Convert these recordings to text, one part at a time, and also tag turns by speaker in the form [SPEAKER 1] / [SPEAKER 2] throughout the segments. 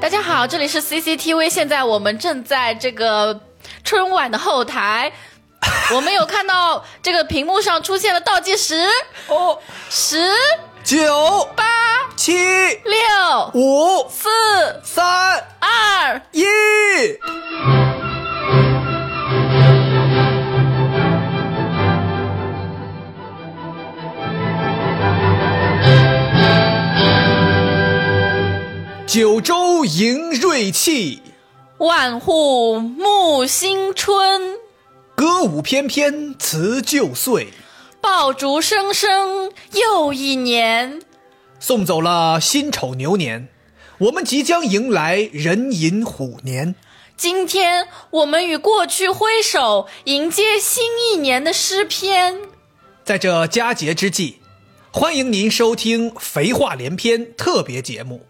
[SPEAKER 1] 大家好，这里是 CCTV，现在我们正在这个春晚的后台，我们有看到这个屏幕上出现了倒计时，
[SPEAKER 2] 哦，
[SPEAKER 1] 十
[SPEAKER 2] 九
[SPEAKER 1] 八
[SPEAKER 2] 七
[SPEAKER 1] 六
[SPEAKER 2] 五
[SPEAKER 1] 四
[SPEAKER 2] 三
[SPEAKER 1] 二，
[SPEAKER 2] 一，九州迎瑞气，
[SPEAKER 1] 万户沐新春，
[SPEAKER 2] 歌舞翩翩辞旧岁。
[SPEAKER 1] 爆竹声声又一年。
[SPEAKER 2] 送走了辛丑牛年，我们即将迎来壬寅虎年。
[SPEAKER 1] 今天我们与过去挥手，迎接新一年的诗篇。
[SPEAKER 2] 在这佳节之际，欢迎您收听《肥话连篇》特别节目，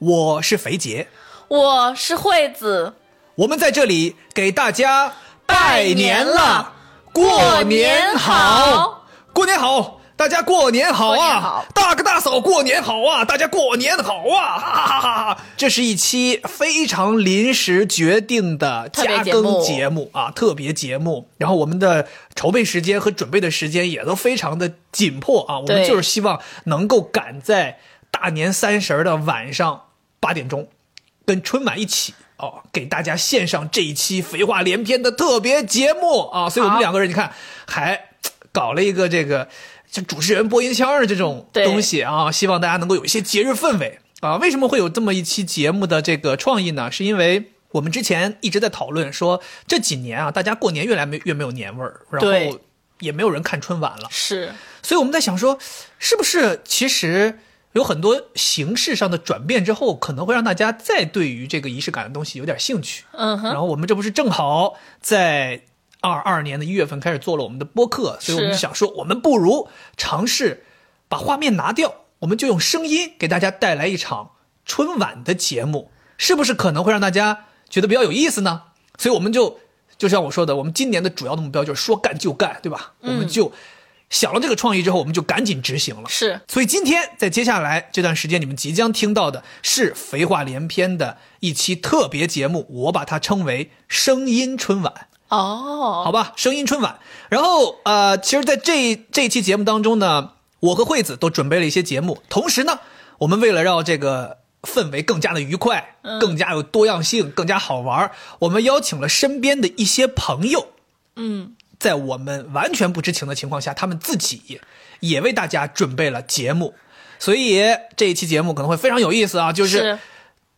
[SPEAKER 2] 我是肥杰，
[SPEAKER 1] 我是惠子，
[SPEAKER 2] 我们在这里给大家
[SPEAKER 1] 拜年了，过年好，
[SPEAKER 2] 过年好，大家过年好
[SPEAKER 1] 过年
[SPEAKER 2] 啊！
[SPEAKER 1] 好
[SPEAKER 2] 大哥大嫂过年好啊！大家过年好啊！ 哈哈哈哈！这是一期非常临时决定的
[SPEAKER 1] 特别
[SPEAKER 2] 加
[SPEAKER 1] 节目
[SPEAKER 2] 更节目啊，特别节目。然后我们的筹备时间和准备的时间也都非常的紧迫啊，我们
[SPEAKER 1] 对
[SPEAKER 2] 就是希望能够赶在大年三十儿的晚上八点钟，跟春晚一起。哦，给大家献上这一期肥话连篇的特别节目啊！所以我们
[SPEAKER 1] 好
[SPEAKER 2] 两个人，你看还搞了一个这个，就主持人播音腔儿这种
[SPEAKER 1] 对
[SPEAKER 2] 东西啊，希望大家能够有一些节日氛围啊。为什么会有这么一期节目的这个创意呢？是因为我们之前一直在讨论说，这几年啊，大家过年越来越越没有年味儿，然
[SPEAKER 1] 对
[SPEAKER 2] 后也没有人看春晚了，
[SPEAKER 1] 是
[SPEAKER 2] 所以我们在想说，是不是其实有很多形式上的转变之后，可能会让大家再对于这个仪式感的东西有点兴趣。
[SPEAKER 1] 嗯哼，
[SPEAKER 2] 然后我们这不是正好在二二年的一月份开始做了我们的播客，所以我们
[SPEAKER 1] 是
[SPEAKER 2] 就想说，我们不如尝试把画面拿掉，我们就用声音给大家带来一场春晚的节目，是不是可能会让大家觉得比较有意思呢？所以我们就就像我说的，我们今年的主要的目标就是说干就干，对吧？我们就想了这个创意之后，我们就赶紧执行了。
[SPEAKER 1] 是
[SPEAKER 2] 所以今天在接下来这段时间，你们即将听到的是《肥话连篇》的一期特别节目，我把它称为“声音春晚”，
[SPEAKER 1] 哦，
[SPEAKER 2] 好吧，“声音春晚”。然后呃，其实，在这一这一期节目当中呢，我和惠子都准备了一些节目，同时呢，我们为了让这个氛围更加的愉快，更加有多样性，更加好玩儿，我们邀请了身边的一些朋友，
[SPEAKER 1] 嗯，
[SPEAKER 2] 在我们完全不知情的情况下，他们自己也为大家准备了节目，所以这一期节目可能会非常有意思啊！就是
[SPEAKER 1] 是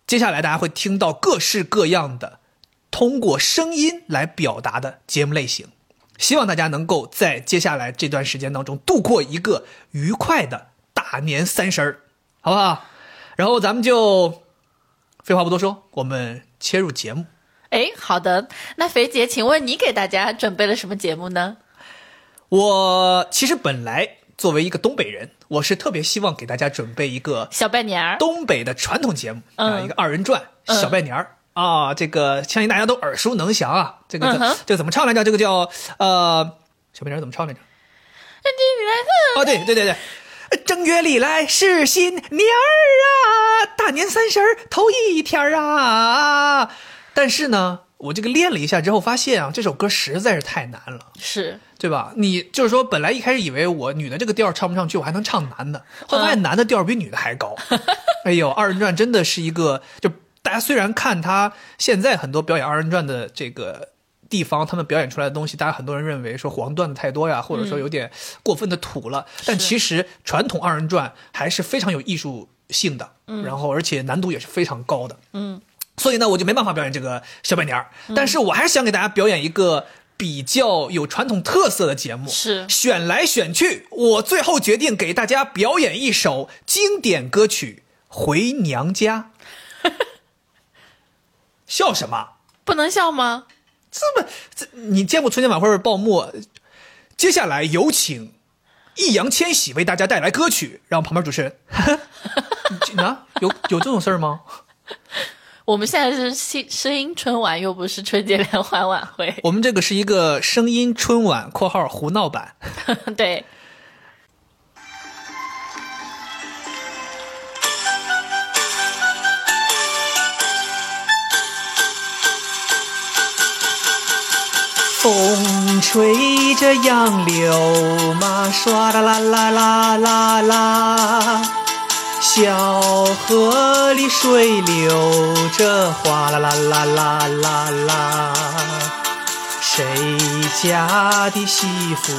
[SPEAKER 2] 接下来大家会听到各式各样的通过声音来表达的节目类型，希望大家能够在接下来这段时间当中度过一个愉快的大年三十儿，好不好？然后咱们就废话不多说，我们切入节目。
[SPEAKER 1] 哎，好的。那肥姐，请问你给大家准备了什么节目呢？
[SPEAKER 2] 我其实本来作为一个东北人，我是特别希望给大家准备一个
[SPEAKER 1] 小拜年儿，
[SPEAKER 2] 东北的传统节目，
[SPEAKER 1] 嗯
[SPEAKER 2] 啊，一个二人转《小拜年儿》啊，这个相信大家都耳熟能详啊。这个
[SPEAKER 1] 嗯
[SPEAKER 2] 叫、
[SPEAKER 1] 哼
[SPEAKER 2] 这个怎么唱来着？这个叫呃，小拜年儿怎么唱来着？哦，对对对对。呃正月里来是新年儿啊，大年三十儿头一天儿啊。但是呢，我这个练了一下之后，发现啊，这首歌实在是太难了。
[SPEAKER 1] 是
[SPEAKER 2] 对吧？你就是说，本来一开始以为我女的这个调儿唱不上去，我还能唱男的，后来发现男的调儿比女的还高。哎呦，二人转真的是一个，就大家虽然看他现在很多表演二人转的这个地方，他们表演出来的东西，大家很多人认为说黄段子太多呀，或者说有点过分的土了，但其实传统二人转还是非常有艺术性的，然后而且难度也是非常高的。
[SPEAKER 3] 嗯
[SPEAKER 2] 所以呢，我就没办法表演这个小拜年儿，
[SPEAKER 1] 嗯
[SPEAKER 2] 但是我还是想给大家表演一个比较有传统特色的节目。
[SPEAKER 1] 是
[SPEAKER 2] 选来选去，我最后决定给大家表演一首经典歌曲《回娘家》。 笑什么？
[SPEAKER 1] 不能笑吗？
[SPEAKER 2] 这么这你见过春节晚会报幕？接下来有请易烊千玺为大家带来歌曲，让旁边主持人。 啊，有有这种事儿吗？
[SPEAKER 1] 我们现在是新声音春晚，又不是春节联欢晚会。
[SPEAKER 2] 我们这个是一个声音春晚（括号胡闹版）。
[SPEAKER 1] 对，
[SPEAKER 4] 回
[SPEAKER 2] 风吹着杨柳嘛，唰啦啦啦啦啦啦。小河里水流着，哗啦啦啦啦啦啦。谁家的媳妇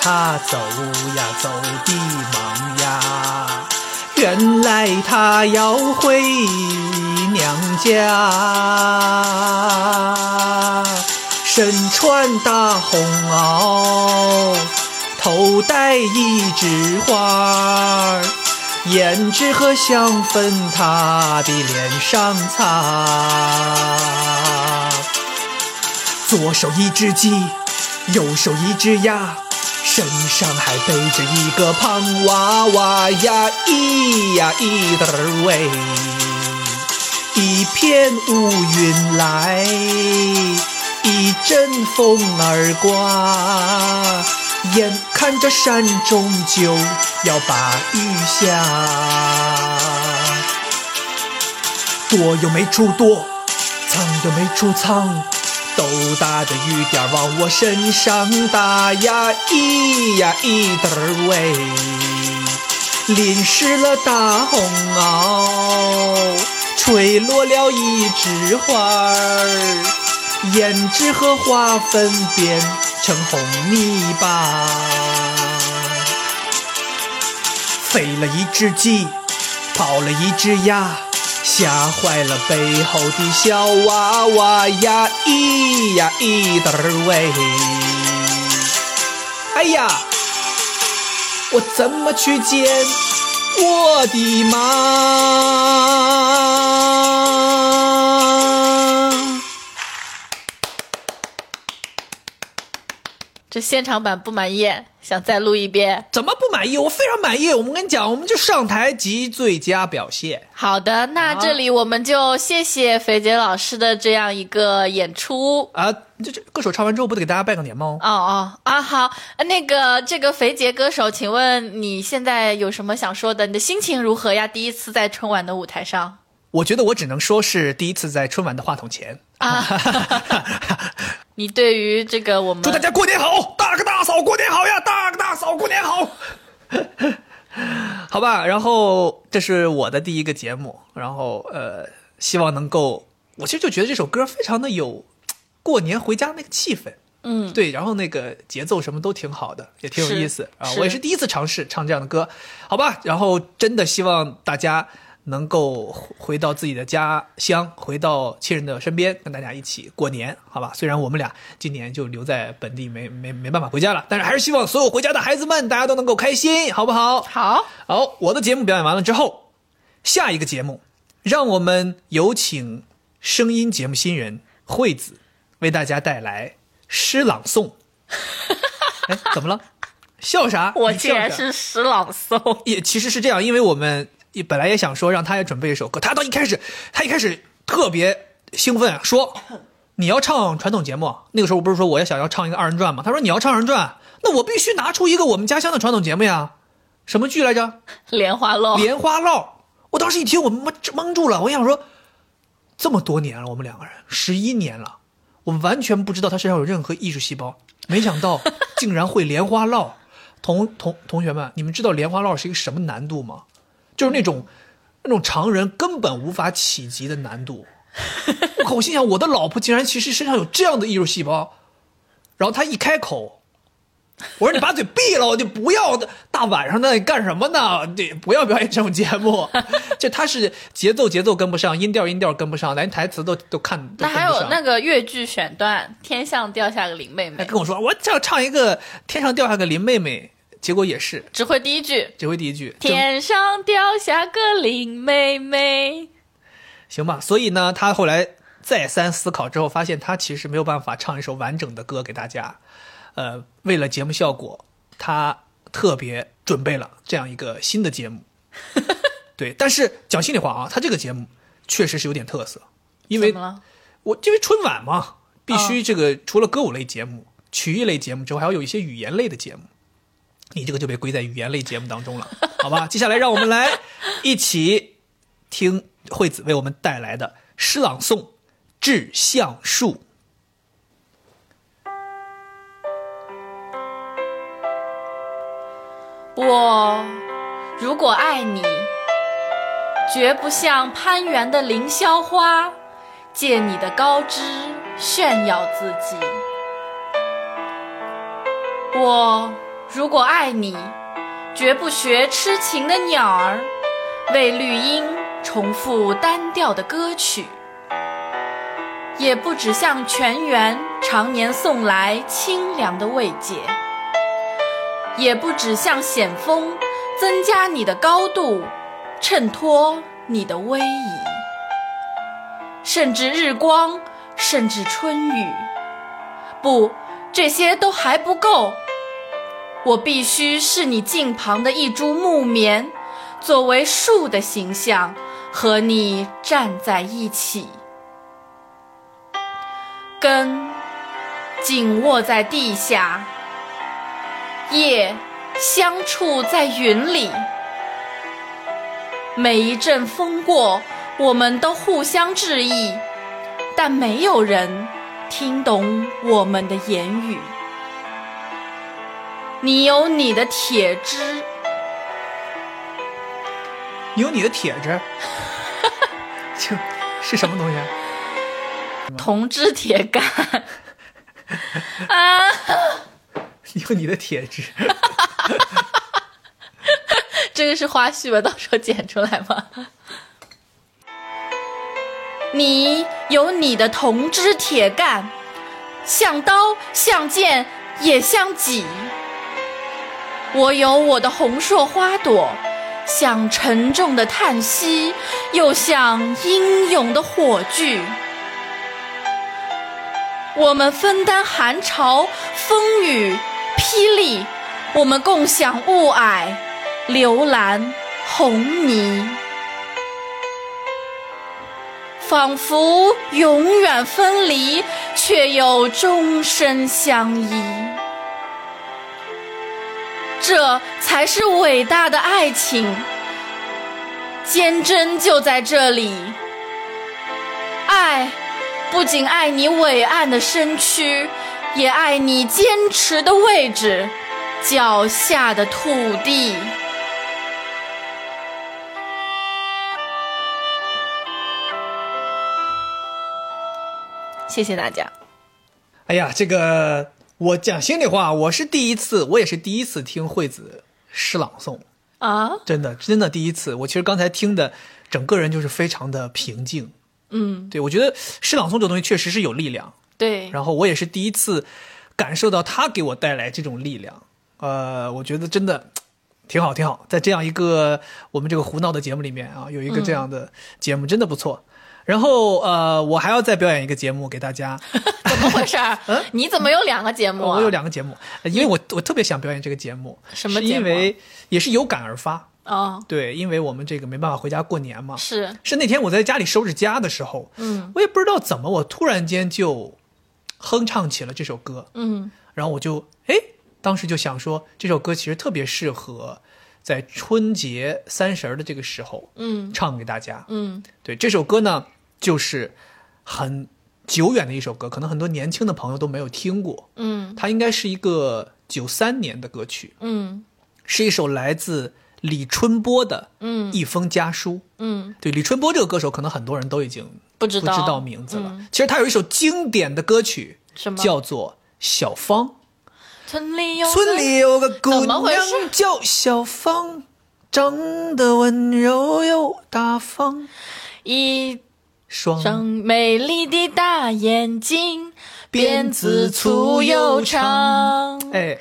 [SPEAKER 2] 她走呀走的忙呀，原来她要回娘家。身穿大红袄，头戴一枝花儿，胭脂和香粉她的脸上擦。左手一只鸡，右手一只鸭，身上还背着一个胖娃娃呀，咿呀咿得儿喂，一片乌云来，一阵风儿刮，眼看着山中就要把雨下。躲又没处躲，藏又没处藏，豆大的雨点儿往我身上打呀，咿呀咿得儿喂，淋湿了大红袄，吹落了一枝花儿，胭脂和花粉变成红泥巴。飞了一只鸡，跑了一只鸭，吓坏了背后的小娃娃呀！咿呀咿得儿喂，哎呀，我怎么去见我的妈？
[SPEAKER 1] 这现场版不满意，想再录一遍。
[SPEAKER 2] 怎么不满意？我非常满意。我们跟你讲，我们就上台及最佳表现。
[SPEAKER 1] 好的，那这里我们就谢谢肥姐老师的这样一个演出。
[SPEAKER 2] 啊，这这歌手唱完之后不得给大家拜个年吗？
[SPEAKER 1] 哦哦啊，好，呃那个这个肥姐歌手，请问你现在有什么想说的？你的心情如何呀？第一次在春晚的舞台上
[SPEAKER 2] 我觉得我只能说是第一次在春晚的话筒前，
[SPEAKER 1] 啊，你对于这个我们
[SPEAKER 2] 祝大家过年好，大哥大嫂过年好呀，大哥大嫂过年好，好吧。然后这是我的第一个节目，然后呃，希望能够，我其实就觉得这首歌非常的有过年回家那个气氛。
[SPEAKER 1] 嗯，
[SPEAKER 2] 对，然后那个节奏什么都挺好的，也挺有
[SPEAKER 1] 是
[SPEAKER 2] 意思啊。
[SPEAKER 1] 是
[SPEAKER 2] 我也是第一次尝试唱这样的歌，好吧。然后真的希望大家能够回回到自己的家乡，回到亲人的身边，跟大家一起过年，好吧。虽然我们俩今年就留在本地没，没没办法回家了，但是还是希望所有回家的孩子们，大家都能够开心，好不好？
[SPEAKER 1] 好，
[SPEAKER 2] 好，我的节目表演完了之后，下一个节目，让我们有请声音节目新人惠子为大家带来诗 朗诵。哎，怎么了？笑啥？
[SPEAKER 1] 我
[SPEAKER 2] 你笑
[SPEAKER 1] 竟然
[SPEAKER 2] 啥
[SPEAKER 1] 是史朗诵，
[SPEAKER 2] 也其实是这样，因为我们也本来也想说让他也准备一首歌，他到一开始他一开始特别兴奋，说你要唱传统节目，那个时候不是说我也想要唱一个二人转吗？他说你要唱二人转，那我必须拿出一个我们家乡的传统节目呀，什么剧来着？
[SPEAKER 1] 莲花漏，
[SPEAKER 2] 莲花烙。我当时一听，我懵懵住了。我想说，这么多年了，我们两个人十一年了，我完全不知道他身上有任何艺术细胞。没想到竟然会莲花烙。同同同学们，你们知道莲花烙是一个什么难度吗？就是那种那种常人根本无法企及的难度。我靠！我心想，我的老婆竟然其实身上有这样的艺术细胞。然后她一开口，我说你把嘴闭了，我就不要大晚上的你干什么呢？对，不要表演这种节目， 这他是节奏节奏跟不上，音调音调跟不上，连台词都都看都
[SPEAKER 1] 那
[SPEAKER 2] 跟不
[SPEAKER 1] 还有
[SPEAKER 2] 上。
[SPEAKER 1] 那个越剧选段《天上掉下个林妹妹
[SPEAKER 2] 哎还》，跟我说，我只要唱一个天上掉下个林妹妹，结果也是
[SPEAKER 1] 只会第一句。
[SPEAKER 2] 只会第一句就
[SPEAKER 1] 天上掉下个林妹妹，
[SPEAKER 2] 行吧。所以呢，他后来再三思考之后，发现他其实没有办法唱一首完整的歌给大家。呃，为了节目效果，他特别准备了这样一个新的 节目。对，但是讲心里话啊，他这个节目确实是有点特色，因为
[SPEAKER 1] 怎么了？哦
[SPEAKER 2] 我因为春晚嘛，必须这个、除了歌舞类节目、曲艺类节目之后，还要有一些语言类的节目。你这个就被归在语言类节目当中了，好吧？接下来让我们来一起听惠子为我们带来的诗朗诵《致橡树》。
[SPEAKER 1] 我如果爱你，绝不像攀援的凌霄花，借你的高枝炫耀自己。我如果爱你，绝不学痴情的鸟儿，为绿荫重复单调的歌曲，也不只向泉源常年送来清凉的慰藉。也不只向险峰增加你的高度，衬托你的威仪，甚至日光，甚至春雨。不，这些都还不够，我必须是你近旁的一株木棉，作为树的形象，和你站在一起，根紧握在地下。叶相触在云里，每一阵风过，我们都互相致意，但没有人听懂我们的言语。你有你的铁枝，
[SPEAKER 2] 你有你的铁 子，这是什么东西？
[SPEAKER 1] 铜枝铁干啊！
[SPEAKER 2] 你有你的铁枝，
[SPEAKER 1] 这个是花絮吧？到时候剪出来吧。 你有你的铜枝铁干，像刀，像剑，也像戟。我有我的红硕花朵，像沉重的叹息，又像英勇的火炬。我们分担寒潮、风雨。霹雳，我们共享雾霭、流岚、红泥，仿佛永远分离，却又终身相依。这才是伟大的爱情，坚贞就在这里。爱，不仅爱你伟岸的身躯。也爱你坚持的位置，脚下的土地。谢谢大家。
[SPEAKER 2] 哎呀，这个我讲心里话，我是第一次，我也是第一次听惠子诗朗诵，
[SPEAKER 1] 啊，
[SPEAKER 2] 真的，真的第一次。我其实刚才听的，整个人就是非常的平静。
[SPEAKER 1] 嗯，
[SPEAKER 2] 对我觉得诗朗诵这东西确实是有力量。
[SPEAKER 1] 对，
[SPEAKER 2] 然后我也是第一次感受到他给我带来这种力量。呃，我觉得真的挺好，挺好。在这样一个我们这个胡闹的节目里面啊，有一个这样的节目，真的不错。然后呃，我还要再表演一个节目给大家。 嗯
[SPEAKER 1] 怎么回事 儿？你怎么有两个节目、啊？
[SPEAKER 2] 我有两个节目，呃因为我我特别想表演这个节目，
[SPEAKER 1] 什么
[SPEAKER 2] 是
[SPEAKER 1] 节
[SPEAKER 2] 因
[SPEAKER 1] 目啊
[SPEAKER 2] 为也是有感而发。
[SPEAKER 1] 哦，
[SPEAKER 2] 对，因为我们这个没办法回家过年嘛。
[SPEAKER 1] 是，
[SPEAKER 2] 是那天我在家里收拾家的时候，
[SPEAKER 1] 嗯
[SPEAKER 2] 我也不知道怎么，我突然间就哼唱起了这首歌。
[SPEAKER 1] 嗯
[SPEAKER 2] 然后我就哎，当时就想说，这首歌其实特别适合在春节三十儿的这个时候
[SPEAKER 1] 嗯
[SPEAKER 2] 唱给大家。
[SPEAKER 1] 嗯
[SPEAKER 2] 对，这首歌呢，就是很久远的一首歌，可能很多年轻的朋友都没有听过。
[SPEAKER 1] 嗯
[SPEAKER 2] 它应该是一个九三年的歌曲，
[SPEAKER 1] 嗯
[SPEAKER 2] 是一首来自李春波的《
[SPEAKER 1] 嗯
[SPEAKER 2] 一封家书》。
[SPEAKER 1] 嗯，
[SPEAKER 2] 对，李春波这个歌手，可能很多人都已经
[SPEAKER 1] 不知
[SPEAKER 2] 不知
[SPEAKER 1] 道
[SPEAKER 2] 道名字了。其实他有一首经典的歌曲，
[SPEAKER 1] 什么？
[SPEAKER 2] 叫做《小芳》。
[SPEAKER 1] 村里有
[SPEAKER 2] 村里有个姑
[SPEAKER 1] 怎么
[SPEAKER 2] 娘
[SPEAKER 1] 回事
[SPEAKER 2] 叫小芳，长得温柔又大方，
[SPEAKER 1] 一张
[SPEAKER 2] 双
[SPEAKER 1] 美丽的大眼睛，
[SPEAKER 2] 辫
[SPEAKER 1] 辫子
[SPEAKER 2] 子粗
[SPEAKER 1] 粗
[SPEAKER 2] 又
[SPEAKER 1] 又
[SPEAKER 2] 长
[SPEAKER 1] 长。
[SPEAKER 2] 哎，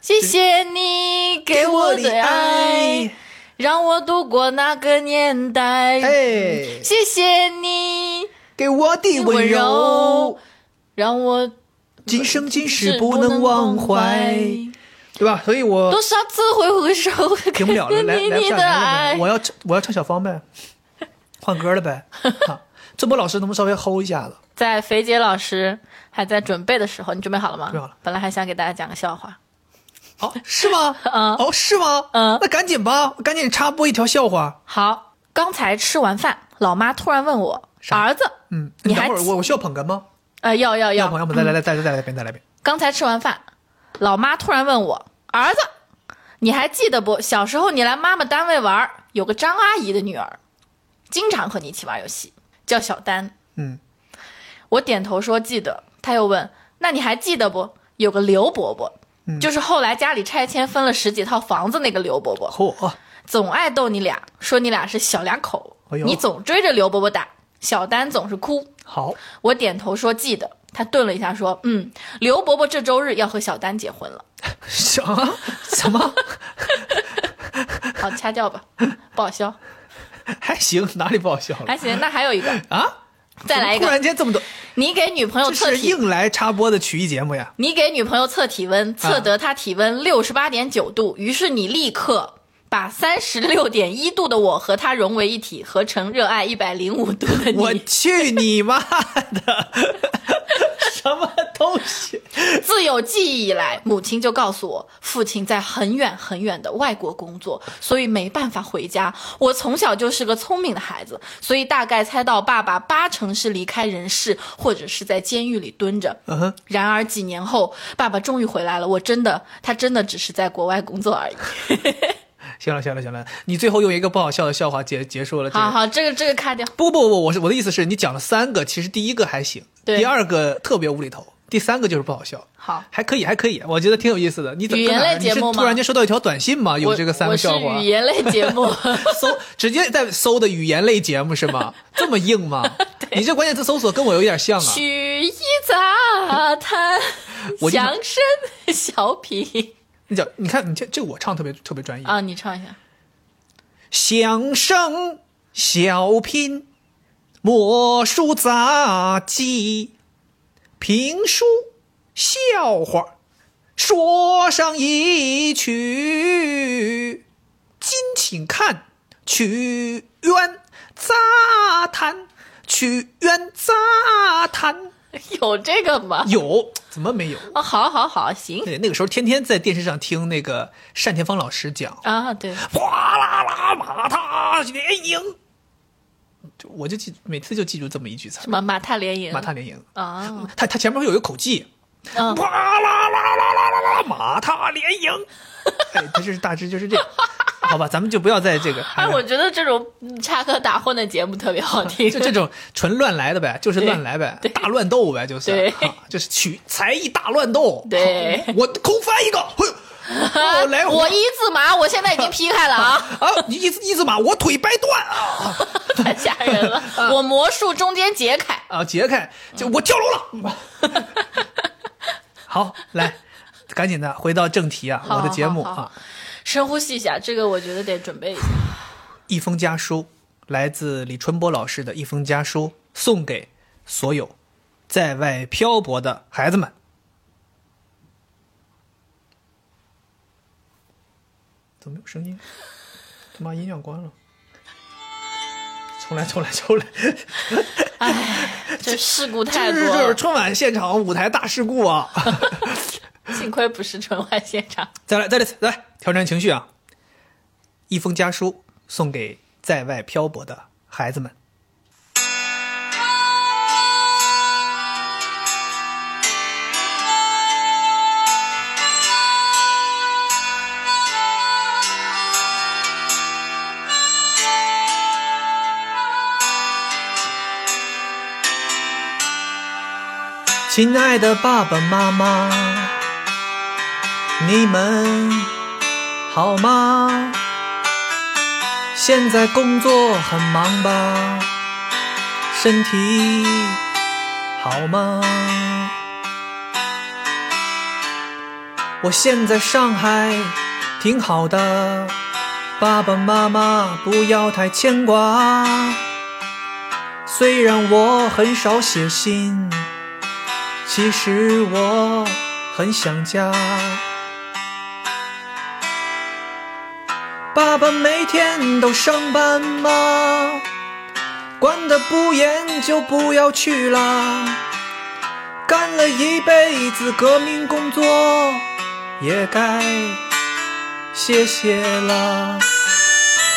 [SPEAKER 1] 谢谢你给我的爱，让我度过那个年代。
[SPEAKER 2] 哎，
[SPEAKER 1] 谢谢你
[SPEAKER 2] 给我的温
[SPEAKER 1] 温
[SPEAKER 2] 柔
[SPEAKER 1] 柔，，让我
[SPEAKER 2] 今生今世
[SPEAKER 1] 是
[SPEAKER 2] 不能忘怀，对吧？所以
[SPEAKER 1] 多
[SPEAKER 2] 我
[SPEAKER 1] 少次挥挥手，
[SPEAKER 2] 停不了了，来
[SPEAKER 1] 你
[SPEAKER 2] 来不
[SPEAKER 1] 你
[SPEAKER 2] 下
[SPEAKER 1] 的
[SPEAKER 2] 来了
[SPEAKER 1] 爱
[SPEAKER 2] 呗，。我要唱我要唱小芳呗，换歌了呗。啊，郑波老师能不能稍微吼一下子？
[SPEAKER 1] 在肥姐老师还在准备的时候，你准备好了吗？
[SPEAKER 2] 准备好了。
[SPEAKER 1] 本来还想给大家讲个笑话，
[SPEAKER 2] 哦，是吗？
[SPEAKER 1] 嗯
[SPEAKER 2] 哦，是吗？
[SPEAKER 1] 嗯
[SPEAKER 2] 那赶紧吧，赶紧插播一条笑话。
[SPEAKER 1] 好，刚才吃完饭，老妈突然问我：“
[SPEAKER 2] 啥
[SPEAKER 1] 儿子，
[SPEAKER 2] 嗯，
[SPEAKER 1] 你
[SPEAKER 2] 等
[SPEAKER 1] 还
[SPEAKER 2] 会儿我我需要捧哏吗？
[SPEAKER 1] 呃，要要
[SPEAKER 2] 要
[SPEAKER 1] 要
[SPEAKER 2] 捧，要捧，再来来再再再来一遍，再来一遍。
[SPEAKER 1] 刚才吃完饭，老妈突然问我：“儿子，你还记得不？小时候你来妈妈单位玩，有个张阿姨的女儿，经常和你一起玩游戏，叫小丹。
[SPEAKER 2] 嗯，
[SPEAKER 1] 我点头说记得。她又问：“那你还记得不？有个刘伯伯，
[SPEAKER 2] 嗯
[SPEAKER 1] 就是后来家里拆迁分了十几套房子那个刘伯伯。”
[SPEAKER 2] 嚯，
[SPEAKER 1] 总爱逗你俩，说你俩是小两口，
[SPEAKER 2] 哎呦
[SPEAKER 1] 你总追着刘伯伯打，小丹总是哭。
[SPEAKER 2] 好，
[SPEAKER 1] 我点头说记得，他顿了一下说，嗯，刘伯伯这周日要和小丹结婚了，
[SPEAKER 2] 什么什么
[SPEAKER 1] 好掐掉吧，不好笑，
[SPEAKER 2] 还行，哪里不好笑了
[SPEAKER 1] 还行，那还有一个，
[SPEAKER 2] 啊？
[SPEAKER 1] 再来一
[SPEAKER 2] 怎么突
[SPEAKER 1] 个，
[SPEAKER 2] 然间这么多，
[SPEAKER 1] 你给女朋友
[SPEAKER 2] 这
[SPEAKER 1] 测
[SPEAKER 2] 是
[SPEAKER 1] 体，
[SPEAKER 2] 硬来插播的曲艺节目呀？
[SPEAKER 1] 你给女朋友测体温，测得她体温六十八点九度，于是你立刻。把三十六点一度的我和她融为一体，合成热爱一百零五度 的
[SPEAKER 2] 我
[SPEAKER 1] 你，
[SPEAKER 2] 去你妈 的！什么东西？
[SPEAKER 1] 自有记忆以来，母亲就告诉我，父亲在很远很远的外国工作，所以没办法回家。我从小就是个聪明的孩子，所以大概猜到爸爸八成是离开人世，或者是在监狱里蹲着。
[SPEAKER 2] 嗯哼，
[SPEAKER 1] 然而几年后，爸爸终于回来了，我真的，他真的只是在国外工作而已。
[SPEAKER 2] 行了行了行了，你最后用一个不好笑的笑话结结束了这
[SPEAKER 1] 好
[SPEAKER 2] 个。
[SPEAKER 1] 好，这个这个卡掉。
[SPEAKER 2] 不不不，我是我的意思是你讲了三个，其实第一个还行，
[SPEAKER 1] 对
[SPEAKER 2] 第二个特别无厘头，第三个就是不好笑，
[SPEAKER 1] 好，
[SPEAKER 2] 还可以还可以，我觉得挺有意思的。你怎么
[SPEAKER 1] 语言类节目吗
[SPEAKER 2] 你是突然间收到一条短信吗？有
[SPEAKER 1] 我
[SPEAKER 2] 这个三个笑
[SPEAKER 1] 我
[SPEAKER 2] 话
[SPEAKER 1] 是语，言类节目，
[SPEAKER 2] 搜直接在搜的语言类节目是 吗？这么硬吗？你这关键词搜索跟我有点 像啊。
[SPEAKER 1] 曲艺杂谈
[SPEAKER 2] 我，就
[SPEAKER 1] 相声小品
[SPEAKER 2] 你讲，你看你这这我唱特别特别专业。
[SPEAKER 1] 啊，你唱一下。
[SPEAKER 2] 相声、小品、魔术杂技、评书、笑话，说上一曲，敬请看曲苑杂谈，曲苑杂谈
[SPEAKER 1] 有这个 吗？
[SPEAKER 2] 有怎么没有？
[SPEAKER 1] 啊，好好好，行
[SPEAKER 2] 对，那个时候天天在电视上听那个单田芳老师讲
[SPEAKER 1] 啊，对，
[SPEAKER 2] 哗啦啦马踏连营，就我就记每次就记住这么一句词儿
[SPEAKER 1] 什，么马踏连营
[SPEAKER 2] 马踏连营。
[SPEAKER 1] 啊，
[SPEAKER 2] 他他前面会有一个口技，
[SPEAKER 1] 嗯
[SPEAKER 2] 哗啦啦啦啦啦啦马踏连 营，哎，他就是大致就是这样，好吧，咱们就不要在这个，
[SPEAKER 1] 哎，我觉得这种插科打诨的节目特别好听，
[SPEAKER 2] 哎 就 这种纯乱来的呗，就是
[SPEAKER 1] 对
[SPEAKER 2] 乱来呗，大乱斗呗，就是，
[SPEAKER 1] 对
[SPEAKER 2] 哈就是取才艺大乱斗，
[SPEAKER 1] 对
[SPEAKER 2] 好我空翻一个，嘿，我来
[SPEAKER 1] 我一字马，我现在已经劈开了啊，
[SPEAKER 2] 哎 啊，你一字一字马，我腿掰断啊
[SPEAKER 1] 太吓人 了，我魔术中间解开，
[SPEAKER 2] 啊！解开，就
[SPEAKER 1] 嗯
[SPEAKER 2] 我跳楼了。 好，来，赶紧的回到正题啊，
[SPEAKER 1] 好
[SPEAKER 2] 我的节目
[SPEAKER 1] 好好
[SPEAKER 2] 啊，
[SPEAKER 1] 深呼吸一下，这个我觉得得准 备一下，
[SPEAKER 2] 一封家书，来自李春波老师的一封家书，送给所有在外漂泊的孩子们。怎么没有声音？他妈音量关了。重来，重来，重来。
[SPEAKER 1] 这事故太多
[SPEAKER 2] 这是这是
[SPEAKER 1] 了，
[SPEAKER 2] 春晚现场舞台大事故啊！
[SPEAKER 1] 幸亏不是春晚现场，
[SPEAKER 2] 再来，再来，再来，挑战情绪啊！一封家书送给在外漂泊的孩子们。亲爱的爸爸妈妈。你们好吗？现在工作很忙吧？身体好吗？我现在上海挺好的，爸爸妈妈不要太牵挂。虽然我很少写信，其实我很想家。爸爸每天都上班吗？管得不严就不要去啦。干了一辈子革命工作，也该歇歇啦。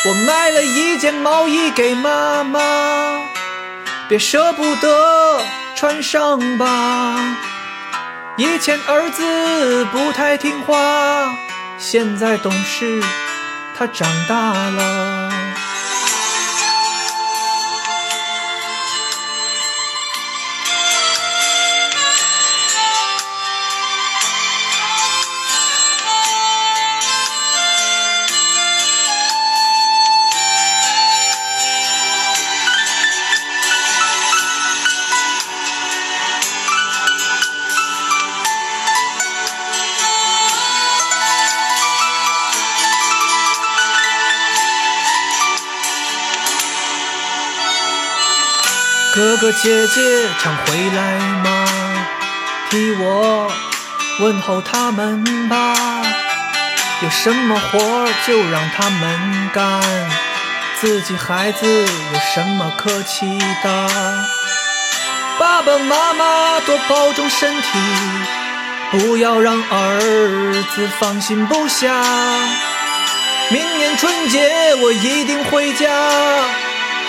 [SPEAKER 2] 我买了一件毛衣给妈妈。别舍不得穿上吧。以前儿子不太听话，现在懂事，他长大了。哥哥姐姐常回来吗？替我问候他们吧。有什么活儿就让他们干，自己孩子有什么可期的？爸爸妈妈多保重身体，不要让儿子放心不下。明年春节我一定回家。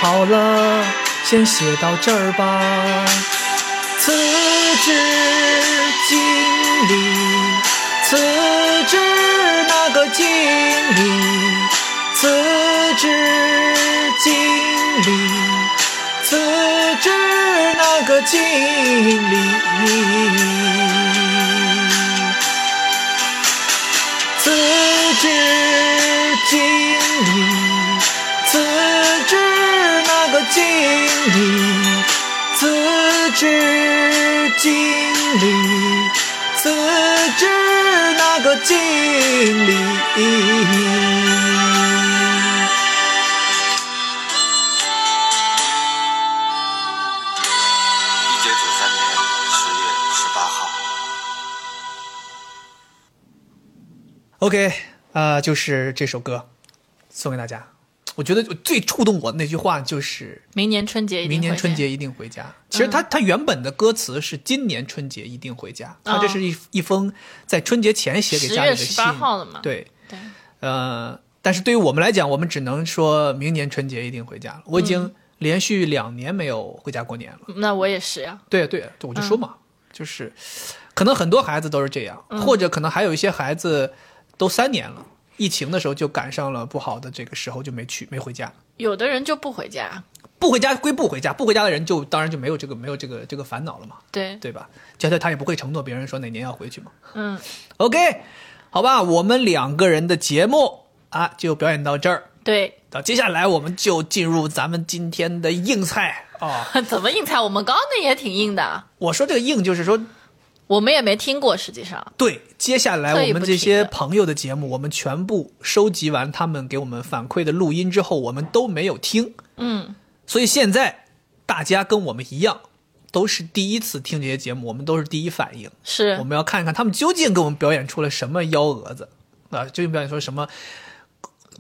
[SPEAKER 2] 好了，先写到这儿吧。辞职经理，辞职那个经理，辞职经理，辞职那个经理。辞职经理，辞职那个经理，辞职经理，辞职那个经理。
[SPEAKER 4] 一九九三年十月十八号，
[SPEAKER 2] OK，呃，就是这首歌送给大家。我觉得最触动我的那句话就是
[SPEAKER 1] 明年春节一定嗯
[SPEAKER 2] 明年
[SPEAKER 1] 会
[SPEAKER 2] 春
[SPEAKER 1] 见
[SPEAKER 2] 节一定回家。其实它它原本的歌词是今年春节一定回家，它这是一一封在春节前写给
[SPEAKER 1] 10
[SPEAKER 2] 家里
[SPEAKER 1] 月
[SPEAKER 2] 的
[SPEAKER 1] 哦十
[SPEAKER 2] 信
[SPEAKER 1] 八。号了嘛？
[SPEAKER 2] 对，
[SPEAKER 1] 对，
[SPEAKER 2] 呃，但是对于我们来讲，我们只能说明年春节一定回家了。我已
[SPEAKER 1] 嗯
[SPEAKER 2] 经连续两年没有回家过年了。
[SPEAKER 1] 那我也是呀、
[SPEAKER 2] 对啊对，我就说嘛，就是可能很多孩子都是这样，或者可能还有一些孩子都三年了，疫情的时候就赶上了不好的这个时候就没去没回家。
[SPEAKER 1] 有的人就不回家，啊
[SPEAKER 2] 不回家归不回家，不回家的人就当然就没有这个没有这个这个烦恼了嘛，
[SPEAKER 1] 对，
[SPEAKER 2] 对吧？加上他也不会承诺别人说哪年要回去嘛。
[SPEAKER 1] 嗯，
[SPEAKER 2] OK，好吧，我们两个人的节目啊就表演到这儿。
[SPEAKER 1] 对，
[SPEAKER 2] 那接下来我们就进入咱们今天的硬菜啊、
[SPEAKER 1] 怎么硬菜？我们刚刚那也挺硬的，啊
[SPEAKER 2] 我说这个硬就是说，
[SPEAKER 1] 我们也没听过，实际上，
[SPEAKER 2] 对，接下来
[SPEAKER 1] 特意
[SPEAKER 2] 我
[SPEAKER 1] 不
[SPEAKER 2] 们这
[SPEAKER 1] 提
[SPEAKER 2] 些
[SPEAKER 1] 的
[SPEAKER 2] 朋友的节目，我们全部收集完他们给我们反馈的录音之后，我们都没有听。
[SPEAKER 1] 嗯，
[SPEAKER 2] 所以现在大家跟我们一样，都是第一次听这些节目，我们都是第一反应。
[SPEAKER 1] 是
[SPEAKER 2] 我们要看看他们究竟给我们表演出了什么幺蛾子啊、究竟表演出了什么？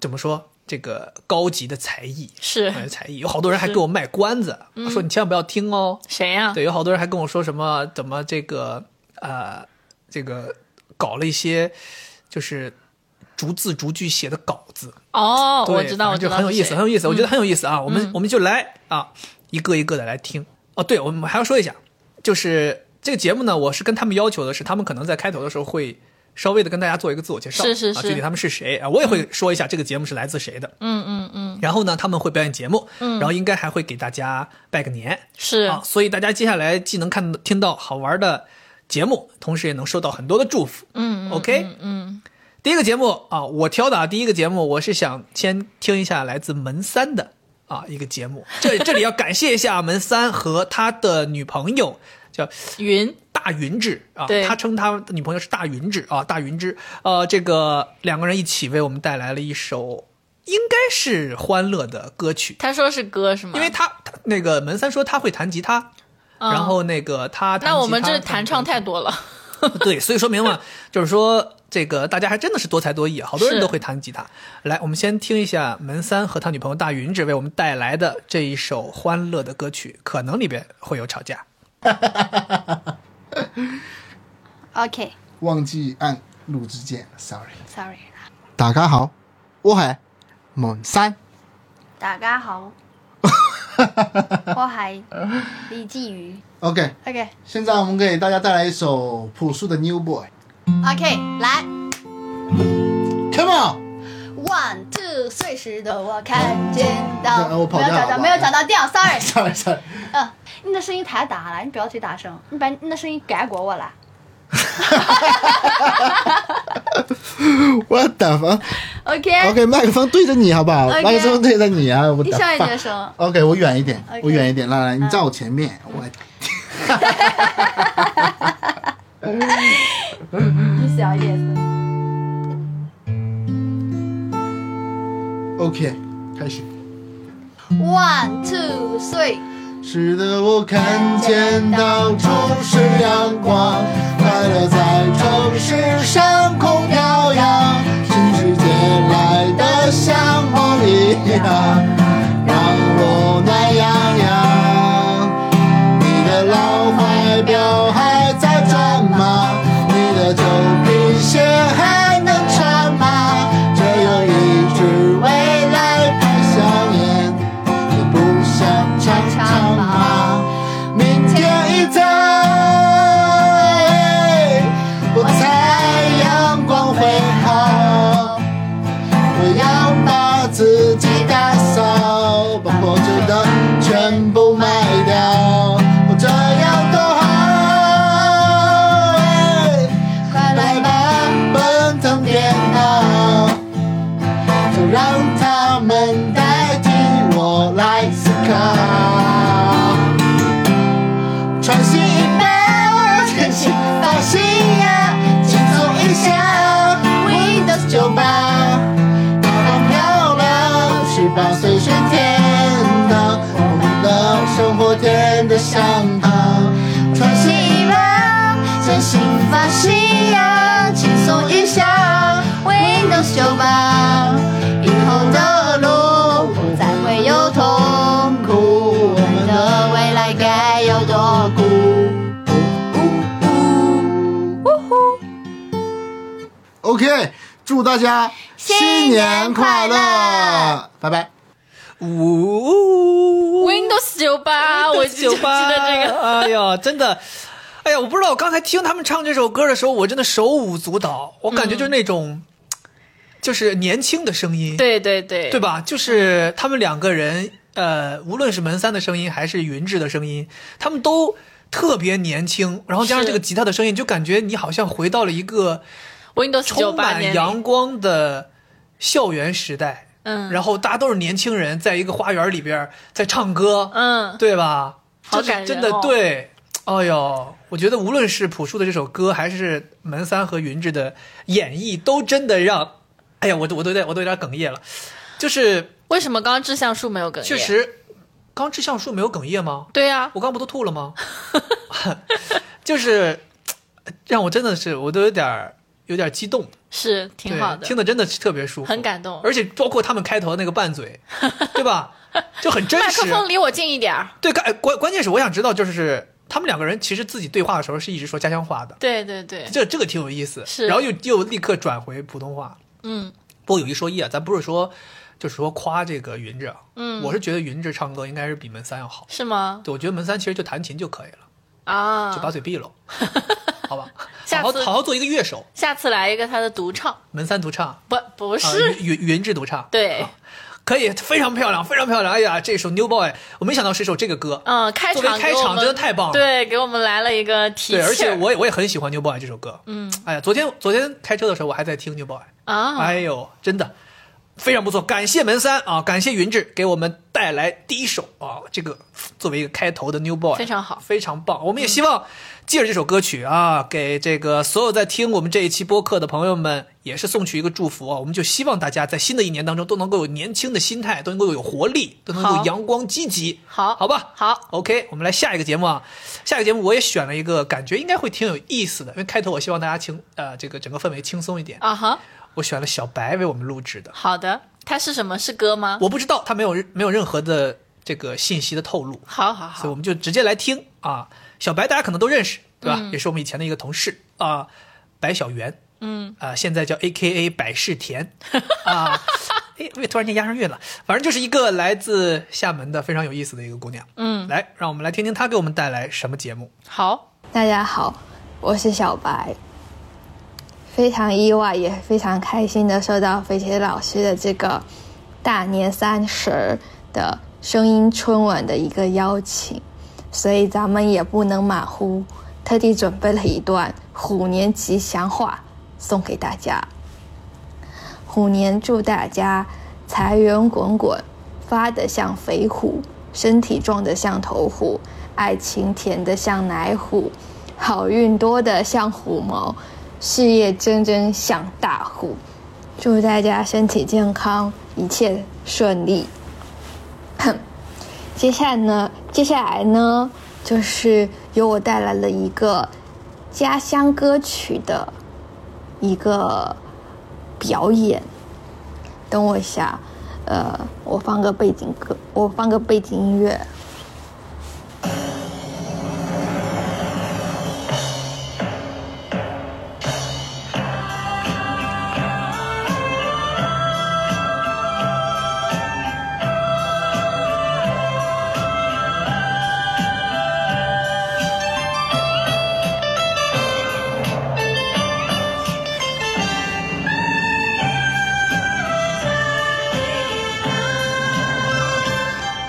[SPEAKER 2] 怎么说？这个高级的才艺，
[SPEAKER 1] 是嗯
[SPEAKER 2] 高级的才艺，有好多人还给我卖关子，说你千万不要听哦。
[SPEAKER 1] 谁呀、
[SPEAKER 2] 对，有好多人还跟我说什么怎么这个呃这个搞了一些就是逐字逐句写的稿子，
[SPEAKER 1] 哦，
[SPEAKER 2] 对
[SPEAKER 1] 我知道，我
[SPEAKER 2] 反
[SPEAKER 1] 知
[SPEAKER 2] 正就
[SPEAKER 1] 道，嗯
[SPEAKER 2] 很有意思，很有
[SPEAKER 1] 意
[SPEAKER 2] 意思，我觉得很有意思啊。我们我们就来啊，一个一个的来听。哦，对，我们还要说一下，就是这个节目呢，我是跟他们要求的是，他们可能在开头的时候会稍微的跟大家做一个自我介绍，
[SPEAKER 1] 是是
[SPEAKER 2] 啊，
[SPEAKER 1] 是嗯
[SPEAKER 2] 具体他们是谁啊，我也会说一下这个节目是来自谁的。嗯嗯嗯。然后呢，他们会表演节目，然后应该还会给大家拜个年，
[SPEAKER 1] 嗯是
[SPEAKER 2] 啊，所以大家接下来既能看到听到好玩的节目，同时也能收到很多的祝福。嗯，OK，嗯第一个节目啊，我挑的啊，第一个节目我是想先听一下来自门三的啊一个节目， 这这里要感谢一下门三和他的女朋友叫
[SPEAKER 1] 云，
[SPEAKER 2] 大云志啊，
[SPEAKER 1] 对
[SPEAKER 2] 他称他的女朋友是大云志啊，大云志，呃，这个两个人一起为我们带来了一首应该是欢乐的歌曲。
[SPEAKER 1] 他说是歌是吗？
[SPEAKER 2] 因为他他那个门三说他会弹吉他，
[SPEAKER 1] 嗯
[SPEAKER 2] 然后那个他弹
[SPEAKER 1] 那我们
[SPEAKER 2] 吉他
[SPEAKER 1] 这弹唱太多了，
[SPEAKER 2] 对，所以说明嘛，就是说这个大家还真的是多才多艺，啊好多人
[SPEAKER 1] 是
[SPEAKER 2] 都会弹吉他。来，我们先听一下门三和他女朋友大云只为我们带来的这一首欢乐的歌曲，可能里边会有吵架。
[SPEAKER 5] OK，Sorry、
[SPEAKER 6] 忘记按录制键，sorry。大家好，我係門山，
[SPEAKER 5] 大 家好，我系李志宇。
[SPEAKER 6] OK，
[SPEAKER 5] OK
[SPEAKER 6] 现在我们给大家带来一首朴树的《New Boy》。
[SPEAKER 5] OK，来，
[SPEAKER 6] 妙！
[SPEAKER 5] One two，碎石的我看见到，
[SPEAKER 6] 嗯我跑
[SPEAKER 5] 没有
[SPEAKER 6] 调
[SPEAKER 5] 找
[SPEAKER 6] 了
[SPEAKER 5] 到，没有找到调 ，sorry。
[SPEAKER 6] sorry sorry，
[SPEAKER 5] 嗯，你的声音太大了，你不要太大声，你把你的声音盖过我啦。
[SPEAKER 6] 我打 房
[SPEAKER 5] OK，,
[SPEAKER 6] OK，麦克风对着你好不好
[SPEAKER 5] OK
[SPEAKER 6] 麦克风对着你啊！我
[SPEAKER 5] 你
[SPEAKER 6] 打
[SPEAKER 5] 小一点
[SPEAKER 6] 放。
[SPEAKER 5] 声。
[SPEAKER 6] OK，我远一点
[SPEAKER 5] OK
[SPEAKER 6] 我远一点，来来，你站我前面，我
[SPEAKER 5] 你小一点声。
[SPEAKER 6] OK，开始。
[SPEAKER 5] One two three，
[SPEAKER 6] 使得我看见到处是阳光，快乐在城市上空飘扬，新世界来的像梦一样，让我暖洋洋。你的老怀表还在转吗？你的旧皮鞋还能穿吗？这有一支未来牌香烟，你不想尝尝吗？明天一早，我猜阳光会好。我要把自己打扫，把活着的全部卖掉，我这样多好！哎
[SPEAKER 5] 快
[SPEAKER 6] 来
[SPEAKER 5] 来
[SPEAKER 6] 吧
[SPEAKER 5] 吧，，
[SPEAKER 6] 奔腾电脑，就让他们代替我来思考。穿新衣服，剪新发型呀，轻松一下，Windows 九八，打扮漂亮，十八岁是天堂，我们的生活甜得像糖。穿新衣服，剪新发型呀，轻松一下，Windows 九八，以后的路不再会有痛苦，我们的未来该有多酷。OK，祝大家
[SPEAKER 5] 新年快乐，
[SPEAKER 6] 拜拜。
[SPEAKER 2] 呜
[SPEAKER 1] Windows 九八，啊我就
[SPEAKER 2] 酒
[SPEAKER 1] 记
[SPEAKER 2] 吧，
[SPEAKER 1] 得这个。
[SPEAKER 2] 哎呀，真的，哎呀，我不知道，我刚才听他们唱这首歌的时候，我真的手舞足蹈，我感
[SPEAKER 6] 嗯
[SPEAKER 2] 觉就是那种，就是年轻的声音，
[SPEAKER 1] 对对对，
[SPEAKER 2] 对吧？就是他们两个人，呃，无论是门三的声音还是云志的声音，他们都特别年轻，然后加上
[SPEAKER 1] 是
[SPEAKER 2] 这个吉他的声音，就感觉你好像回到了一个
[SPEAKER 1] Windows 九
[SPEAKER 2] 充
[SPEAKER 1] 八
[SPEAKER 2] 满
[SPEAKER 1] 年龄，
[SPEAKER 2] 阳光的校园时代。
[SPEAKER 1] 嗯，
[SPEAKER 2] 然
[SPEAKER 1] 后
[SPEAKER 2] 后大家都是年轻人，在一个花园里边儿在唱歌，
[SPEAKER 1] 嗯，
[SPEAKER 2] 对吧？
[SPEAKER 1] 好
[SPEAKER 2] 就是
[SPEAKER 1] 感人
[SPEAKER 2] 真的
[SPEAKER 1] 哦
[SPEAKER 2] 对。哎呦，我觉得无论是朴树的这首歌，还是门三和云志的演绎，都真的让，哎呀，我都我都有点我都有点哽咽了。就是
[SPEAKER 1] 为什么刚刚志向树没有哽咽？
[SPEAKER 2] 确，实，刚志向树没有哽咽吗？
[SPEAKER 1] 对啊呀、
[SPEAKER 2] 我刚不都吐 了吗？ 就是让我真的是我都有点儿有点儿激动，
[SPEAKER 1] 是挺
[SPEAKER 2] 对
[SPEAKER 1] 好的，
[SPEAKER 2] 听的真的是特别舒服，
[SPEAKER 1] 很感动。
[SPEAKER 2] 而且包括他们开头那个拌嘴，对吧？就很真
[SPEAKER 1] 麦
[SPEAKER 2] 实
[SPEAKER 1] 克。风离我近一点儿。
[SPEAKER 2] 对，关关关键是我想知道，就是他们两个人其实自己对话的时候是一直说家乡话的，
[SPEAKER 1] 对对对，
[SPEAKER 2] 这这个挺有意思。
[SPEAKER 1] 是
[SPEAKER 2] 然后又又立刻转回普通话。
[SPEAKER 1] 嗯
[SPEAKER 2] 不过有一说一啊，咱不是说就是说夸这个云志啊，
[SPEAKER 1] 嗯，
[SPEAKER 2] 我是觉得云志唱歌应该是比门三要好。
[SPEAKER 1] 是吗？
[SPEAKER 2] 对，我觉得门三其实就弹琴就可以了，
[SPEAKER 1] 啊，
[SPEAKER 2] 就把 嘴闭了，好吧？好
[SPEAKER 1] 下
[SPEAKER 2] 好
[SPEAKER 1] 次
[SPEAKER 2] 好好做一个乐手，
[SPEAKER 1] 下次来一个他的独唱，
[SPEAKER 2] 门三独唱，
[SPEAKER 1] 不不
[SPEAKER 2] 啊
[SPEAKER 1] 是，
[SPEAKER 2] 云云云志独唱，
[SPEAKER 1] 对
[SPEAKER 2] 啊，可以，非常漂亮，非常漂亮。哎呀，这首《New Boy》，我没想到是首这个歌，
[SPEAKER 1] 嗯，开
[SPEAKER 2] 作为
[SPEAKER 1] 场
[SPEAKER 2] 开
[SPEAKER 1] 给我
[SPEAKER 2] 场
[SPEAKER 1] 们
[SPEAKER 2] 真的太棒了
[SPEAKER 1] 对，给我们来了一个提气
[SPEAKER 2] 对，
[SPEAKER 1] 儿
[SPEAKER 2] 而且我也我也很喜欢《New Boy》这首歌。嗯，哎呀，昨天昨天开车的时候我还在听《New Boy》，
[SPEAKER 1] 啊，
[SPEAKER 2] 哎呦，真的非常不错。感谢门三啊，感谢云志给我们带来第一首啊，这个作为一个开头的《New Boy》
[SPEAKER 1] 非常好嗯
[SPEAKER 2] 非常棒。我们也希望借着这首歌曲啊，给这个所有在听我们这一期播客的朋友们，也是送去一个祝福啊。我们就希望大家在新的一年当中都能够有年轻的心态，都能够有活力，都能够
[SPEAKER 1] 好
[SPEAKER 2] 阳光积极。
[SPEAKER 1] 好，
[SPEAKER 2] 好吧，
[SPEAKER 1] 好，
[SPEAKER 2] OK，我们来下一个节目啊。下一个节目我也选了一个，感觉应该会挺有意思的，因为开头我希望大家轻呃这个整个氛围轻松一点。
[SPEAKER 1] 啊哈，啊
[SPEAKER 2] 我选了小白为我们录制的，
[SPEAKER 1] 好的，它是什么？是歌吗？
[SPEAKER 2] 我不知道他没有没有任何的这个信息的透露，
[SPEAKER 1] 好好
[SPEAKER 2] 所以
[SPEAKER 1] 好
[SPEAKER 2] 我，们就直接来听啊。小白大家可能都认识，对吧？也是我们以前的一个同事啊，白小圆，
[SPEAKER 1] 嗯
[SPEAKER 2] 啊、现在叫 A K A 百事田啊。哎，我也突然间押上韵了，反正就是一个来自厦门的非常有意思的一个姑娘。
[SPEAKER 1] 嗯，
[SPEAKER 2] 来，让我们来听听她给我们带来什么节目。
[SPEAKER 1] 好，
[SPEAKER 7] 大家好，我是小白。非常意外，也非常开心的收到肥茄老师的这个大年三十儿的声音春晚的一个邀请，所以咱们也不能马虎，特地准备了一段虎年吉祥话送给大家。虎年祝大家财源滚滚，发得像肥虎，身体壮得像头虎，爱情甜得像奶虎，好运多得像虎毛，事业蒸蒸像大虎。祝大家身体健康，一切顺利。哼，接下来呢，接下来呢，就是由我带来了一个家乡歌曲的一个表演。等我一下，呃，我放个背景歌，我放个背景音乐。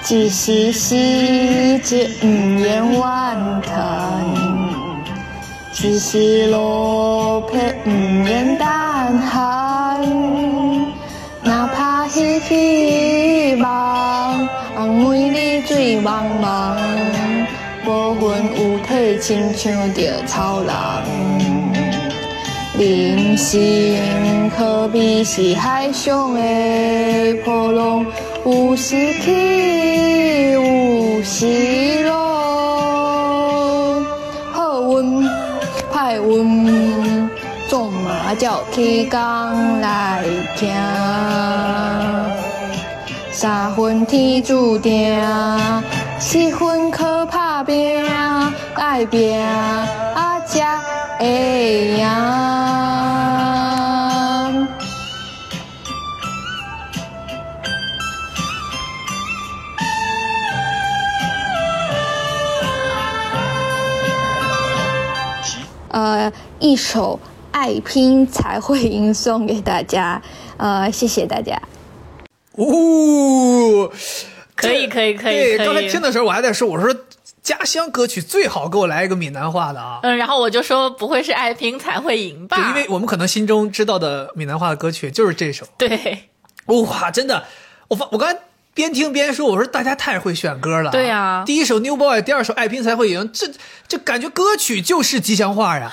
[SPEAKER 7] 几时时节唔厌晚藤，几时落魄唔厌胆寒。哪怕希希望，每日水茫茫，无魂有体，亲像着草人。人生可比是海上的波浪，有时起，有时落。好运、歹运，总嘛照起工来行。三分天注定，四分靠打拼，爱拼啊才会赢。呃，一首《爱拼才会赢》送给大家，呃，谢谢大家。
[SPEAKER 2] 哦，
[SPEAKER 1] 可以
[SPEAKER 2] 这
[SPEAKER 1] 可以可以
[SPEAKER 2] 对
[SPEAKER 1] 可以
[SPEAKER 2] 刚才听的时候我还在说，我说家乡歌曲最好给我来一个闽南话的啊。
[SPEAKER 1] 嗯，然后我就说不会是爱拼才会赢吧？
[SPEAKER 2] 对，因为我们可能心中知道的闽南话的歌曲就是这首。
[SPEAKER 1] 对
[SPEAKER 2] 哇，真的，我发我刚才边听边说，我说大家太会选歌了。
[SPEAKER 1] 对啊
[SPEAKER 2] 第一首《New Boy》，第二首《爱拼才会赢》，这这感觉歌曲就是吉祥话 呀，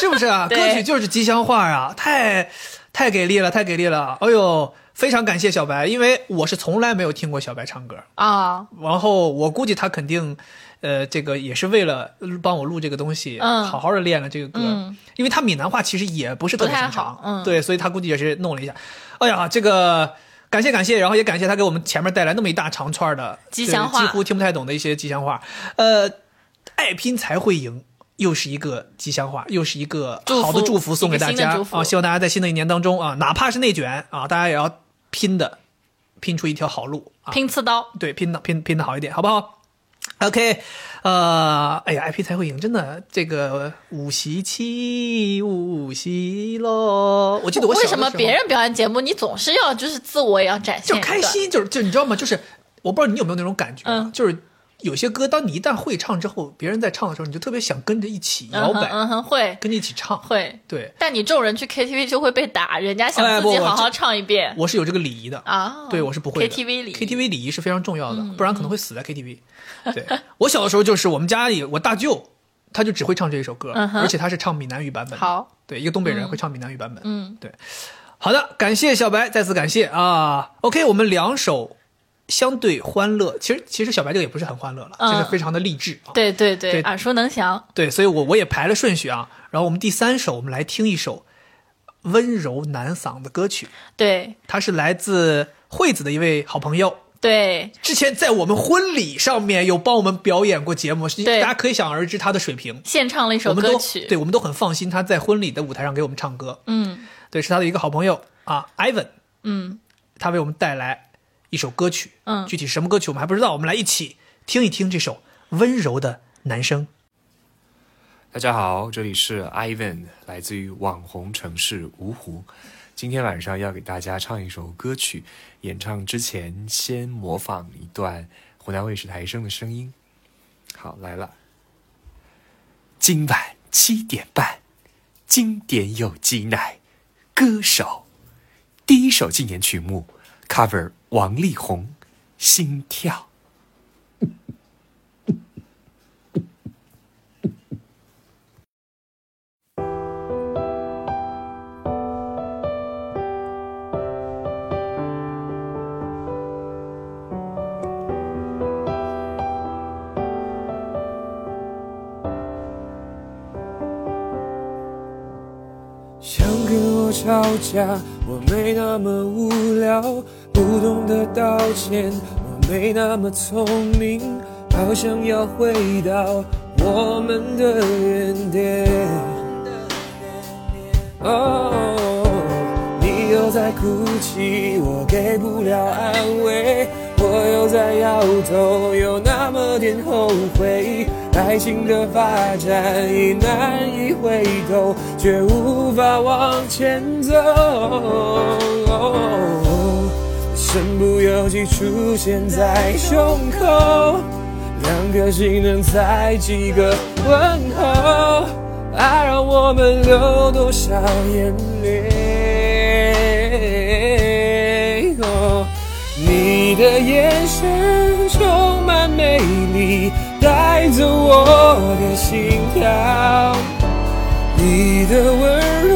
[SPEAKER 2] 是不是啊？
[SPEAKER 1] 对
[SPEAKER 2] 歌曲就是吉祥话啊，太太给力了，太给力了！哎呦，非常感谢小白，因为我是从来没有听过小白唱歌，
[SPEAKER 1] 啊，
[SPEAKER 2] 然后我估计他肯定。呃，这个也是为了帮我录这个东西，
[SPEAKER 1] 嗯
[SPEAKER 2] 好好的练了这个歌，
[SPEAKER 1] 嗯
[SPEAKER 2] 因为他闽南话其实也不是特别擅长
[SPEAKER 1] 不太好，嗯
[SPEAKER 2] 对，所以他估计也是弄了一下。哎呀，这个感谢感谢，然后也感谢他给我们前面带来那么一大长串的
[SPEAKER 1] 吉祥话
[SPEAKER 2] 就是几乎听不太懂的一些吉祥话。呃，爱拼才会赢。又是一个吉祥话，又是一个
[SPEAKER 1] 祝福
[SPEAKER 2] 好的祝福送给大
[SPEAKER 1] 一个新
[SPEAKER 2] 家
[SPEAKER 1] 的祝福
[SPEAKER 2] 啊！希望大家在新的一年当中啊，哪怕是内卷啊，大家也要拼的，拼出一条好路啊！
[SPEAKER 1] 拼刺刀，
[SPEAKER 2] 对，拼的拼拼的好一点，好不好？OK，呃，哎呀，IP 才会赢，真的，这个五喜七五喜喽！我记得我小
[SPEAKER 1] 为
[SPEAKER 2] 的时
[SPEAKER 1] 什
[SPEAKER 2] 候
[SPEAKER 1] 么别人表演节目你总是要就是自我也要展现
[SPEAKER 2] 就
[SPEAKER 1] 一个？
[SPEAKER 2] 是开心，就是就你知道吗？就是我不知道你有没有那种感觉，啊
[SPEAKER 1] 嗯
[SPEAKER 2] 就是有些歌，当你一旦会唱之后，别人在唱的时候，你就特别想跟着一起
[SPEAKER 1] 嗯
[SPEAKER 2] 摇
[SPEAKER 1] 哼，
[SPEAKER 2] 摆，
[SPEAKER 1] 嗯哼，会
[SPEAKER 2] 跟着一起唱。
[SPEAKER 1] 会。
[SPEAKER 2] 对，
[SPEAKER 1] 但你这种人去 KTV 就会被打，人家想
[SPEAKER 2] 哎
[SPEAKER 1] 自己
[SPEAKER 2] 不我
[SPEAKER 1] 好好
[SPEAKER 2] 这
[SPEAKER 1] 唱一遍
[SPEAKER 2] 我是有这个礼仪的。
[SPEAKER 1] 啊。
[SPEAKER 2] 对，我是不会的。
[SPEAKER 1] KTV 里
[SPEAKER 2] KTV 礼仪是非常重要的，
[SPEAKER 1] 嗯
[SPEAKER 2] 不然可能会死在 KTV。对我小的时候就是我们家里我大舅，他就只会唱这一首歌，
[SPEAKER 1] 嗯哼
[SPEAKER 2] 而且他是唱闽南语版本的。
[SPEAKER 1] 好，
[SPEAKER 2] 对，一个东北人会唱闽南语版本。
[SPEAKER 1] 嗯，
[SPEAKER 2] 对。好的，感谢小白，再次感谢啊。OK，我们两首相对欢乐，其实其实小白这个也不是很欢乐了，
[SPEAKER 1] 嗯
[SPEAKER 2] 就是非常的励志 啊。
[SPEAKER 1] 对对对，
[SPEAKER 2] 对
[SPEAKER 1] 耳熟能详。
[SPEAKER 2] 对，所以我我也排了顺序啊。然后我们第三首，我们来听一首温柔男嗓的歌曲，
[SPEAKER 1] 对
[SPEAKER 2] 它是来自惠子的一位好朋友。
[SPEAKER 1] 对，
[SPEAKER 2] 之前在我们婚礼上面有帮我们表演过节目，是
[SPEAKER 1] 对
[SPEAKER 2] 大家可以想而知他的水平。
[SPEAKER 1] 献唱了一
[SPEAKER 2] 我
[SPEAKER 1] 首
[SPEAKER 2] 们都
[SPEAKER 1] 歌曲。
[SPEAKER 2] 对，我们都很放心他在婚礼的舞台上给我们唱歌。
[SPEAKER 1] 嗯
[SPEAKER 2] 对，是他的一个好朋友啊，Ivan，
[SPEAKER 1] 嗯，
[SPEAKER 2] 他为我们带来一首歌曲。
[SPEAKER 1] 嗯
[SPEAKER 2] 具体什么歌曲我们还不知道，我们来一起听一听这首温柔的男声。
[SPEAKER 8] 大家好，这里是 Ivan，来自于网红城市芜湖。今天晚上要给大家唱一首歌曲，演唱之前先模仿一段湖南卫视台声的声音。好，来了。今晚七点半，经典有机奶，歌手第一首纪念曲目 cover 王力宏，《心跳》。
[SPEAKER 3] 想跟我吵架，我没那么无聊，不懂得道歉，我没那么聪明，好想要回到我们的原点。哦，你又在哭泣，我给不了安慰，我又在摇头，有那么点后悔。爱情的发展已难以回头，却无法往前走。哦身不由己出现在胸口。两颗心能才几个问候，爱让我们流多少眼泪？哦你的眼神充满魅力，带走我的心跳。你的温柔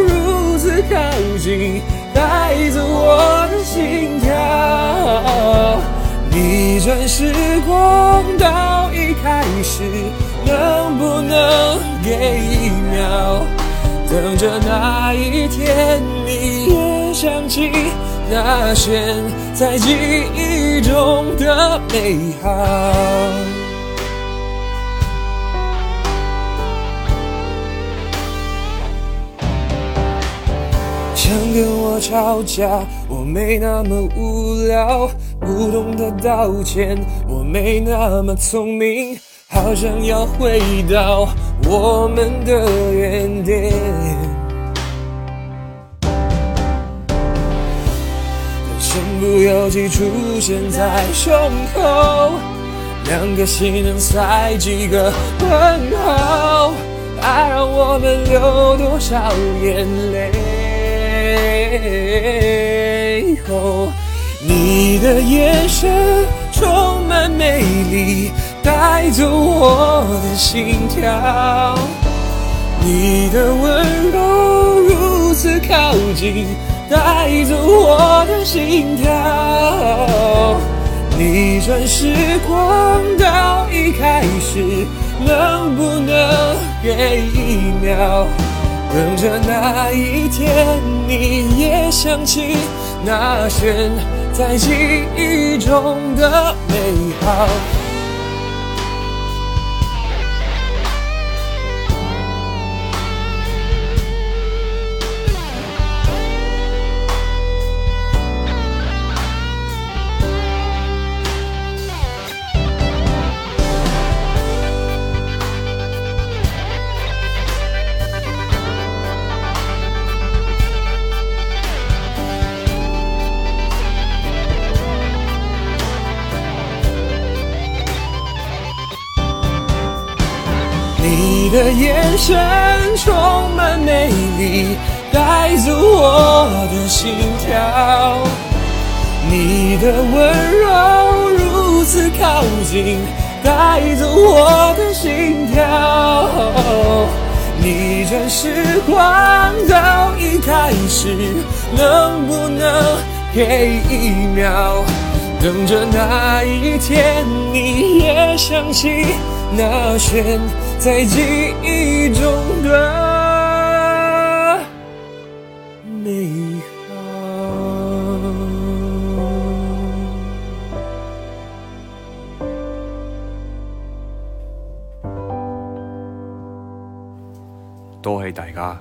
[SPEAKER 3] 如此靠近，带走我的心跳。你转时光到一开始，能不能给一秒？等着那一天，你也想起那些在记忆中的美好。想跟我吵架，我没那么无聊，不懂得道歉，我没那么聪明，好想要回到我们的原点。身不由己出现在胸口，两个心能塞几个问号？爱让我们流多少眼泪？哦，你的眼神充满魅力，带走我的心跳。你的温柔如此靠近，带走我的心跳。你转时光到一开始，能不能给一秒？等着那一天，你也想起那些在记忆中的美好。你的眼神充满魅力，带走我的心跳。你的温柔如此靠近，带走我的心跳。你转时光到一开始，能不能给一秒？等着那一天，你也想起那些在记忆中的美好。
[SPEAKER 8] 多谢大家。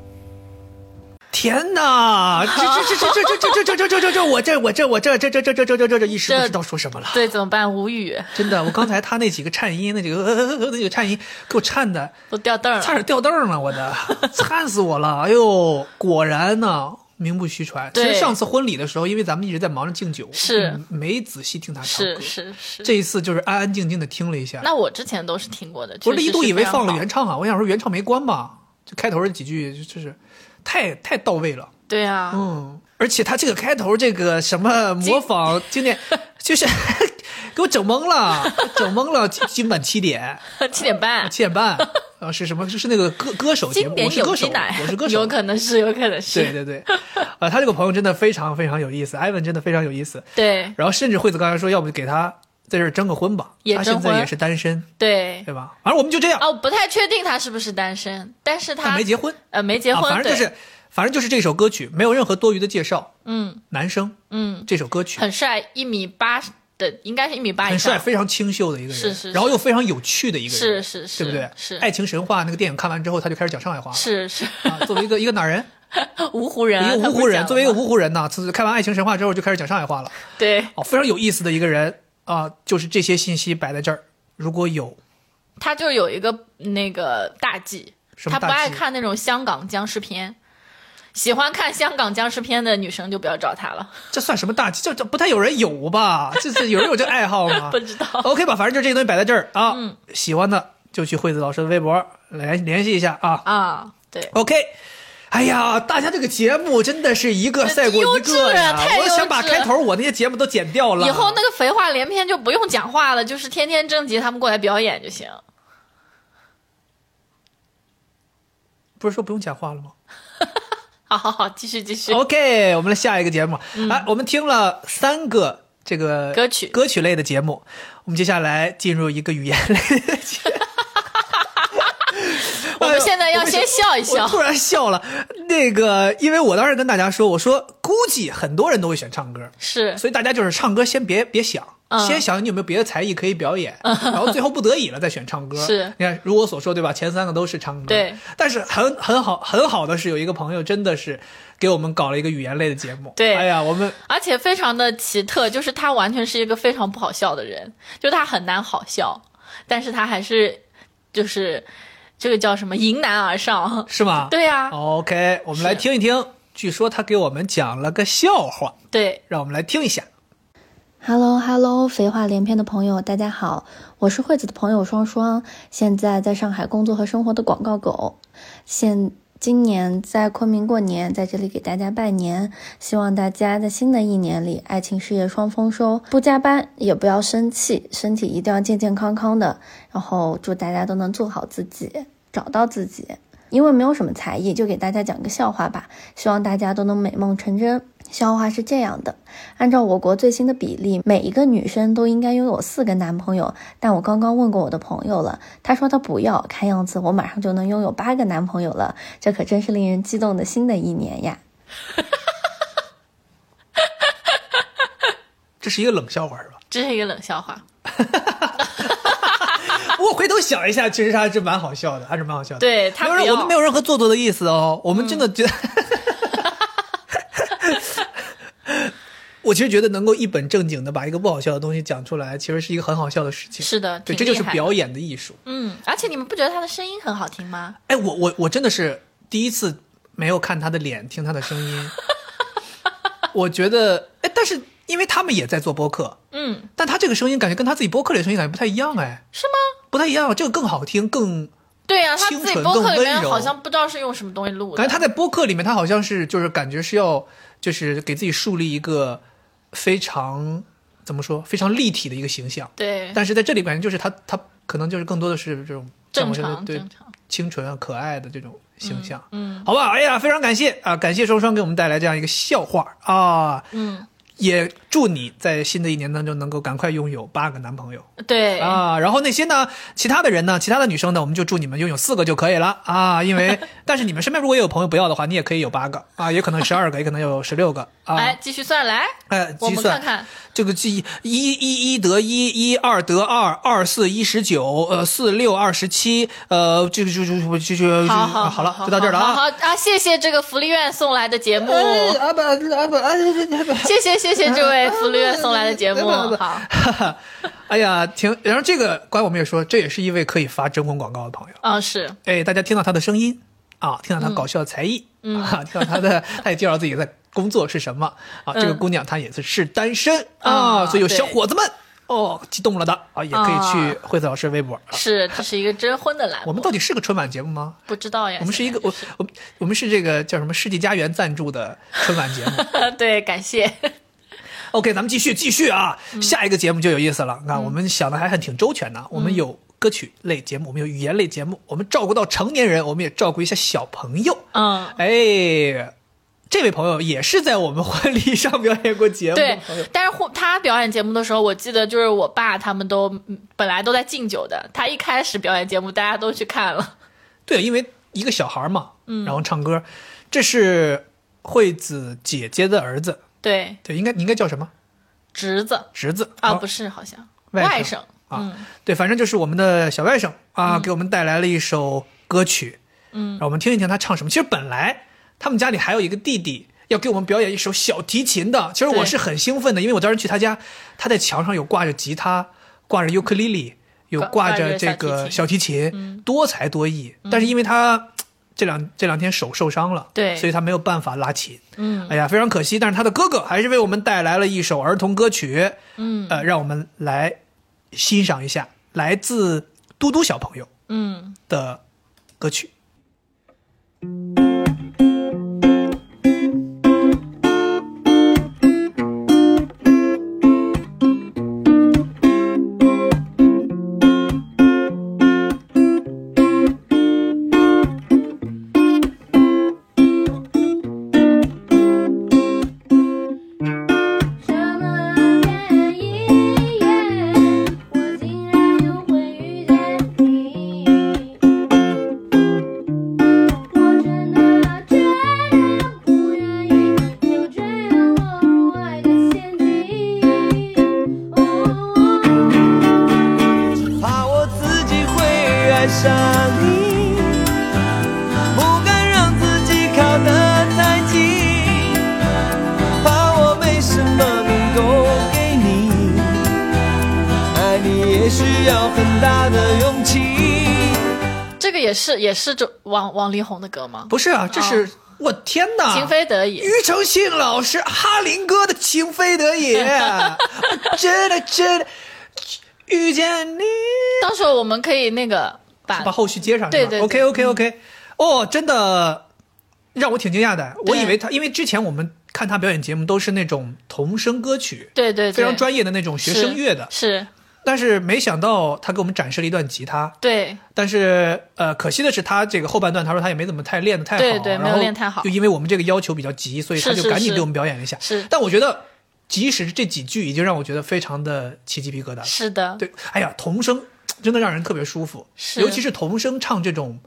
[SPEAKER 2] 天哪，这这这这这这这这这这这这我这我这我这这这这这这这这这一时不知道说什么了。
[SPEAKER 1] 对，怎么办？无语，
[SPEAKER 2] 真的，我刚才他那几个颤音，那几个呃呃呃那几个颤音，给我颤的
[SPEAKER 1] 都掉凳儿
[SPEAKER 2] 差
[SPEAKER 1] 了。
[SPEAKER 2] 点掉凳儿了，我的，颤死我了！哎呦，果然呢、名不虚传。其
[SPEAKER 1] 对
[SPEAKER 2] 实上次婚礼的时候，因为咱们一直在忙着敬酒，
[SPEAKER 1] 是
[SPEAKER 2] 嗯没仔细听他唱歌。
[SPEAKER 1] 是是是。
[SPEAKER 2] 这一次就是安安静静的听了一下，
[SPEAKER 1] 那我之前都是听过的，
[SPEAKER 2] 我这
[SPEAKER 1] 确实
[SPEAKER 2] 一度
[SPEAKER 1] 是
[SPEAKER 2] 以
[SPEAKER 1] 非
[SPEAKER 2] 为
[SPEAKER 1] 常
[SPEAKER 2] 放了
[SPEAKER 1] 好
[SPEAKER 2] 原唱啊，我想说原唱没关吧，就开头这几句就就是太太到位了。
[SPEAKER 1] 对啊，
[SPEAKER 2] 嗯，而且他这个开头这个什么模仿 经典，就是 给我整懵了，整懵了。基基本七点，
[SPEAKER 1] 七点半，
[SPEAKER 2] 七点半，啊是什么？是是那个歌歌手节
[SPEAKER 1] 经
[SPEAKER 2] 目，
[SPEAKER 1] 典
[SPEAKER 2] 我是
[SPEAKER 1] 有
[SPEAKER 2] 歌
[SPEAKER 1] 机
[SPEAKER 2] 手
[SPEAKER 1] 奶，，
[SPEAKER 2] 我 是歌
[SPEAKER 1] 有
[SPEAKER 2] 手。
[SPEAKER 1] 可能是，有可能
[SPEAKER 2] 对
[SPEAKER 1] 是，
[SPEAKER 2] 对对，啊、他这个朋友真的非常非常有意思，艾文真的非常有意思。
[SPEAKER 1] 对
[SPEAKER 2] 然后甚至惠子刚才说，要不就给他在这儿征个婚吧，
[SPEAKER 1] 也
[SPEAKER 2] 他
[SPEAKER 1] 征
[SPEAKER 2] 现在也
[SPEAKER 1] 婚
[SPEAKER 2] 是单身，
[SPEAKER 1] 对
[SPEAKER 2] 对吧？反正我们就这样，
[SPEAKER 1] 啊，我不太确定他是不是单身，但是
[SPEAKER 2] 他
[SPEAKER 1] 他
[SPEAKER 2] 没结婚，
[SPEAKER 1] 呃，没结
[SPEAKER 2] 啊，
[SPEAKER 1] 婚，
[SPEAKER 2] 反正就
[SPEAKER 1] 对
[SPEAKER 2] 是，反正就是这首歌曲没有任何多余的介绍，
[SPEAKER 1] 嗯
[SPEAKER 2] 男生
[SPEAKER 1] 嗯，
[SPEAKER 2] 这首歌曲
[SPEAKER 1] 很帅，一米八的，应该是一米八以
[SPEAKER 2] 很帅，
[SPEAKER 1] 上，
[SPEAKER 2] 非常清秀的一个人，
[SPEAKER 1] 是是
[SPEAKER 2] 然后又非常有趣的一个
[SPEAKER 1] 是
[SPEAKER 2] 人，
[SPEAKER 1] 是是，
[SPEAKER 2] 对不对？
[SPEAKER 1] 是
[SPEAKER 2] 爱情神话》那个电影看完之后，他就开始讲上海话了。
[SPEAKER 1] 是是
[SPEAKER 2] 啊，作为一个一个哪儿人，
[SPEAKER 1] 芜湖人
[SPEAKER 2] 一
[SPEAKER 1] 啊，
[SPEAKER 2] 个
[SPEAKER 1] 他
[SPEAKER 2] 芜
[SPEAKER 1] 不
[SPEAKER 2] 湖
[SPEAKER 1] 是讲
[SPEAKER 2] 人，
[SPEAKER 1] 了
[SPEAKER 2] 作为一个
[SPEAKER 1] 吗
[SPEAKER 2] 芜湖人呐，自看完《爱情神话》之后就开始讲上海话了，
[SPEAKER 1] 对
[SPEAKER 2] 哦，非常有意思的一个人啊、就是这些信息摆在这儿，如果有
[SPEAKER 1] 他就是有一个那个大忌，
[SPEAKER 2] 什么
[SPEAKER 1] 他不
[SPEAKER 2] 大
[SPEAKER 1] 爱
[SPEAKER 2] 忌
[SPEAKER 1] 看那种香港僵尸片，喜欢看香港僵尸片的女生就不要找他了。
[SPEAKER 2] 这算什么大忌？这这不太有人有吧？这是有人有这爱好 吗？
[SPEAKER 1] 不知道 嗯
[SPEAKER 2] OK 吧，反正就这些东西摆在这儿啊。喜欢的就去惠子老师的微博联联系一下啊。
[SPEAKER 1] 啊，对，
[SPEAKER 2] OK。哎呀，大家这个节目真的是一个赛
[SPEAKER 1] 这
[SPEAKER 2] 过一
[SPEAKER 1] 优
[SPEAKER 2] 个
[SPEAKER 1] 质
[SPEAKER 2] 呀
[SPEAKER 1] 啊！太
[SPEAKER 2] 我想把
[SPEAKER 1] 优质了
[SPEAKER 2] 开头我那些节目都剪掉了。
[SPEAKER 1] 以后那个肥话连篇就不用讲话了，就是天天征集他们过来表演就行。
[SPEAKER 2] 不是说不用讲话了吗
[SPEAKER 1] 好好好，继续继续。
[SPEAKER 2] ？OK，我们来下一个节目。来，我们听了三个这个
[SPEAKER 1] 嗯歌曲。
[SPEAKER 2] 歌曲类的节目，我们接下来进入一个语言类的节目
[SPEAKER 1] 我们现在要先笑一笑
[SPEAKER 2] 我，突然笑了。那个，因为我当时跟大家说，我说估计很多人都会选唱歌，
[SPEAKER 1] 是
[SPEAKER 2] 所以大家就是唱歌先别别想。
[SPEAKER 1] 嗯
[SPEAKER 2] 先想你有没有别的才艺可以表 演，然后最后不得已了再选唱歌。
[SPEAKER 1] 是
[SPEAKER 2] 你看如我所说对吧？前三个都是唱歌。
[SPEAKER 1] 对，
[SPEAKER 2] 但是很很好很好的是有一个朋友真的是给我们搞了一个语言类的节目。
[SPEAKER 1] 对
[SPEAKER 2] 哎呀，我们
[SPEAKER 1] 而且非常的奇特，就是他完全是一个非常不好笑的人，就他很难好笑，但是他还是就是这个叫什么迎难而上，
[SPEAKER 2] 是吗？。
[SPEAKER 1] 对呀、
[SPEAKER 2] OK，我们来
[SPEAKER 1] 是
[SPEAKER 2] 听一听，据说他给我们讲了个笑话，
[SPEAKER 1] 对，
[SPEAKER 2] 让我们来听一下。
[SPEAKER 9] Hello Hello，废话连篇的朋友，大家好，我是惠子的朋友双双，现在在上海工作和生活的广告狗，现今年在昆明过年，在这里给大家拜年，希望大家在新的一年里爱情事业双丰收，不加班也不要生气，身体一定要健健康康的，然后祝大家都能做好自己，找到自己。因为没有什么才艺，就给大家讲个笑话吧，希望大家都能美梦成真。笑话是这样的。按照我国最新的比例，每一个女生都应该拥有四个男朋友。但我刚刚问过我的朋友了，他说他不要，看样子我马上就能拥有八个男朋友了。这可真是令人激动的新的一年呀！
[SPEAKER 2] 这是一个冷笑话是 吧？
[SPEAKER 1] 这是一个冷笑话。
[SPEAKER 2] 我回头想一下，其实还是蛮好笑的，还是蛮好笑的。
[SPEAKER 1] 对他嗯不
[SPEAKER 2] 没有任
[SPEAKER 1] 要
[SPEAKER 2] 我们没有任何做作的意思哦，我们真的觉得。 我其实觉得能够一本正经的把一个不好笑的东西讲出来，其实是一个很好笑的事情。
[SPEAKER 1] 是的
[SPEAKER 2] 对，这
[SPEAKER 1] 挺
[SPEAKER 2] 就是
[SPEAKER 1] 厉害的
[SPEAKER 2] 表演的艺术。
[SPEAKER 1] 嗯，而且你们不觉得他的声音很好听吗？
[SPEAKER 2] 哎，我我我真的是第一次没有看他的脸，听他的声音。我觉得，哎，但是因为他们也在做播客，
[SPEAKER 1] 嗯，
[SPEAKER 2] 但他这个声音感觉跟他自己播客里的声音感觉不太一样，哎，
[SPEAKER 1] 是吗？
[SPEAKER 2] 不太一样，这个更好听，更
[SPEAKER 1] 对呀、他
[SPEAKER 2] 清
[SPEAKER 1] 自己
[SPEAKER 2] 纯
[SPEAKER 1] 播
[SPEAKER 2] 更
[SPEAKER 1] 客里
[SPEAKER 2] 温
[SPEAKER 1] 面
[SPEAKER 2] 柔
[SPEAKER 1] 好像不知道是用什么东西录的，
[SPEAKER 2] 感觉他在播客里面，他好像是就是感觉是要就是给自己树立一个非常怎么说非常立体的一个形象，
[SPEAKER 1] 对
[SPEAKER 2] 但是在这里感觉就是他他可能就是更多的是这种
[SPEAKER 1] 正
[SPEAKER 2] 像我
[SPEAKER 1] 常
[SPEAKER 2] 说的对
[SPEAKER 1] 正常。
[SPEAKER 2] 清纯啊可爱的这种形象，
[SPEAKER 1] 嗯，
[SPEAKER 2] 好吧，哎呀，非常感谢啊，感谢双双给我们带来这样一个笑话啊，
[SPEAKER 1] 嗯，
[SPEAKER 2] 也祝你在新的一年当中能够赶快拥有八个男朋友
[SPEAKER 1] 对，
[SPEAKER 2] 啊！然后那些呢，其他的人呢，其他的女生呢，我们就祝你们拥有四个就可以了啊！因为，但是你们身边如果也有朋友不要的话，你也可以有八个啊，也可能十二个，也可能有十六个啊。
[SPEAKER 1] 来继续算来，
[SPEAKER 2] 哎，
[SPEAKER 1] 我
[SPEAKER 2] 计
[SPEAKER 1] 们
[SPEAKER 2] 算
[SPEAKER 1] 看看，
[SPEAKER 2] 这个计一一一得一，一二得二，二四一十九，呃，四六二十七，呃，这个就就就就就
[SPEAKER 1] 好
[SPEAKER 2] 啊
[SPEAKER 1] 好
[SPEAKER 2] 好了，就到这儿了
[SPEAKER 1] 好好
[SPEAKER 2] 啊。
[SPEAKER 1] 啊，谢谢这个福利院送来的节目，
[SPEAKER 2] 啊不啊不啊不！
[SPEAKER 1] 谢谢谢谢这位福利院送来的节目，
[SPEAKER 2] 不不不
[SPEAKER 1] 好，
[SPEAKER 2] 哈哈，哎呀，挺，然后这个刚才我们也说，这也是一位可以发征婚广告的朋友。
[SPEAKER 1] 嗯是，
[SPEAKER 2] 哎，大家听到他的声音啊，听
[SPEAKER 1] 嗯
[SPEAKER 2] 到他搞笑的才艺、啊，听到他的，他也介绍自己在工作是什么啊。这个
[SPEAKER 1] 嗯
[SPEAKER 2] 姑娘她也是是单身
[SPEAKER 1] 啊
[SPEAKER 2] 啊，所以有小
[SPEAKER 1] 对
[SPEAKER 2] 伙子们哦激动了的啊，也可以去惠子老师微博。啊
[SPEAKER 1] 是，这是一个征婚的栏目。
[SPEAKER 2] 我们到底是个春晚节目吗？
[SPEAKER 1] 不知道呀。
[SPEAKER 2] 我们是一个
[SPEAKER 1] 现
[SPEAKER 2] 我我们我们是这个叫什么世纪佳缘赞助的 春晚节目。
[SPEAKER 1] 在就是对，感谢。
[SPEAKER 2] OK，咱们继续继续啊，
[SPEAKER 1] 嗯
[SPEAKER 2] 下一个节目就有意思了。啊，我们想的还很挺周全呢。我
[SPEAKER 1] 嗯
[SPEAKER 2] 们有歌曲类节目，我们有语言类节目，我们照顾到成年人，我们也照顾一下小朋友。
[SPEAKER 1] 嗯，
[SPEAKER 2] 哎，这位朋友也是在我们婚礼上表演过节目的
[SPEAKER 1] 对
[SPEAKER 2] 朋友。。
[SPEAKER 1] 但是或他表演节目的时候，我记得就是我爸他们都嗯本来都在敬酒的，他一开始表演节目，大家都去看了。
[SPEAKER 2] 对，因为一个小孩嘛，
[SPEAKER 1] 嗯
[SPEAKER 2] 然后唱歌，这是惠子姐姐的儿子，
[SPEAKER 1] 对，
[SPEAKER 2] 对，应该你应该叫什么？
[SPEAKER 1] 侄子
[SPEAKER 2] 侄子
[SPEAKER 1] 啊，不是，好像
[SPEAKER 2] 外甥
[SPEAKER 1] 甥。嗯
[SPEAKER 2] 啊，对，反正就是我们的小外甥啊，给我们带来了一首歌曲，嗯，让我们听一听他唱什么。其实本来他们家里还有一个弟弟要给我们表演一首小提琴的，其实我
[SPEAKER 1] 对
[SPEAKER 2] 是很兴奋的，因为我当时去他家，他在墙上有挂着吉他，挂着尤克里里，有
[SPEAKER 1] 挂
[SPEAKER 2] 挂
[SPEAKER 1] 挂
[SPEAKER 2] 着
[SPEAKER 1] 着
[SPEAKER 2] 这
[SPEAKER 1] 小
[SPEAKER 2] 个
[SPEAKER 1] 提琴嗯
[SPEAKER 2] 小提琴，多才多艺。但是因为他这两这两天手受伤了，
[SPEAKER 1] 对
[SPEAKER 2] 所以他没有办法拉琴。嗯，哎呀，非常可惜。但是他的哥哥还是为我们带来了一首儿童歌曲。嗯，呃，让我们来欣赏一下来自嘟嘟小朋友
[SPEAKER 1] 嗯，
[SPEAKER 2] 的歌曲。
[SPEAKER 10] 什么原因，我竟然又会遇见你？我真的真的不愿意就这样落入爱的陷阱。哦。
[SPEAKER 3] 怕我自己会爱上你，不敢让自己靠得太近，怕我没什么能够给你，爱你也需要很大的勇气。
[SPEAKER 1] 这个也是也是这王王力宏的歌吗？哦
[SPEAKER 2] 不是啊，这是、我天哪！
[SPEAKER 1] 情非得已。
[SPEAKER 2] 庾澄庆老师，哈林哥的《情非得已》，真的真的遇见你，
[SPEAKER 1] 到时候我们可以那个把
[SPEAKER 2] 把后续接上是吧。
[SPEAKER 1] 啊对嗯对对
[SPEAKER 2] OK OK OK，哦，真的让我挺惊讶的，我以为他，因为之前我们看他表演节目都是那种童声歌曲，
[SPEAKER 1] 对对对
[SPEAKER 2] 非常专业的那种学声
[SPEAKER 1] 是
[SPEAKER 2] 乐的，
[SPEAKER 1] 是
[SPEAKER 2] 但是没想到他给我们展示了一段吉他。
[SPEAKER 1] 对
[SPEAKER 2] 但是，呃，可惜的是，他这个后半段，他说他也没怎么太练的太好，
[SPEAKER 1] 对对没有
[SPEAKER 2] 然后
[SPEAKER 1] 练太好
[SPEAKER 2] 就因为我们这个要求比较急，所以他
[SPEAKER 1] 是
[SPEAKER 2] 就是赶紧
[SPEAKER 1] 是
[SPEAKER 2] 给我们表演了一下。
[SPEAKER 1] 是
[SPEAKER 2] 但我觉得，即使是这几句，已经让我觉得非常的起鸡皮疙瘩了。
[SPEAKER 1] 是的，
[SPEAKER 2] 对，哎呀，童声真的让人特别舒服，
[SPEAKER 1] 是
[SPEAKER 2] 尤其是童声唱这种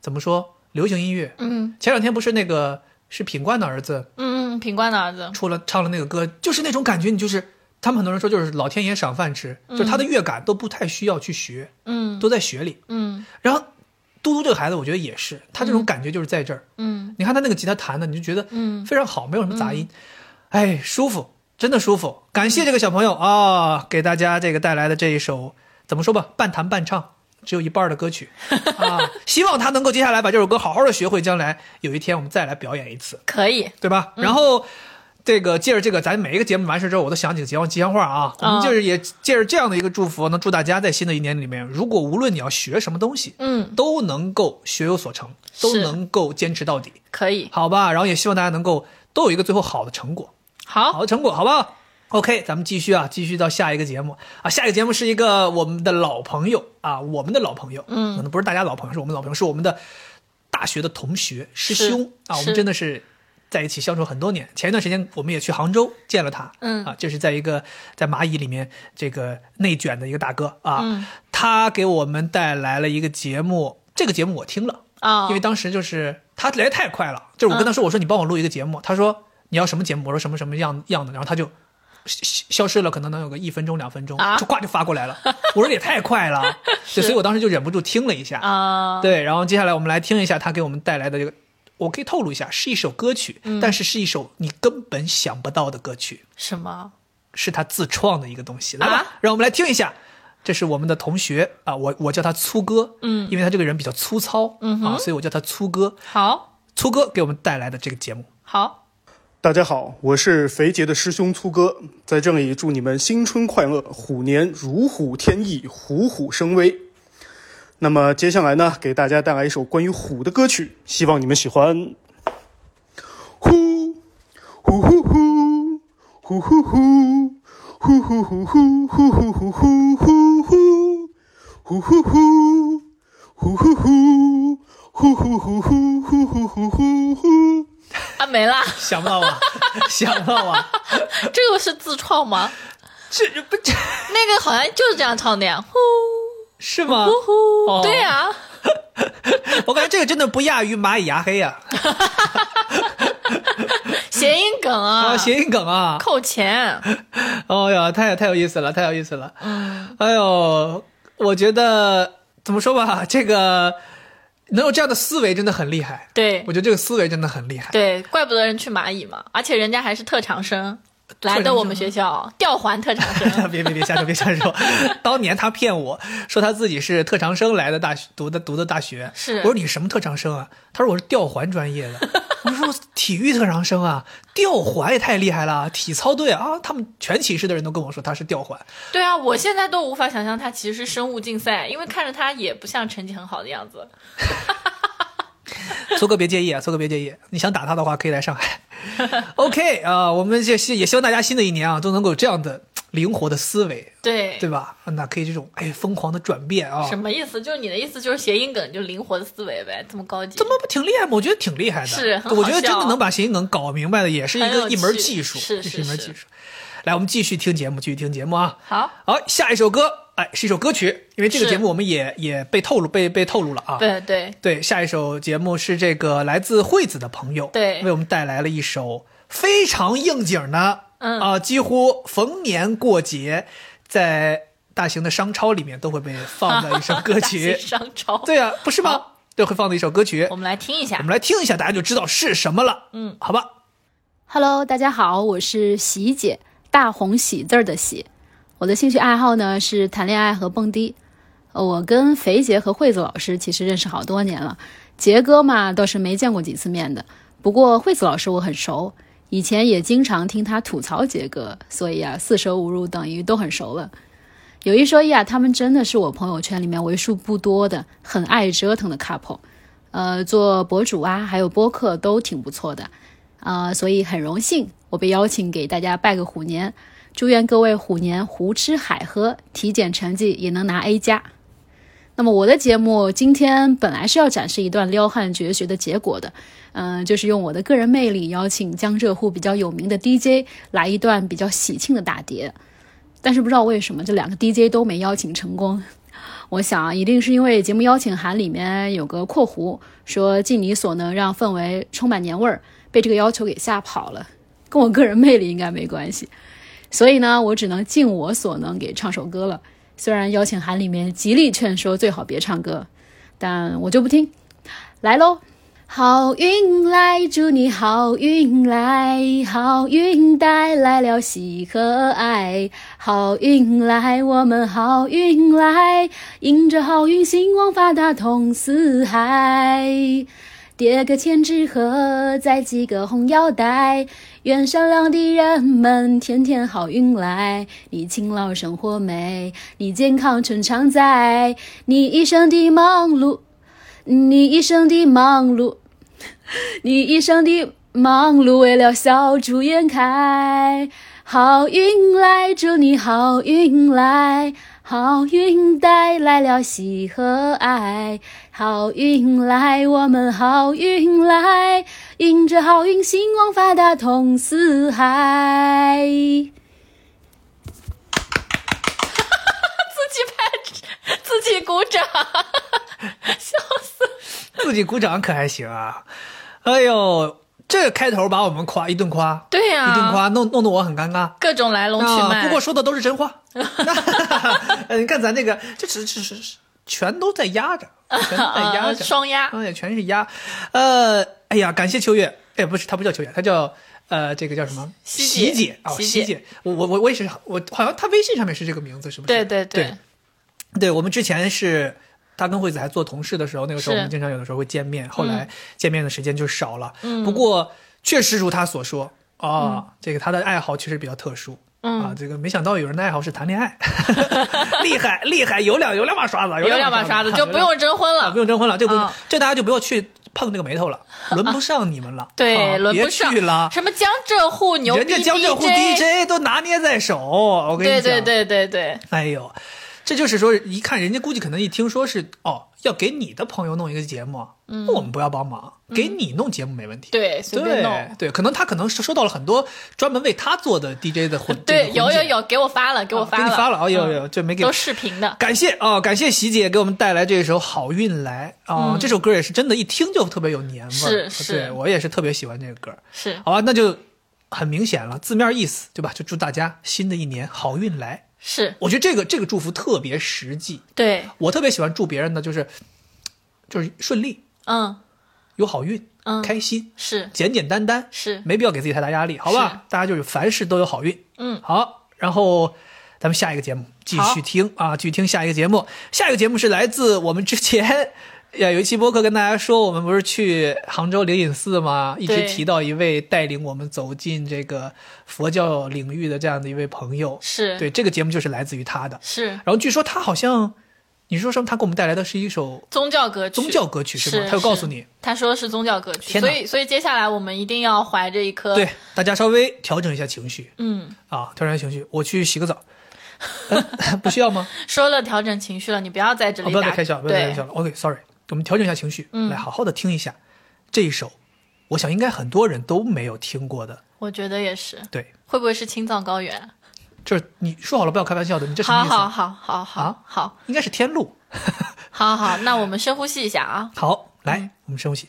[SPEAKER 2] 怎么说流行音乐。
[SPEAKER 1] 嗯
[SPEAKER 2] 前两天不是那个是品冠的儿子
[SPEAKER 1] 嗯嗯，品冠的儿子，
[SPEAKER 2] 出了唱了那个歌，就是那种感觉，你就是他们很多人说就是老天爷赏饭吃，就是他的乐感都不太需要去学，
[SPEAKER 1] 嗯
[SPEAKER 2] 都在学里。
[SPEAKER 1] 嗯
[SPEAKER 2] 然后嘟嘟这个孩子，我觉得也是，他这种感觉就是在这儿。
[SPEAKER 1] 嗯
[SPEAKER 2] 你看他那个吉他弹的，你就觉得
[SPEAKER 1] 嗯
[SPEAKER 2] 非常好，没有什么杂音，哎，舒服，真的舒服。感谢这个小朋友啊、给大家这个带来的这一首怎么说吧，半弹半唱，只有一半的 歌曲啊，希望他能够接下来把这首歌好好的学会，将来有一天我们再来表演一次，
[SPEAKER 1] 可以，嗯
[SPEAKER 2] 对吧？然后。这个借着这个，咱每一个节目完事之后，我都想起吉祥吉祥话啊。
[SPEAKER 1] 哦
[SPEAKER 2] 我们就是也借着这样的一个祝福，能祝大家在新的一年里面，如果无论你要学什么东西，
[SPEAKER 1] 嗯
[SPEAKER 2] 都能够学有所成，都
[SPEAKER 1] 是
[SPEAKER 2] 能够坚持到底。
[SPEAKER 1] 可以，
[SPEAKER 2] 好吧，然后也希望大家能够都有一个最后好的成果，好
[SPEAKER 1] 好
[SPEAKER 2] 的成果，好不好？OK，咱们继续啊，继续到下一个节目啊，下一个节目是一个我们的老朋友啊，我们的老朋友，嗯，可能不是大家老朋友，是我们的老朋友，是我们的大学的同学师
[SPEAKER 1] 是
[SPEAKER 2] 兄啊，我们
[SPEAKER 1] 是
[SPEAKER 2] 真的是在一起相处很多年。前一段时间我们也去杭州见了他，
[SPEAKER 1] 嗯
[SPEAKER 2] 啊，就是在一个在蚂蚁里面这个内卷的一个大哥啊，
[SPEAKER 1] 嗯
[SPEAKER 2] 他给我们带来了一个节目，这个节目我听了，
[SPEAKER 1] 啊，
[SPEAKER 2] 因为当时就是他来得太快了，就
[SPEAKER 1] 嗯
[SPEAKER 2] 是我跟他说，我说你帮我录一个节目，他说你要什么节目，我说什么什么样样的，然后他就消消消失了，可能能有个一分钟两分钟
[SPEAKER 1] 啊，
[SPEAKER 2] 就咵就发过来了，我说也太快 了，对，所以我当时就忍不住听了一下，
[SPEAKER 1] 啊，
[SPEAKER 2] 对，然后接下来我们来听一下他给我们带来的这个，我可以透露一下，是一首歌曲，但是是一首你根本想不到的歌曲，
[SPEAKER 1] 嗯什么？
[SPEAKER 2] 是他自创的一个东西。来吧，
[SPEAKER 1] 啊
[SPEAKER 2] 让我们来听一下。这是我们的同学啊，我我叫他粗哥，嗯，因为他这个人比较粗糙，嗯啊，所以我叫他粗哥。
[SPEAKER 1] 好，
[SPEAKER 2] 粗哥给我们带来的这个节目，
[SPEAKER 1] 好，
[SPEAKER 11] 大家好，我是肥杰的师兄粗哥，在这里祝你们新春快乐，虎年如虎添翼，虎虎生威。那么接下来呢，给大家带来一首关于虎的歌曲，希望你们喜欢。呼，呼呼呼，呼呼呼，呼呼呼呼呼呼呼呼呼呼，呼呼呼，呼呼呼，呼呼呼呼呼呼呼呼呼。
[SPEAKER 1] 啊，没啦。
[SPEAKER 2] 想不到 吧？想不到吧？
[SPEAKER 1] 这个是自创吗？
[SPEAKER 2] 这这不这
[SPEAKER 1] 那个好像就是这样唱的呀，呼
[SPEAKER 2] 是吗？
[SPEAKER 1] 呼呼，
[SPEAKER 2] 哦
[SPEAKER 1] 对啊呀、
[SPEAKER 2] 我感觉这个真的不亚于蚂蚁牙黑啊呀、
[SPEAKER 1] 谐音梗
[SPEAKER 2] 啊，
[SPEAKER 1] 啊，
[SPEAKER 2] 谐音梗啊！
[SPEAKER 1] 扣钱，
[SPEAKER 2] 哦呀，太太有意思了，太有意思了。嗯，哎呦，我觉得怎么说吧，这个能有这样的思维真的很厉害。
[SPEAKER 1] 对
[SPEAKER 2] 我觉得这个思维真的很厉 害。
[SPEAKER 1] 对，怪不得人去蚂蚁嘛，而且人家还是特长生，来的我们学校吊环特长生，
[SPEAKER 2] 别别别瞎说，别瞎说。当年他骗我说他自己是特长生来的大学，读的读的大学。
[SPEAKER 1] 是
[SPEAKER 2] 我说你什么特长生啊？他说我是吊环专业的。我说体育特长生啊，吊环也太厉害了！体操队啊，他们全寝室的人都跟我说他是吊环。
[SPEAKER 1] 对啊，我现在都无法想象他其实是生物竞赛，因为看着他也不像成绩很好的样子。
[SPEAKER 2] 粗哥别介意啊，粗哥别介意。你想打他的话，可以来上海。OK 啊、我们也希也希望大家新的一年啊，都能够有这样的灵活的思维，
[SPEAKER 1] 对，
[SPEAKER 2] 对吧？那可以这种哎疯狂的转变啊，
[SPEAKER 1] 什么意思？就是你的意思就是谐音梗就灵活的思维呗，这么高级，
[SPEAKER 2] 怎么不挺厉害吗？我觉得挺厉害的，
[SPEAKER 1] 是很好
[SPEAKER 2] 我觉得真的
[SPEAKER 1] 笑啊
[SPEAKER 2] 能把谐音梗搞明白的，也是一
[SPEAKER 1] 很有
[SPEAKER 2] 个一门
[SPEAKER 1] 趣
[SPEAKER 2] 技术，
[SPEAKER 1] 是
[SPEAKER 2] 这
[SPEAKER 1] 是
[SPEAKER 2] 一门
[SPEAKER 1] 是
[SPEAKER 2] 技术。来，我们继续听节目，继续听节目啊。
[SPEAKER 1] 好？
[SPEAKER 2] 好，下一首歌，哎，是一首歌曲，因为这个
[SPEAKER 1] 是
[SPEAKER 2] 节目我们也也被透露被被透露了啊。
[SPEAKER 1] 对对，
[SPEAKER 2] 对，下一首节目是这个来自惠子的朋友，
[SPEAKER 1] 对
[SPEAKER 2] 为我们带来了一首非常应景的，
[SPEAKER 1] 嗯
[SPEAKER 2] 啊、几乎逢年过节，在大型的商超里面都会被放的一首歌
[SPEAKER 1] 大
[SPEAKER 2] 曲
[SPEAKER 1] 型，商超，
[SPEAKER 2] 对啊，不是吗？对，会放的一首歌曲，
[SPEAKER 1] 我们来听一下
[SPEAKER 2] 我们来听一下，大家就知道是什么了，
[SPEAKER 1] 嗯，
[SPEAKER 2] 好吧。
[SPEAKER 12] Hello，大家好，我是喜姐，大红喜字儿的喜。我的兴趣爱好呢是谈恋爱和蹦迪。呃我跟肥杰和惠子老师其实认识好多年了，杰哥嘛倒是没见过几次面的。不过惠子老师我很熟，以前也经常听他吐槽杰哥，所以啊四舍五入等于都很熟了。有一说一啊，他们真的是我朋友圈里面为数不多的很爱折腾的 couple，呃，做博主啊，还有播客都挺不错的。啊，所以很荣幸我被邀请给大家拜个虎年，祝愿各位虎年胡吃海喝，体检成绩也能拿 A 加。那么我的节目今天本来是要展示一段撩汉绝学的结果的，嗯、就是用我的个人魅力邀请江浙沪比较有名的 DJ 来一段比较喜庆的大碟，但是不知道为什么这两个 DJ 都没邀请成功。我想啊，一定是因为节目邀请函里面有个括弧，说尽你所能让氛围充满年味儿，被这个要求给吓跑了， 跟我个人魅力应该没关系。所以呢，我只能尽我所能给唱首歌了。虽然邀请函里面极力劝说最好别唱歌，但我就不听。来喽！好运来，祝你好运来，好运带来了喜和爱。好运来，我们好运来，迎着好运兴旺发达通四海。叠个千纸鹤，再系个红腰带，愿善良的人们天天好运来。你勤劳生活美，你健康春常在，你一生的忙碌，你一生的忙碌， 你一生的忙碌为了笑逐颜开。好运来，祝你好运来，好运带来了喜和爱，好运来，我们好运来，迎着好运，兴旺发达通四海。
[SPEAKER 1] 自己拍，自己鼓掌，笑死！
[SPEAKER 2] 自己鼓掌可还行啊？哎呦，这开头把我们夸一顿夸，
[SPEAKER 1] 对啊呀、
[SPEAKER 2] 一顿夸，弄弄得我很尴尬。
[SPEAKER 1] 各种来龙去脉。
[SPEAKER 2] 啊不过说的都是真 话。 呃，你看咱这个，这只只是全都在 压着，全都在压
[SPEAKER 1] 啊
[SPEAKER 2] 着，
[SPEAKER 1] 双压，
[SPEAKER 2] 哎呀，全是压。呃，哎呀，感谢秋月，哎，不是，他不叫秋月，他叫呃，这个叫什么？
[SPEAKER 1] 西
[SPEAKER 2] 喜
[SPEAKER 1] 姐
[SPEAKER 2] 姐哦，
[SPEAKER 1] 喜
[SPEAKER 2] 喜
[SPEAKER 1] 姐
[SPEAKER 2] 姐，我我我我也是，我好像他微信上面是这个名字，是不是？
[SPEAKER 1] 对对
[SPEAKER 2] 对，对，我们之前是他跟惠子还做同事的时候，那个时候我们
[SPEAKER 1] 是
[SPEAKER 2] 经常有的时候会见面，后来见面的时间就少了。
[SPEAKER 1] 嗯
[SPEAKER 2] 不过确实如他所说啊、
[SPEAKER 1] 嗯
[SPEAKER 2] 这个他的爱好确实比较特殊。
[SPEAKER 1] 嗯
[SPEAKER 2] 啊，这个没想到有人的爱好是谈恋爱， 厉害厉害，有两有两把刷子，
[SPEAKER 1] 有
[SPEAKER 2] 两
[SPEAKER 1] 两把刷子就不用征婚了，
[SPEAKER 2] 不用征婚了，这不、
[SPEAKER 1] 啊
[SPEAKER 2] 这大家就不要去碰这个眉头了，轮不上你们了，
[SPEAKER 1] 对，
[SPEAKER 2] 啊
[SPEAKER 1] 轮
[SPEAKER 2] 别
[SPEAKER 1] 不上
[SPEAKER 2] 去了，
[SPEAKER 1] 什么江浙沪牛逼
[SPEAKER 2] 人家江浙沪 DJ 都拿捏在手，我跟
[SPEAKER 1] 对
[SPEAKER 2] 你讲，
[SPEAKER 1] 对对对对，
[SPEAKER 2] 哎呦，这就是说，一看人家估计可能一听说是哦，要给你的朋友弄一个节目，
[SPEAKER 1] 嗯
[SPEAKER 2] 那我们不要帮忙，给你弄节目没问题。
[SPEAKER 1] 对，随便
[SPEAKER 2] 对
[SPEAKER 1] 弄。
[SPEAKER 2] 对，可能他可能是收到了很多专门为他做的 DJ 的混，
[SPEAKER 1] 对，
[SPEAKER 2] 这个
[SPEAKER 1] 有
[SPEAKER 2] 混
[SPEAKER 1] 有
[SPEAKER 2] 剪，
[SPEAKER 1] 有，给我发了，给我
[SPEAKER 2] 给
[SPEAKER 1] 发
[SPEAKER 2] 你
[SPEAKER 1] 了，
[SPEAKER 2] 发了，哦，有
[SPEAKER 1] 嗯
[SPEAKER 2] 有，这没给
[SPEAKER 1] 都视频的，
[SPEAKER 2] 感谢啊、感谢喜姐给我们带来这首《好运来》啊、
[SPEAKER 1] 嗯
[SPEAKER 2] 这首歌也是真的，一听就特别有年味儿。啊
[SPEAKER 1] 是是
[SPEAKER 2] 对我也是特别喜欢这个歌。
[SPEAKER 1] 是
[SPEAKER 2] 好吧，那就很明显了，字面意思对吧？就祝大家新的一年好运来。
[SPEAKER 1] 是，
[SPEAKER 2] 我觉得这个这个祝福特别实际，
[SPEAKER 1] 对，
[SPEAKER 2] 我特别喜欢祝别人的就是就是顺利、
[SPEAKER 1] 嗯
[SPEAKER 2] 有好运、
[SPEAKER 1] 嗯，
[SPEAKER 2] 开心，
[SPEAKER 1] 是
[SPEAKER 2] 简简单单，
[SPEAKER 1] 是，
[SPEAKER 2] 没必要给自己太大压力，好吧？大家就是凡事都有好运。
[SPEAKER 1] 嗯，
[SPEAKER 2] 好，然后咱们下一个节目继
[SPEAKER 1] 好
[SPEAKER 2] 续听啊，继续听下一个节目。下一个节目是来自我们之前。 呃，有一期播客跟大家说，我们不是去杭州灵隐寺吗？一直
[SPEAKER 1] 对
[SPEAKER 2] 提到一位带领我们走进这个佛教领域的这样的一位朋友，
[SPEAKER 1] 是
[SPEAKER 2] 对这个节目就是来自于他的。
[SPEAKER 1] 是
[SPEAKER 2] 然后据说他好像，你说什么？他给我们带来的是一首
[SPEAKER 1] 宗教歌曲，
[SPEAKER 2] 宗教歌曲是吗
[SPEAKER 1] 是
[SPEAKER 2] 他有告诉你，
[SPEAKER 1] 是他说是宗教歌曲，
[SPEAKER 2] 天哪
[SPEAKER 1] 所以所以接下来我们一定要怀着一颗
[SPEAKER 2] 对，大家稍微调整一下情绪
[SPEAKER 1] 嗯，
[SPEAKER 2] 啊，调整一下情绪。我去洗个澡，嗯不需要吗？
[SPEAKER 1] 说了调整情绪了，你不要在这
[SPEAKER 2] 哦，
[SPEAKER 1] 里
[SPEAKER 2] 不要
[SPEAKER 1] 打，
[SPEAKER 2] 再开笑，不要再开
[SPEAKER 1] 对
[SPEAKER 2] 笑，了。OK，sorry，、我们调整一下情绪，
[SPEAKER 1] 嗯
[SPEAKER 2] 来好好的听一下这一首，我想应该很多人都没有听过的。
[SPEAKER 1] 我觉得也是，
[SPEAKER 2] 对，
[SPEAKER 1] 会不会是青藏高原？
[SPEAKER 2] 就是你说好了不要开玩笑的，你这什么
[SPEAKER 1] 好
[SPEAKER 2] 意思？啊
[SPEAKER 1] 好好好好好
[SPEAKER 2] 应该是天路。
[SPEAKER 1] 好好，那我们深呼吸一下啊，
[SPEAKER 2] 好，来，我们深呼吸。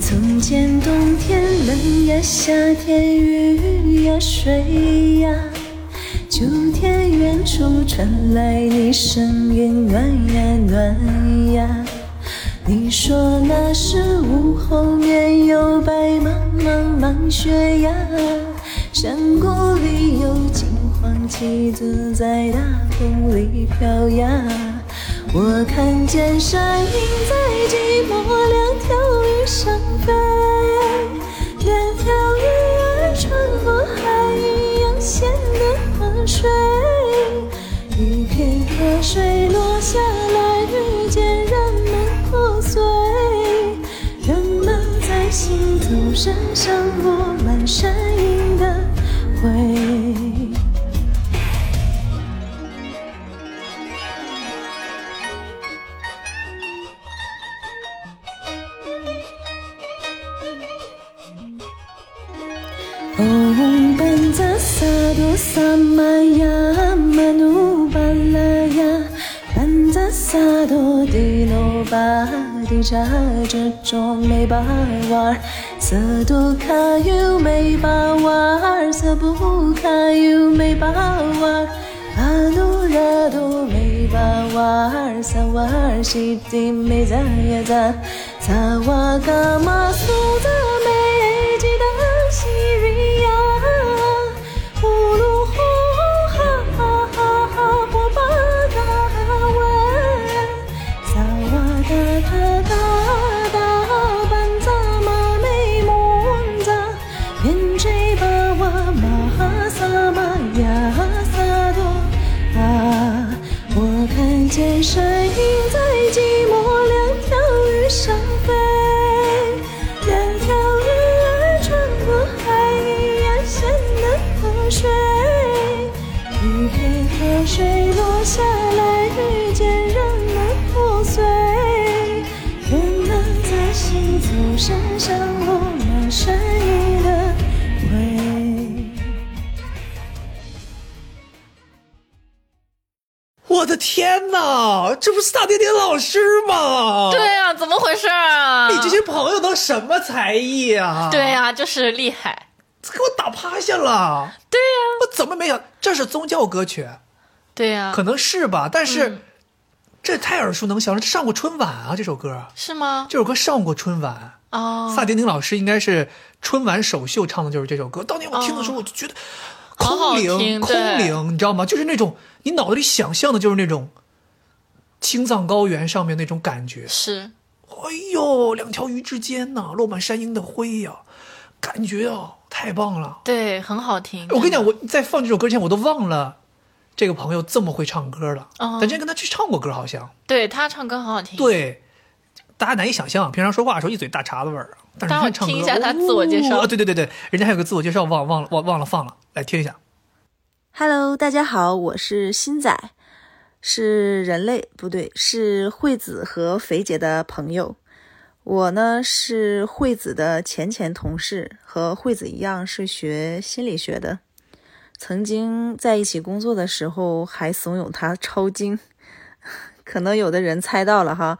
[SPEAKER 13] 从前冬天冷呀，夏天雨呀，水呀，秋天远处传来你声音暖呀暖呀。你说那是屋后面有白茫茫茫雪呀，山谷里有金黄旗子在大风里飘呀。我看见山鹰在寂寞两条鱼上飞，两条鱼儿穿过海一样显得很水。一片河水落下来，遇见人们破碎，人们在行走山上落满山鹰的灰。Oumbanza sado samaya manu balaya Banza sado dino baya 地扎着中没把娃儿，色都卡有没把娃儿，色不卡有没把娃儿，阿努热都没把娃儿，萨瓦尔西地没咋也咋，萨瓦嘎玛苏的没记得西里呀，呼噜呼哈哈哈哈呼巴嘎哇。萨瓦达塔达达班扎玛美蒙扎，边追巴瓦玛哈萨玛雅萨多啊！我看见身影在寂寞两条鱼上飞，两条鱼儿穿过海洋，咸南河水。雨片河水落下来，遇见让人破碎。人们在行走山上落满山野的灰。
[SPEAKER 2] 我的天哪，这不是大点点老师吗？
[SPEAKER 1] 对啊，怎么回事啊？
[SPEAKER 2] 哦你这些朋友都什么才艺啊？
[SPEAKER 1] 对啊，就是厉害。
[SPEAKER 2] 给我打趴下了。
[SPEAKER 1] 对呀、啊
[SPEAKER 2] 我怎么没想这是宗教歌曲？
[SPEAKER 1] 对呀、
[SPEAKER 2] 可能是吧，但是、
[SPEAKER 1] 嗯
[SPEAKER 2] 这太耳熟能详了，这上过春晚啊，这首歌。
[SPEAKER 1] 是吗？
[SPEAKER 2] 这首歌上过春晚，
[SPEAKER 1] 哦，
[SPEAKER 2] 萨顶顶老师应该是春晚首秀唱的就是这首歌。当年我听的时候，我就觉得
[SPEAKER 1] 好哦好
[SPEAKER 2] 空灵，
[SPEAKER 1] 听
[SPEAKER 2] 空
[SPEAKER 1] 对
[SPEAKER 2] 灵，你知道吗？就是那种你脑子里想象的，就是那种青藏高原上面那种感觉。
[SPEAKER 1] 是，
[SPEAKER 2] 哎呦，两条鱼之间呐、落满山鹰的灰呀、感觉啊，太棒了！
[SPEAKER 1] 对，很好听。
[SPEAKER 2] 哎我跟你讲，我在放这首歌之前，我都忘了这个朋友这么会唱歌了。
[SPEAKER 1] 哦
[SPEAKER 2] 咱之前跟他去唱过歌，好像。
[SPEAKER 1] 对他唱歌很好听。，
[SPEAKER 2] 对，大家难以想象，平常说话的时候一嘴大碴子味儿，啊
[SPEAKER 1] 待
[SPEAKER 2] 但是他
[SPEAKER 1] 会儿
[SPEAKER 2] 唱歌，
[SPEAKER 1] 听一下他自我介绍
[SPEAKER 2] 哦对对对对，人家还有个自我介绍，忘忘了忘忘了放了，来听一下。
[SPEAKER 14] Hello，大家好，我是新仔，是人类不对，是惠子和肥姐的朋友。我呢是惠子的前前同事，和惠子一样是学心理学的。曾经在一起工作的时候，还怂恿她抄经， 可能有的人猜到了哈。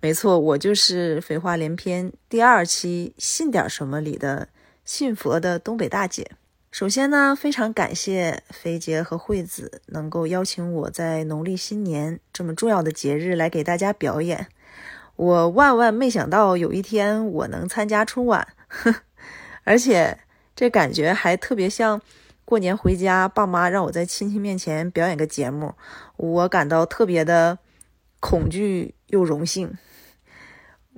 [SPEAKER 14] 没错，我就是《肥话连篇》第二期《信点什么》里的信佛的东北大姐。首先呢，非常感谢肥杰和惠子能够邀请我在农历新年这么重要的节日来给大家表演。我万万没想到有一天我能参加春晚， 而且这感觉还特别像过年回家，爸妈让我在亲戚面前表演个节目，我感到特别的恐惧又荣幸。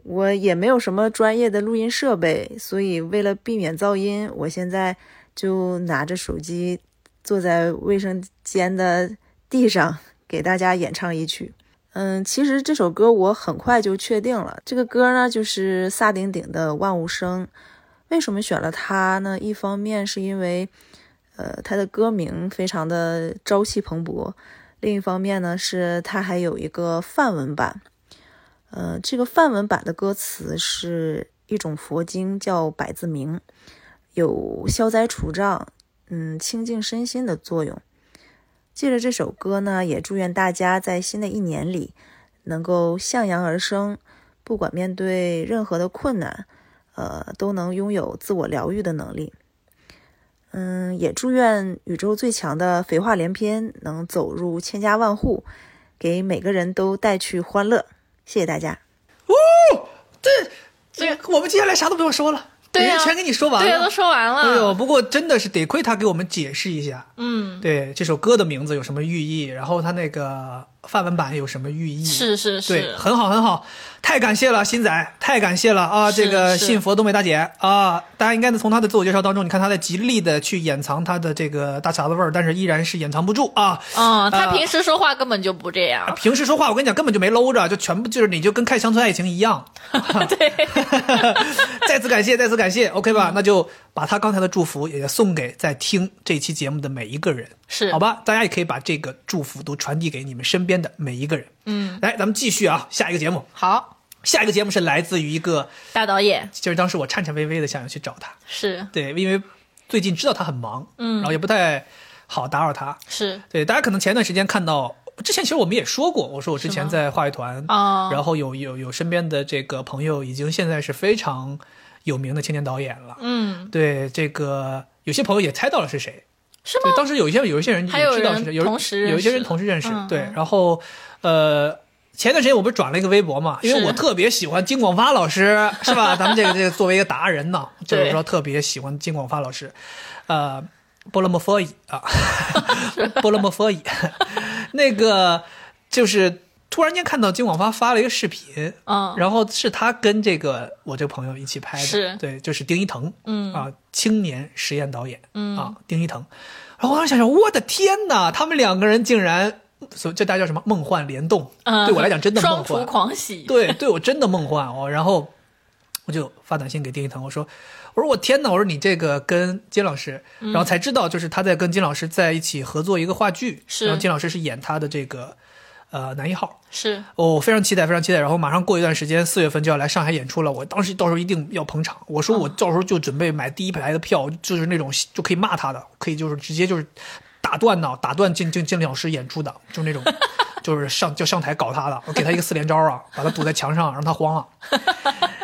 [SPEAKER 14] 我也没有什么专业的录音设备，所以为了避免噪音，我现在就拿着手机坐在卫生间的地上给大家演唱一曲。嗯，其实这首歌我很快就确定了，这个歌呢就是萨顶顶的《万物生》。为什么选了它呢？一方面是因为，呃，它的歌名非常的朝气蓬勃；另一方面呢，是它还有一个梵文版。呃，这个梵文版的歌词是一种佛经，叫百字明，有消灾除障、嗯清净身心的作用。借着这首歌呢，也祝愿大家在新的一年里能够向阳而生，不管面对任何的困难，呃，都能拥有自我疗愈的能力。嗯，也祝愿宇宙最强的肥话连篇能走入千家万户，给每个人都带去欢乐。谢谢大家。
[SPEAKER 2] 哦，这这个我们接下来啥都不用说了，
[SPEAKER 1] 对呀
[SPEAKER 2] 人家全给你说完了，
[SPEAKER 1] 对呀啊都说完了
[SPEAKER 2] 哎呦，不过真的是得亏他给我们解释一下，
[SPEAKER 1] 嗯，
[SPEAKER 2] 对这首歌的名字有什么寓意，然后它那个范文版有什么寓意？
[SPEAKER 1] 是是是
[SPEAKER 2] 对，很好很好，太感谢了，新仔，太感谢了啊！
[SPEAKER 1] 是
[SPEAKER 2] 这个
[SPEAKER 1] 是
[SPEAKER 2] 信佛东北大姐啊，大家应该能从她的自我介绍当中，你看她在极力的去掩藏她的这个大碴子味儿，但是依然是掩藏不住啊。
[SPEAKER 1] 嗯，他
[SPEAKER 2] 呃啊
[SPEAKER 1] 平时说话根本就不这样。
[SPEAKER 2] 平时说话，我跟你讲，根本就没搂着，就全部就是你就跟看《乡村爱情》一样。 对， 再次感谢，再次感谢，OK
[SPEAKER 1] 嗯
[SPEAKER 2] 吧？那就把他刚才的祝福也送给在听这期节目的每一个人，
[SPEAKER 1] 是
[SPEAKER 2] 好吧？大家也可以把这个祝福都传递给你们身边的每一个人。
[SPEAKER 1] 嗯，
[SPEAKER 2] 来，咱们继续啊，下一个节目。
[SPEAKER 1] 好，
[SPEAKER 2] 下一个节目是来自于一个，
[SPEAKER 1] 大导演
[SPEAKER 2] 就是当时我颤颤巍巍的想要去找他，
[SPEAKER 1] 是，
[SPEAKER 2] 对，因为最近知道他很忙，
[SPEAKER 1] 嗯
[SPEAKER 2] 然后也不太好打扰他，
[SPEAKER 1] 是
[SPEAKER 2] 对，大家可能前段时间看到之前其实我们也说过，我说我之前在话剧团，
[SPEAKER 1] 哦
[SPEAKER 2] 然后有有有身边的这个朋友，已经现在是非常有名的青年导演了。
[SPEAKER 1] 嗯，
[SPEAKER 2] 对，这个有些朋友也猜到了是谁，
[SPEAKER 1] 是
[SPEAKER 2] 吗？对，当时有一些有一些人
[SPEAKER 1] 还有
[SPEAKER 2] 也知道
[SPEAKER 1] 人
[SPEAKER 2] 是谁，有
[SPEAKER 1] 同时
[SPEAKER 2] 有一些
[SPEAKER 1] 认
[SPEAKER 2] 人
[SPEAKER 1] 识
[SPEAKER 2] 同时认识，
[SPEAKER 1] 嗯
[SPEAKER 2] 对。然后，呃，前段时间我不是转了一个微博嘛，因为
[SPEAKER 1] 是
[SPEAKER 2] 我特别喜欢金广发老师，是吧？咱们这个这个作为一个达人呢，就是
[SPEAKER 1] 对
[SPEAKER 2] 说特别喜欢金广发老师，呃，波勒莫佛伊 啊，波勒莫佛伊， 那个就是突然间看到金广发发了一个视频，
[SPEAKER 1] 嗯
[SPEAKER 2] 然后是他跟这个我这个朋友一起拍的，
[SPEAKER 1] 是
[SPEAKER 2] 对，就是丁一腾，
[SPEAKER 1] 嗯
[SPEAKER 2] 啊，青年实验导演，
[SPEAKER 1] 嗯
[SPEAKER 2] 啊，丁一腾，然后我当时想想，我的天哪，他们两个人竟然，所以这大家叫什么梦幻联动，
[SPEAKER 1] 嗯
[SPEAKER 2] 对我来讲真的
[SPEAKER 1] 双
[SPEAKER 2] 梦幻，
[SPEAKER 1] 厨狂喜，
[SPEAKER 2] 对，对我真的梦幻哦。然后我就发短信给丁一腾，我说：“我说我天哪！我说你这个跟金老师，
[SPEAKER 1] 嗯
[SPEAKER 2] 然后才知道就是他在跟金老师在一起合作一个话剧，
[SPEAKER 1] 是
[SPEAKER 2] 然后金老师是演他的这个呃男一号。
[SPEAKER 1] 是
[SPEAKER 2] 哦，我非常期待，非常期待。然后马上过一段时间，四月份就要来上海演出了，我当时到时候一定要捧场。我说我到时候就准备买第一排的票，就是那种就可以骂他的，可以就是直接就是打断呢，打断金金金老师演出的，就那种。 就是上就上台搞他的，我给他一个四连招啊， 把他堵在墙上，让他慌啊。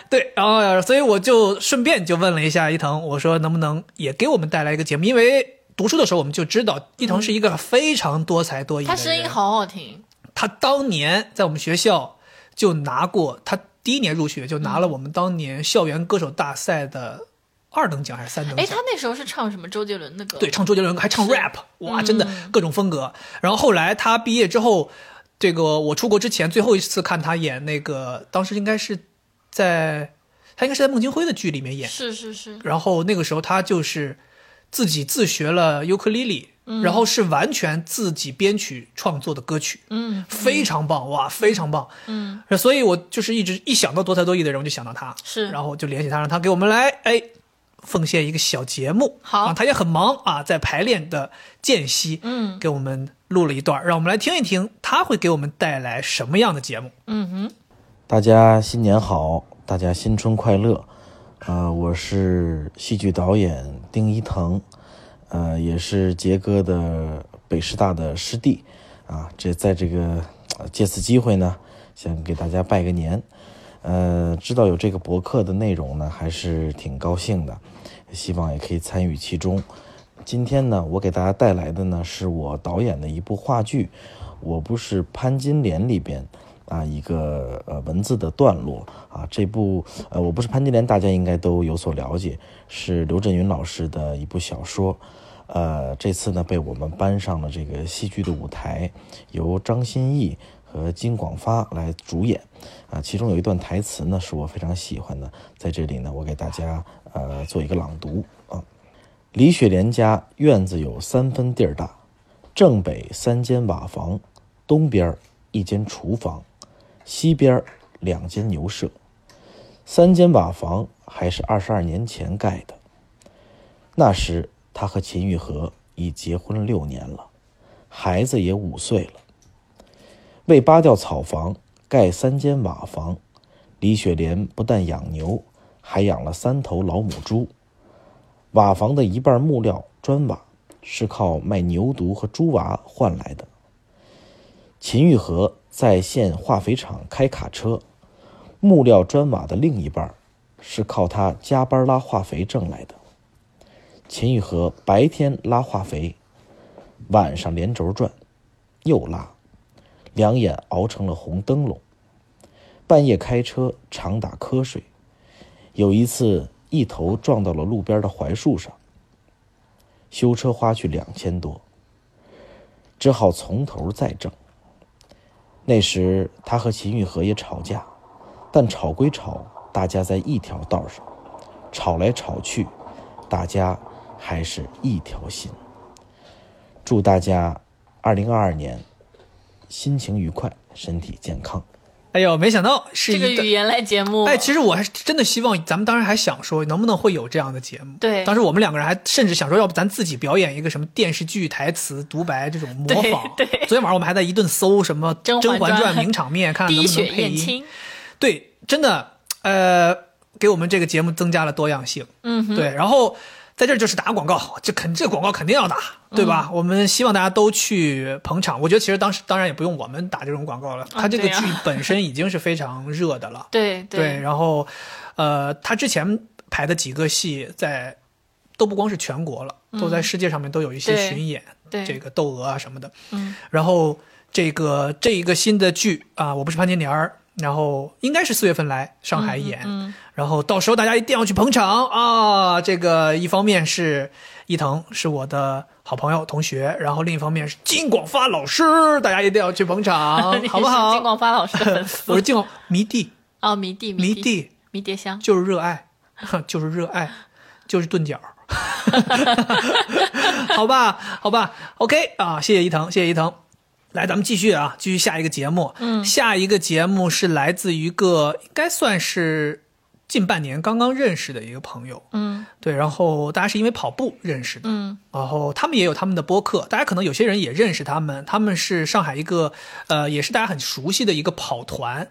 [SPEAKER 2] 对，然后所以我就顺便就问了一下伊藤，我说能不能也给我们带来一个节目？因为读书的时候我们就知道伊藤是一个非常多才多艺的
[SPEAKER 1] 他
[SPEAKER 2] 人，
[SPEAKER 1] 声音好好听，
[SPEAKER 2] 他当年在我们学校就拿过，他第一年入学就拿了我们当年校园歌手大赛的二等奖还是三等
[SPEAKER 1] 哎，
[SPEAKER 2] 奖？
[SPEAKER 1] 他那时候是唱什么周杰伦的歌？
[SPEAKER 2] 对，唱周杰伦还唱 rap，哇，真的
[SPEAKER 1] 嗯
[SPEAKER 2] 各种风格。然后后来他毕业之后，这个我出国之前最后一次看他演那个，当时应该是在他应该是在孟京辉的剧里面演，
[SPEAKER 1] 是是是，
[SPEAKER 2] 然后那个时候他就是自己自学了尤克里里，
[SPEAKER 1] 嗯
[SPEAKER 2] 然后是完全自己编曲创作的歌曲，
[SPEAKER 1] 嗯，
[SPEAKER 2] 非常棒哇，非常棒。
[SPEAKER 1] 嗯，
[SPEAKER 2] 所以我就是一直一想到多才多艺的人，我就想到他，
[SPEAKER 1] 是
[SPEAKER 2] 然后就联系他，让他给我们来哎奉献一个小节目。
[SPEAKER 1] 好
[SPEAKER 2] 啊，他也很忙啊，在排练的间隙，
[SPEAKER 1] 嗯
[SPEAKER 2] 给我们录了一段，让我们来听一听他会给我们带来什么样的节目。
[SPEAKER 1] 嗯哼，
[SPEAKER 15] 大家新年好，大家新春快乐。呃，我是戏剧导演丁一腾，呃，也是杰哥的北师大的师弟啊。这在这个呃借此机会呢，想给大家拜个年。呃，知道有这个博客的内容呢，还是挺高兴的，希望也可以参与其中。今天呢，我给大家带来的呢，是我导演的一部话剧，我不是潘金莲里边啊一个呃文字的段落啊，这部呃我不是潘金莲，大家应该都有所了解，是刘震云老师的一部小说，呃，这次呢被我们搬上了这个戏剧的舞台，由张歆艺和金广发来主演，啊，其中有一段台词呢是我非常喜欢的，在这里呢我给大家呃做一个朗读啊。李雪莲家院子有三分地儿大，正北三间瓦房，东边儿一间厨房，西边儿两间牛舍。三间瓦房还是二十二年前盖的，那时她和秦玉和已结婚六年了，孩子也五岁了。为扒掉草房盖三间瓦房，李雪莲不但养牛，还养了三头老母猪。瓦房的一半木料砖瓦是靠卖牛犊和猪娃换来的。秦玉和在县化肥厂开卡车，木料砖瓦的另一半是靠他加班拉化肥挣来的。秦玉和白天拉化肥，晚上连轴转，又拉，两眼熬成了红灯笼。半夜开车常打瞌睡，有一次一头撞到了路边的槐树上，修车花去两千多，只好从头再整。那时他和秦玉和也吵架，但吵归吵，大家在一条道上，吵来吵去，大家还是一条心。祝大家二零二二年心情愉快，身体健康。
[SPEAKER 2] 哎呦，没想到是
[SPEAKER 1] 这
[SPEAKER 2] 一
[SPEAKER 1] 个语言类节目，
[SPEAKER 2] 哎，其实我还是真的希望，咱们当时还想说，能不能会有这样的节目？
[SPEAKER 1] 对
[SPEAKER 2] 当时我们两个人还甚至想说，要不咱自己表演一个什么电视剧台词独 白这种模仿。对，昨天晚上我们还在一顿搜什么《甄
[SPEAKER 1] 甄
[SPEAKER 2] 嬛
[SPEAKER 1] 嬛
[SPEAKER 2] 传
[SPEAKER 1] 传》
[SPEAKER 2] 名场面，看看能
[SPEAKER 1] 滴
[SPEAKER 2] 不能
[SPEAKER 1] 血
[SPEAKER 2] 配
[SPEAKER 1] 验
[SPEAKER 2] 音
[SPEAKER 1] 亲。，
[SPEAKER 2] 对，真的，呃，给我们这个节目增加了多样性。
[SPEAKER 1] 嗯哼
[SPEAKER 2] 对，然后在这儿就是打广告，这肯这广告肯定要打，对
[SPEAKER 1] 嗯
[SPEAKER 2] 吧？我们希望大家都去捧场。我觉得其实当时当然也不用我们打这种广告了，它这个
[SPEAKER 1] 啊对
[SPEAKER 2] 剧
[SPEAKER 1] 呀
[SPEAKER 2] 本身已经是非常热的了。
[SPEAKER 1] 对
[SPEAKER 2] 对，然后，呃，他之前排的几个戏在都不光是全国了，都在
[SPEAKER 1] 嗯
[SPEAKER 2] 世界上面都有一些
[SPEAKER 1] 对
[SPEAKER 2] 巡演，
[SPEAKER 1] 对
[SPEAKER 2] 这个窦娥啊什么的。
[SPEAKER 1] 嗯
[SPEAKER 2] 然后这个这一个新的剧啊，我不是潘金莲儿，然后应该是四月份来上海演，
[SPEAKER 1] 嗯
[SPEAKER 2] 然后到时候大家一定要去捧场啊！这个一方面是伊藤是我的好朋友同学，然后另一方面是金广发老师，大家一定要去捧 场
[SPEAKER 1] 你，
[SPEAKER 2] 好不好？
[SPEAKER 1] 是金广发老师的粉丝
[SPEAKER 2] 我是金广迷弟，
[SPEAKER 1] 哦，迷弟
[SPEAKER 2] 迷
[SPEAKER 1] 弟
[SPEAKER 2] 弟
[SPEAKER 1] 迷迭香，
[SPEAKER 2] 就是热爱，哼就是热爱，就是钝角。 好吧，好吧，OK 啊，谢谢伊藤，谢谢伊藤。来，咱们继续啊，继续下一个节目。
[SPEAKER 1] 嗯
[SPEAKER 2] 下一个节目是来自于一个应该算是近半年刚刚认识的一个朋友，
[SPEAKER 1] 嗯
[SPEAKER 2] 对，然后大家是因为跑步认识的，
[SPEAKER 1] 嗯
[SPEAKER 2] 然后他们也有他们的播客，大家可能有些人也认识他们，他们是上海一个呃，也是大家很熟悉的一个跑团，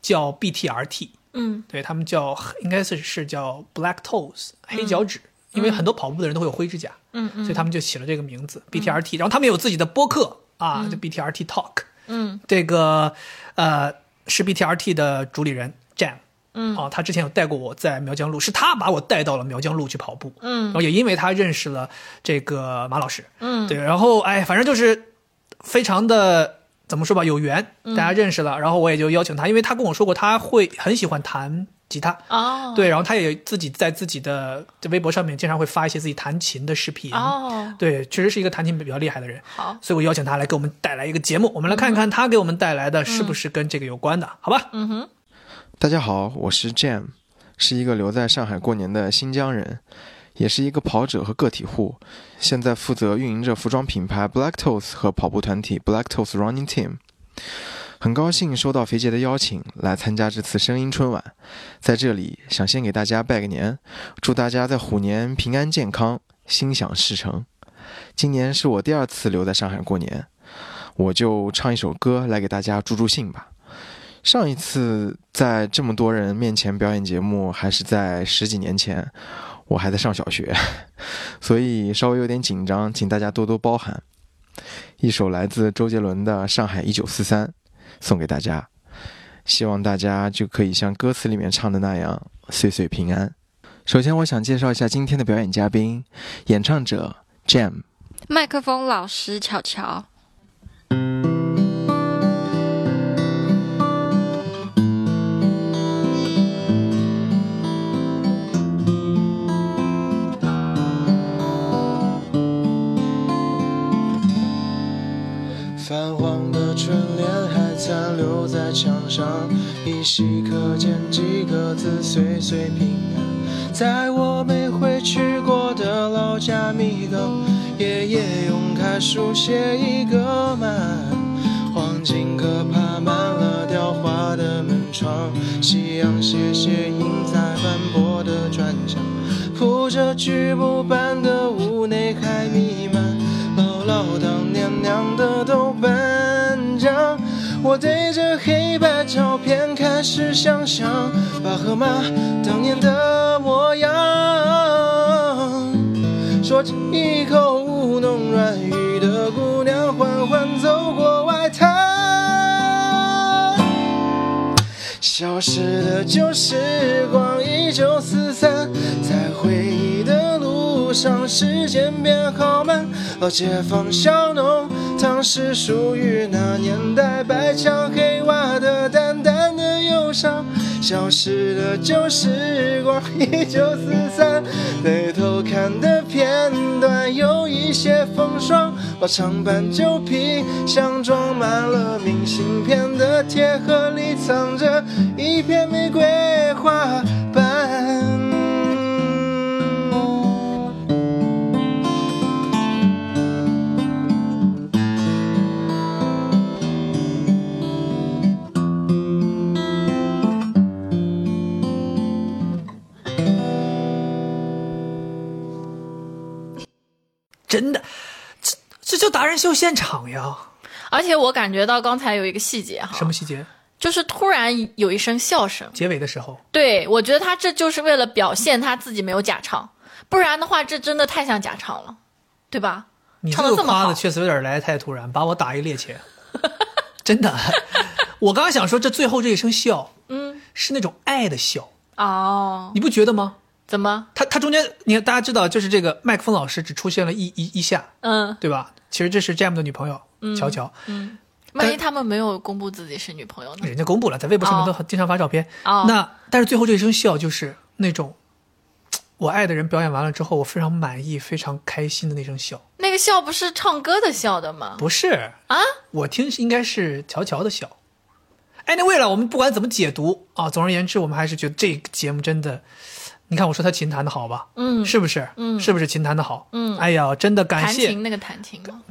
[SPEAKER 2] 叫 BTRT，
[SPEAKER 1] 嗯
[SPEAKER 2] 对他们叫应该是是叫 Black Toes 黑脚趾，因为很多跑步的人都会有灰指甲，
[SPEAKER 1] 嗯嗯，
[SPEAKER 2] 所以他们就起了这个名字 BTRT，、然后他们有自己的播客啊，就 BTRT Talk，
[SPEAKER 1] 嗯
[SPEAKER 2] 这个呃是 BTRT 的主理人 Jam。
[SPEAKER 1] 嗯
[SPEAKER 2] 啊，他之前有带过我在苗江路，是他把我带到了苗江路去跑步，
[SPEAKER 1] 嗯
[SPEAKER 2] 然后也因为他认识了这个马老师，
[SPEAKER 1] 嗯
[SPEAKER 2] 对，然后哎，反正就是非常的怎么说吧，有缘，
[SPEAKER 1] 嗯
[SPEAKER 2] 大家认识了，然后我也就邀请他，因为他跟我说过他会很喜欢弹吉他，
[SPEAKER 1] 哦，
[SPEAKER 2] 对，然后他也自己在自己的微博上面经常会发一些自己弹琴的视频，
[SPEAKER 1] 哦，
[SPEAKER 2] 对，确实是一个弹琴比较厉害的人，
[SPEAKER 1] 好，
[SPEAKER 2] 所以我邀请他来给我们带来一个节目，我们来看看他给我们带来的是不是跟这个有关的，好吧？
[SPEAKER 1] 嗯哼，
[SPEAKER 16] 大家好，我是 Jam，是一个留在上海过年的新疆人，也是一个跑者和个体户，现在负责运营着服装品牌 Black Toes 和跑步团体 Black Toes Running Team。很高兴收到肥姐的邀请来参加这次声音春晚，在这里想先给大家拜个年，祝大家在虎年平安健康，心想事成。今年是我第二次留在上海过年，我就唱一首歌来给大家助助兴吧。上一次在这么多人面前表演节目，还是在十几年前，我还在上小学， 所以稍微有点紧张，请大家多多包涵。一首来自周杰伦的《上海一九四三》送给大家，希望大家就可以像歌词里面唱的那样岁岁平安。首先，我想介绍一下今天的表演嘉宾，演唱者 Jam。
[SPEAKER 17] 麦克风老师巧巧，
[SPEAKER 18] 泛黄的春联还残留在墙上，依稀可见几个字“岁岁平安”。在我没回去过的老家密冈，爷爷用楷书写一个满，黄金葛爬满了雕花的门窗，夕阳斜斜映在斑驳的砖墙，铺着巨木般的屋内还弥漫。唠唠叨娘娘的豆瓣酱。我对着黑白照片开始想象巴赫马当年的模样。说起一口舞弄软语的姑娘，缓缓走过外滩。消失的旧时光，一九四三，在回忆的路上，时间变好慢。老街坊小弄堂是属于那年代，白墙黑瓦的淡淡的忧伤。消失的旧时光，一九四三，被偷看的片段有一些风霜。老长板旧皮箱装满了明信片的铁盒里藏着一片玫瑰花瓣。
[SPEAKER 2] 真的，这这就达人秀现场呀，
[SPEAKER 1] 而且我感觉到刚才有一个细节哈，
[SPEAKER 2] 什么细节？
[SPEAKER 1] 就是突然有一声笑声，
[SPEAKER 2] 结尾的时候，
[SPEAKER 1] 对我觉得他这就是为了表现他自己没有假唱，不然的话，这真的太像假唱了，对吧？
[SPEAKER 2] 你这
[SPEAKER 1] 唱的
[SPEAKER 2] 个
[SPEAKER 1] 这么
[SPEAKER 2] 夸
[SPEAKER 1] 好
[SPEAKER 2] 的，确实有点来得太突然，把我打一趔趄。真的， 我刚刚想说，这最后这一声笑
[SPEAKER 1] 嗯，
[SPEAKER 2] 是那种爱的笑，
[SPEAKER 1] 哦，
[SPEAKER 2] 你不觉得吗？
[SPEAKER 1] 怎么？
[SPEAKER 2] 他他中间，你看大家知道，就是这个麦克风老师只出现了一一一下，
[SPEAKER 1] 嗯，
[SPEAKER 2] 对吧？其实这是 Jam 的女朋友
[SPEAKER 1] 嗯
[SPEAKER 2] 乔乔，
[SPEAKER 1] 嗯，万一他们没有公布自己是女朋友呢？
[SPEAKER 2] 人家公布了，在微博上面都
[SPEAKER 1] 哦
[SPEAKER 2] 很经常发照片。
[SPEAKER 1] 哦
[SPEAKER 2] 那但是最后这一声笑就是那种嘖我爱的人表演完了之后，我非常满意、非常开心的那声笑，
[SPEAKER 1] 那个笑不是唱歌的笑的吗？
[SPEAKER 2] 不是
[SPEAKER 1] 啊，
[SPEAKER 2] 我听是应该是乔乔的笑。Anyway 了，我们不管怎么解读啊，总而言之，我们还是觉得这个节目真的，你看我说他琴弹的好吧，
[SPEAKER 1] 嗯
[SPEAKER 2] 是不是？
[SPEAKER 1] 嗯
[SPEAKER 2] 是不是琴弹的好？
[SPEAKER 1] 嗯
[SPEAKER 2] 哎呀，真的感
[SPEAKER 1] 弹
[SPEAKER 2] 谢
[SPEAKER 1] 琴那个弹琴吗？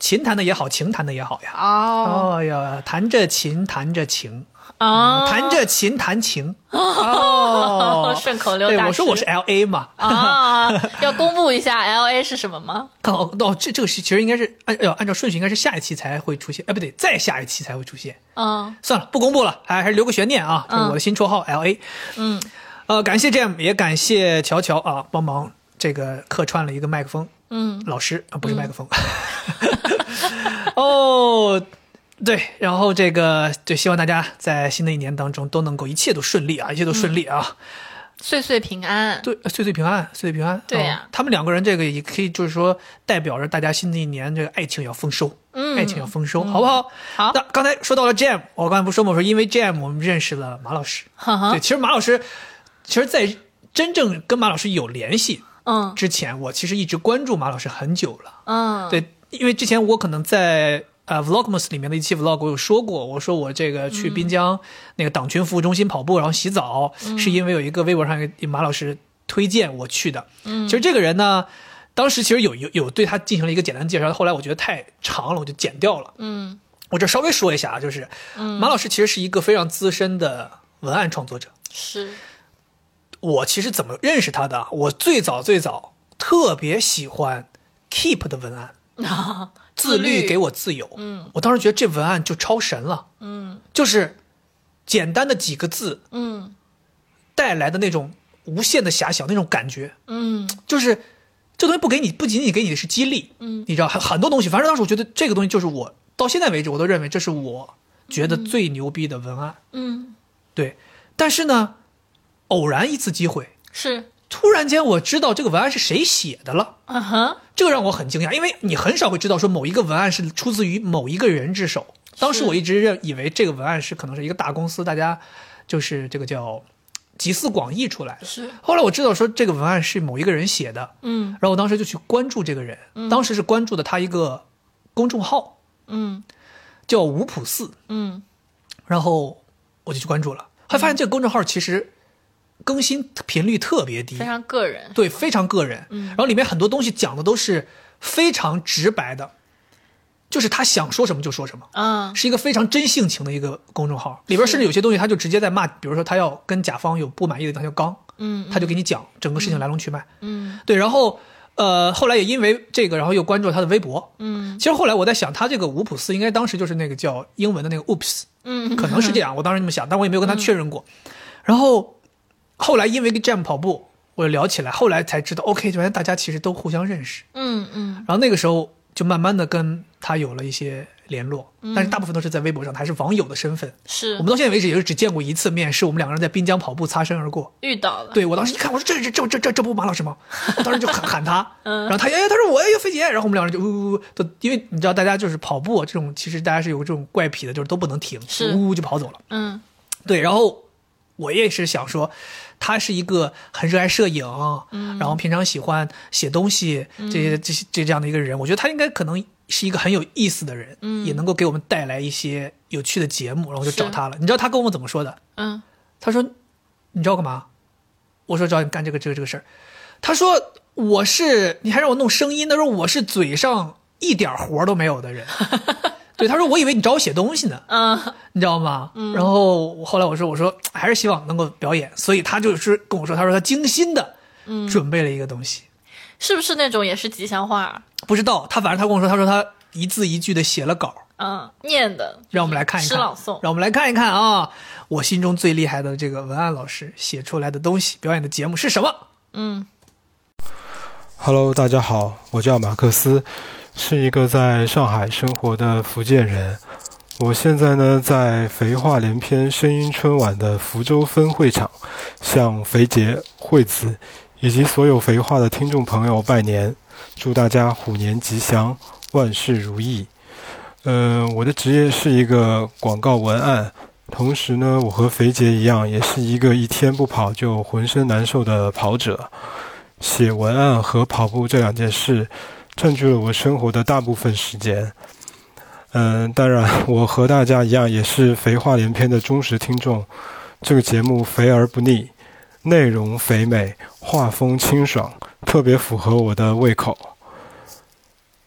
[SPEAKER 2] 琴弹的也好，琴弹的也好呀。
[SPEAKER 1] 哦
[SPEAKER 2] 哎呀，弹着琴，弹着情，
[SPEAKER 1] 哦，
[SPEAKER 2] 弹着琴，弹情。
[SPEAKER 1] 哦
[SPEAKER 2] 哦，
[SPEAKER 1] 顺口溜
[SPEAKER 2] 对，
[SPEAKER 1] 大师
[SPEAKER 2] 我说我是 L A 嘛。
[SPEAKER 1] 啊，要公布一下 L A 是什么吗？
[SPEAKER 2] 刚好哦，这这个是其实应该是按呃按照顺序应该是下一期才会出现，哎不对，再下一期才会出现。
[SPEAKER 1] 嗯
[SPEAKER 2] 算了，不公布了，还还是留个悬念啊。这是
[SPEAKER 1] 嗯
[SPEAKER 2] 我的新绰号 L A。
[SPEAKER 1] 嗯，
[SPEAKER 2] 呃，感谢 Jam，也感谢乔乔啊，帮忙这个客串了一个麦克风。
[SPEAKER 1] 嗯
[SPEAKER 2] 老师啊，不是麦克风。 哦，对，然后这个就希望大家在新的一年当中都能够一切都顺利啊，一切都顺利啊，
[SPEAKER 1] 嗯岁岁平安。
[SPEAKER 2] 对，呃岁岁平安，岁岁平安。
[SPEAKER 1] 对呀
[SPEAKER 2] 嗯他们两个人这个也可以就是说代表着大家新的一年这个爱情要丰收，
[SPEAKER 1] 嗯
[SPEAKER 2] 爱情要丰收，好不好？
[SPEAKER 1] 好。
[SPEAKER 2] 那刚才说到了 Jam，我刚才不说吗？我说因为 Jam 我们认识了马 老师。
[SPEAKER 1] 哈啊哈
[SPEAKER 2] 对，其实马老师，其实，在真正跟马老师有联系
[SPEAKER 1] 嗯
[SPEAKER 2] 之前，我其实一直关注马老师很久了。
[SPEAKER 1] 嗯，
[SPEAKER 2] 对，因为之前我可能在呃 Vlogmas 里面的一期 Vlog 我有说过，我说我这个去滨江那个党群服务中心跑步，然后洗澡，
[SPEAKER 1] 嗯
[SPEAKER 2] 是因为有一个微博上有一个马老师推荐我去的。
[SPEAKER 1] 嗯
[SPEAKER 2] 其实这个人呢，当时其实有有有对他进行了一个简单介绍，后来我觉得太长了，我就剪掉了。
[SPEAKER 1] 嗯
[SPEAKER 2] 我这稍微说一下啊，就是
[SPEAKER 1] 嗯，
[SPEAKER 2] 马老师其实是一个非常资深的文案创作者。
[SPEAKER 1] 是
[SPEAKER 2] 我其实怎么认识他的啊？我最早最早特别喜欢 Keep 的文案，
[SPEAKER 1] 啊，
[SPEAKER 2] 自律
[SPEAKER 1] 律
[SPEAKER 2] 给我自由。
[SPEAKER 1] 嗯
[SPEAKER 2] 我当时觉得这文案就超神了，
[SPEAKER 1] 嗯
[SPEAKER 2] 就是简单的几个字
[SPEAKER 1] 嗯
[SPEAKER 2] 带来的那种无限的遐想，那种感觉，
[SPEAKER 1] 嗯
[SPEAKER 2] 就是这东西不给你，不仅仅给你的是激励，
[SPEAKER 1] 嗯
[SPEAKER 2] 你知道很很多东西，反正当时我觉得这个东西就是我到现在为止我都认为这是我觉得最牛逼的文案，
[SPEAKER 1] 嗯，
[SPEAKER 2] 对。但是呢，偶然一次机会，
[SPEAKER 1] 是
[SPEAKER 2] 突然间我知道这个文案是谁写的了。
[SPEAKER 1] 嗯哼，
[SPEAKER 2] 这个让我很惊讶，因为你很少会知道说某一个文案是出自于某一个人之手。当时我一直认以为这个文案是可能是一个大公司，大家就是这个叫集思广益出来的。
[SPEAKER 1] 是
[SPEAKER 2] 后来我知道说这个文案是某一个人写的，
[SPEAKER 1] 嗯
[SPEAKER 2] 然后我当时就去关注这个人，
[SPEAKER 1] 嗯
[SPEAKER 2] 当时是关注的他一个公众号
[SPEAKER 1] 嗯
[SPEAKER 2] 叫吴普寺，
[SPEAKER 1] 嗯
[SPEAKER 2] 然后我就去关注了，还发现这个公众号其实更新频率特别低，
[SPEAKER 1] 非常个人。
[SPEAKER 2] 对，非常个人。
[SPEAKER 1] 嗯
[SPEAKER 2] 然后里面很多东西讲的都是非常直白的，就是他想说什么就说什么，
[SPEAKER 1] 嗯
[SPEAKER 2] 是一个非常真性情的一个公众号。里边甚至有些东西他就直接在骂，比如说他要跟甲方有不满意的，他就刚，
[SPEAKER 1] 嗯，
[SPEAKER 2] 他就给你讲整个事情来龙去脉。
[SPEAKER 1] 嗯
[SPEAKER 2] 对，然后呃，后来也因为这个，然后又关注了他的微博。
[SPEAKER 1] 嗯
[SPEAKER 2] 其实后来我在想，他这个吴普斯应该当时就是那个叫英文的那个 oops，
[SPEAKER 1] 嗯，
[SPEAKER 2] 可能是这样，我当时这么想，但我也没有跟他确认过。然后后来因为跟 Jam 跑步，我聊起来，后来才知道，OK，原来大家其实都互相认识。
[SPEAKER 1] 嗯嗯
[SPEAKER 2] 然后那个时候就慢慢的跟他有了一些联络，
[SPEAKER 1] 嗯
[SPEAKER 2] 但是大部分都是在微博上，还是网友的身份。
[SPEAKER 1] 是
[SPEAKER 2] 我们到现在为止也是只见过一次面，是我们两个人在滨江跑步擦身而过。
[SPEAKER 1] 遇到了。
[SPEAKER 2] 对我当时一看，我说这这这这这这不马老师吗？我当时就 喊喊他，
[SPEAKER 1] 嗯
[SPEAKER 2] 然后他哎哎他说我也有飞姐，然后我们两个人就呜呜呜都，因为你知道大家就是跑步这种，其实大家是有这种怪癖的，就是都不能停，
[SPEAKER 1] 是
[SPEAKER 2] 呜呜就跑走了。
[SPEAKER 1] 嗯
[SPEAKER 2] 对，然后我也是想说，他是一个很热爱摄影，
[SPEAKER 1] 嗯
[SPEAKER 2] 然后平常喜欢写东西这些、这些这这样的一个人，我觉得他应该可能是一个很有意思的人，
[SPEAKER 1] 嗯
[SPEAKER 2] 也能够给我们带来一些有趣的节目，然后我就是找他了。你知道他跟我怎么说的？
[SPEAKER 1] 嗯
[SPEAKER 2] 他说：“你知道我干嘛？”我说：“找你干这个这个这个事儿。”他说：“我是你还让我弄声音。”他说：“我是嘴上一点活儿都没有的 人。”对，他说：“我以为你找我写东西呢。”
[SPEAKER 1] 嗯
[SPEAKER 2] 你知道吗？然后我后来我说，我说还是希望能够表演，所以他就是跟我说，他说他精心的
[SPEAKER 1] 嗯，
[SPEAKER 2] 准备了一个东西，
[SPEAKER 1] 是不是那种也是吉祥话？
[SPEAKER 2] 不知道他反正他跟我说，他说他一字一句的写了稿，
[SPEAKER 1] 嗯，念的
[SPEAKER 2] 让我们来看一
[SPEAKER 1] 诗
[SPEAKER 2] 看，
[SPEAKER 1] 朗诵。
[SPEAKER 2] 让我们来看一看啊，我心中最厉害的这个文案老师写出来的东西，表演的节目是什么？
[SPEAKER 1] 嗯
[SPEAKER 19] Hello，大家好，我叫马克思，是一个在上海生活的福建人。我现在呢在肥话连篇声音春晚的福州分会场，向肥杰、惠子以及所有肥话的听众朋友拜年，祝大家虎年吉祥，万事如意。呃，我的职业是一个广告文案，同时呢，我和肥姐一样，也是一个一天不跑就浑身难受的跑者。写文案和跑步这两件事，占据了我生活的大部分时间。嗯，当然，我和大家一样，也是肥话连篇的忠实听众。这个节目肥而不腻，内容肥美，画风清爽，特别符合我的胃口。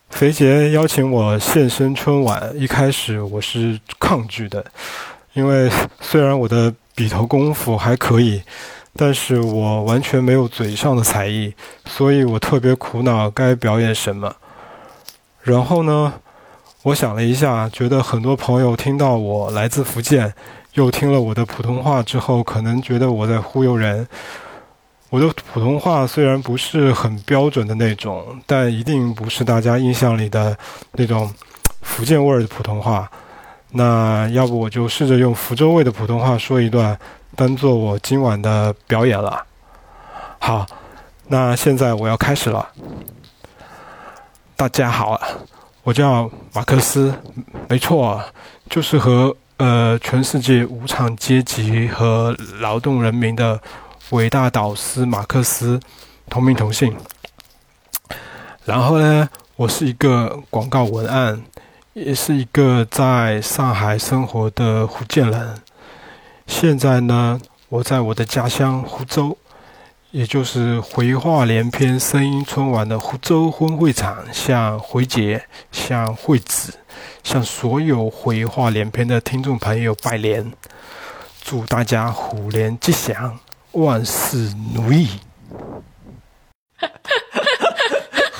[SPEAKER 19] 肥杰邀请我现身春晚，一开始我是抗拒的，因为虽然我的笔头功夫还可以，但是我完全没有嘴上的才艺，所以我特别苦恼该表演什么。然后呢，我想了一下，觉得很多朋友听到我来自福建，又听了我的普通话之后，可能觉得我在忽悠人。我的普通话虽然不是很标准的那种，但一定不是大家印象里的那种福建味儿的普通话。那要不我就试着用福州味的普通话说一段，当做我今晚的表演了。好，那现在我要开始了。大家好啊，我叫马克思，没错，就是和呃全世界无产阶级和劳动人民的伟大导师马克思同名同姓。然后呢，我是一个广告文案，也是一个在上海生活的福建人。现在呢，我在我的家乡湖州，也就是回话连篇声音春晚的湖州婚会场，向回杰、向惠子、向所有回话连篇的听众朋友拜年，祝大家虎年吉祥，万事如意。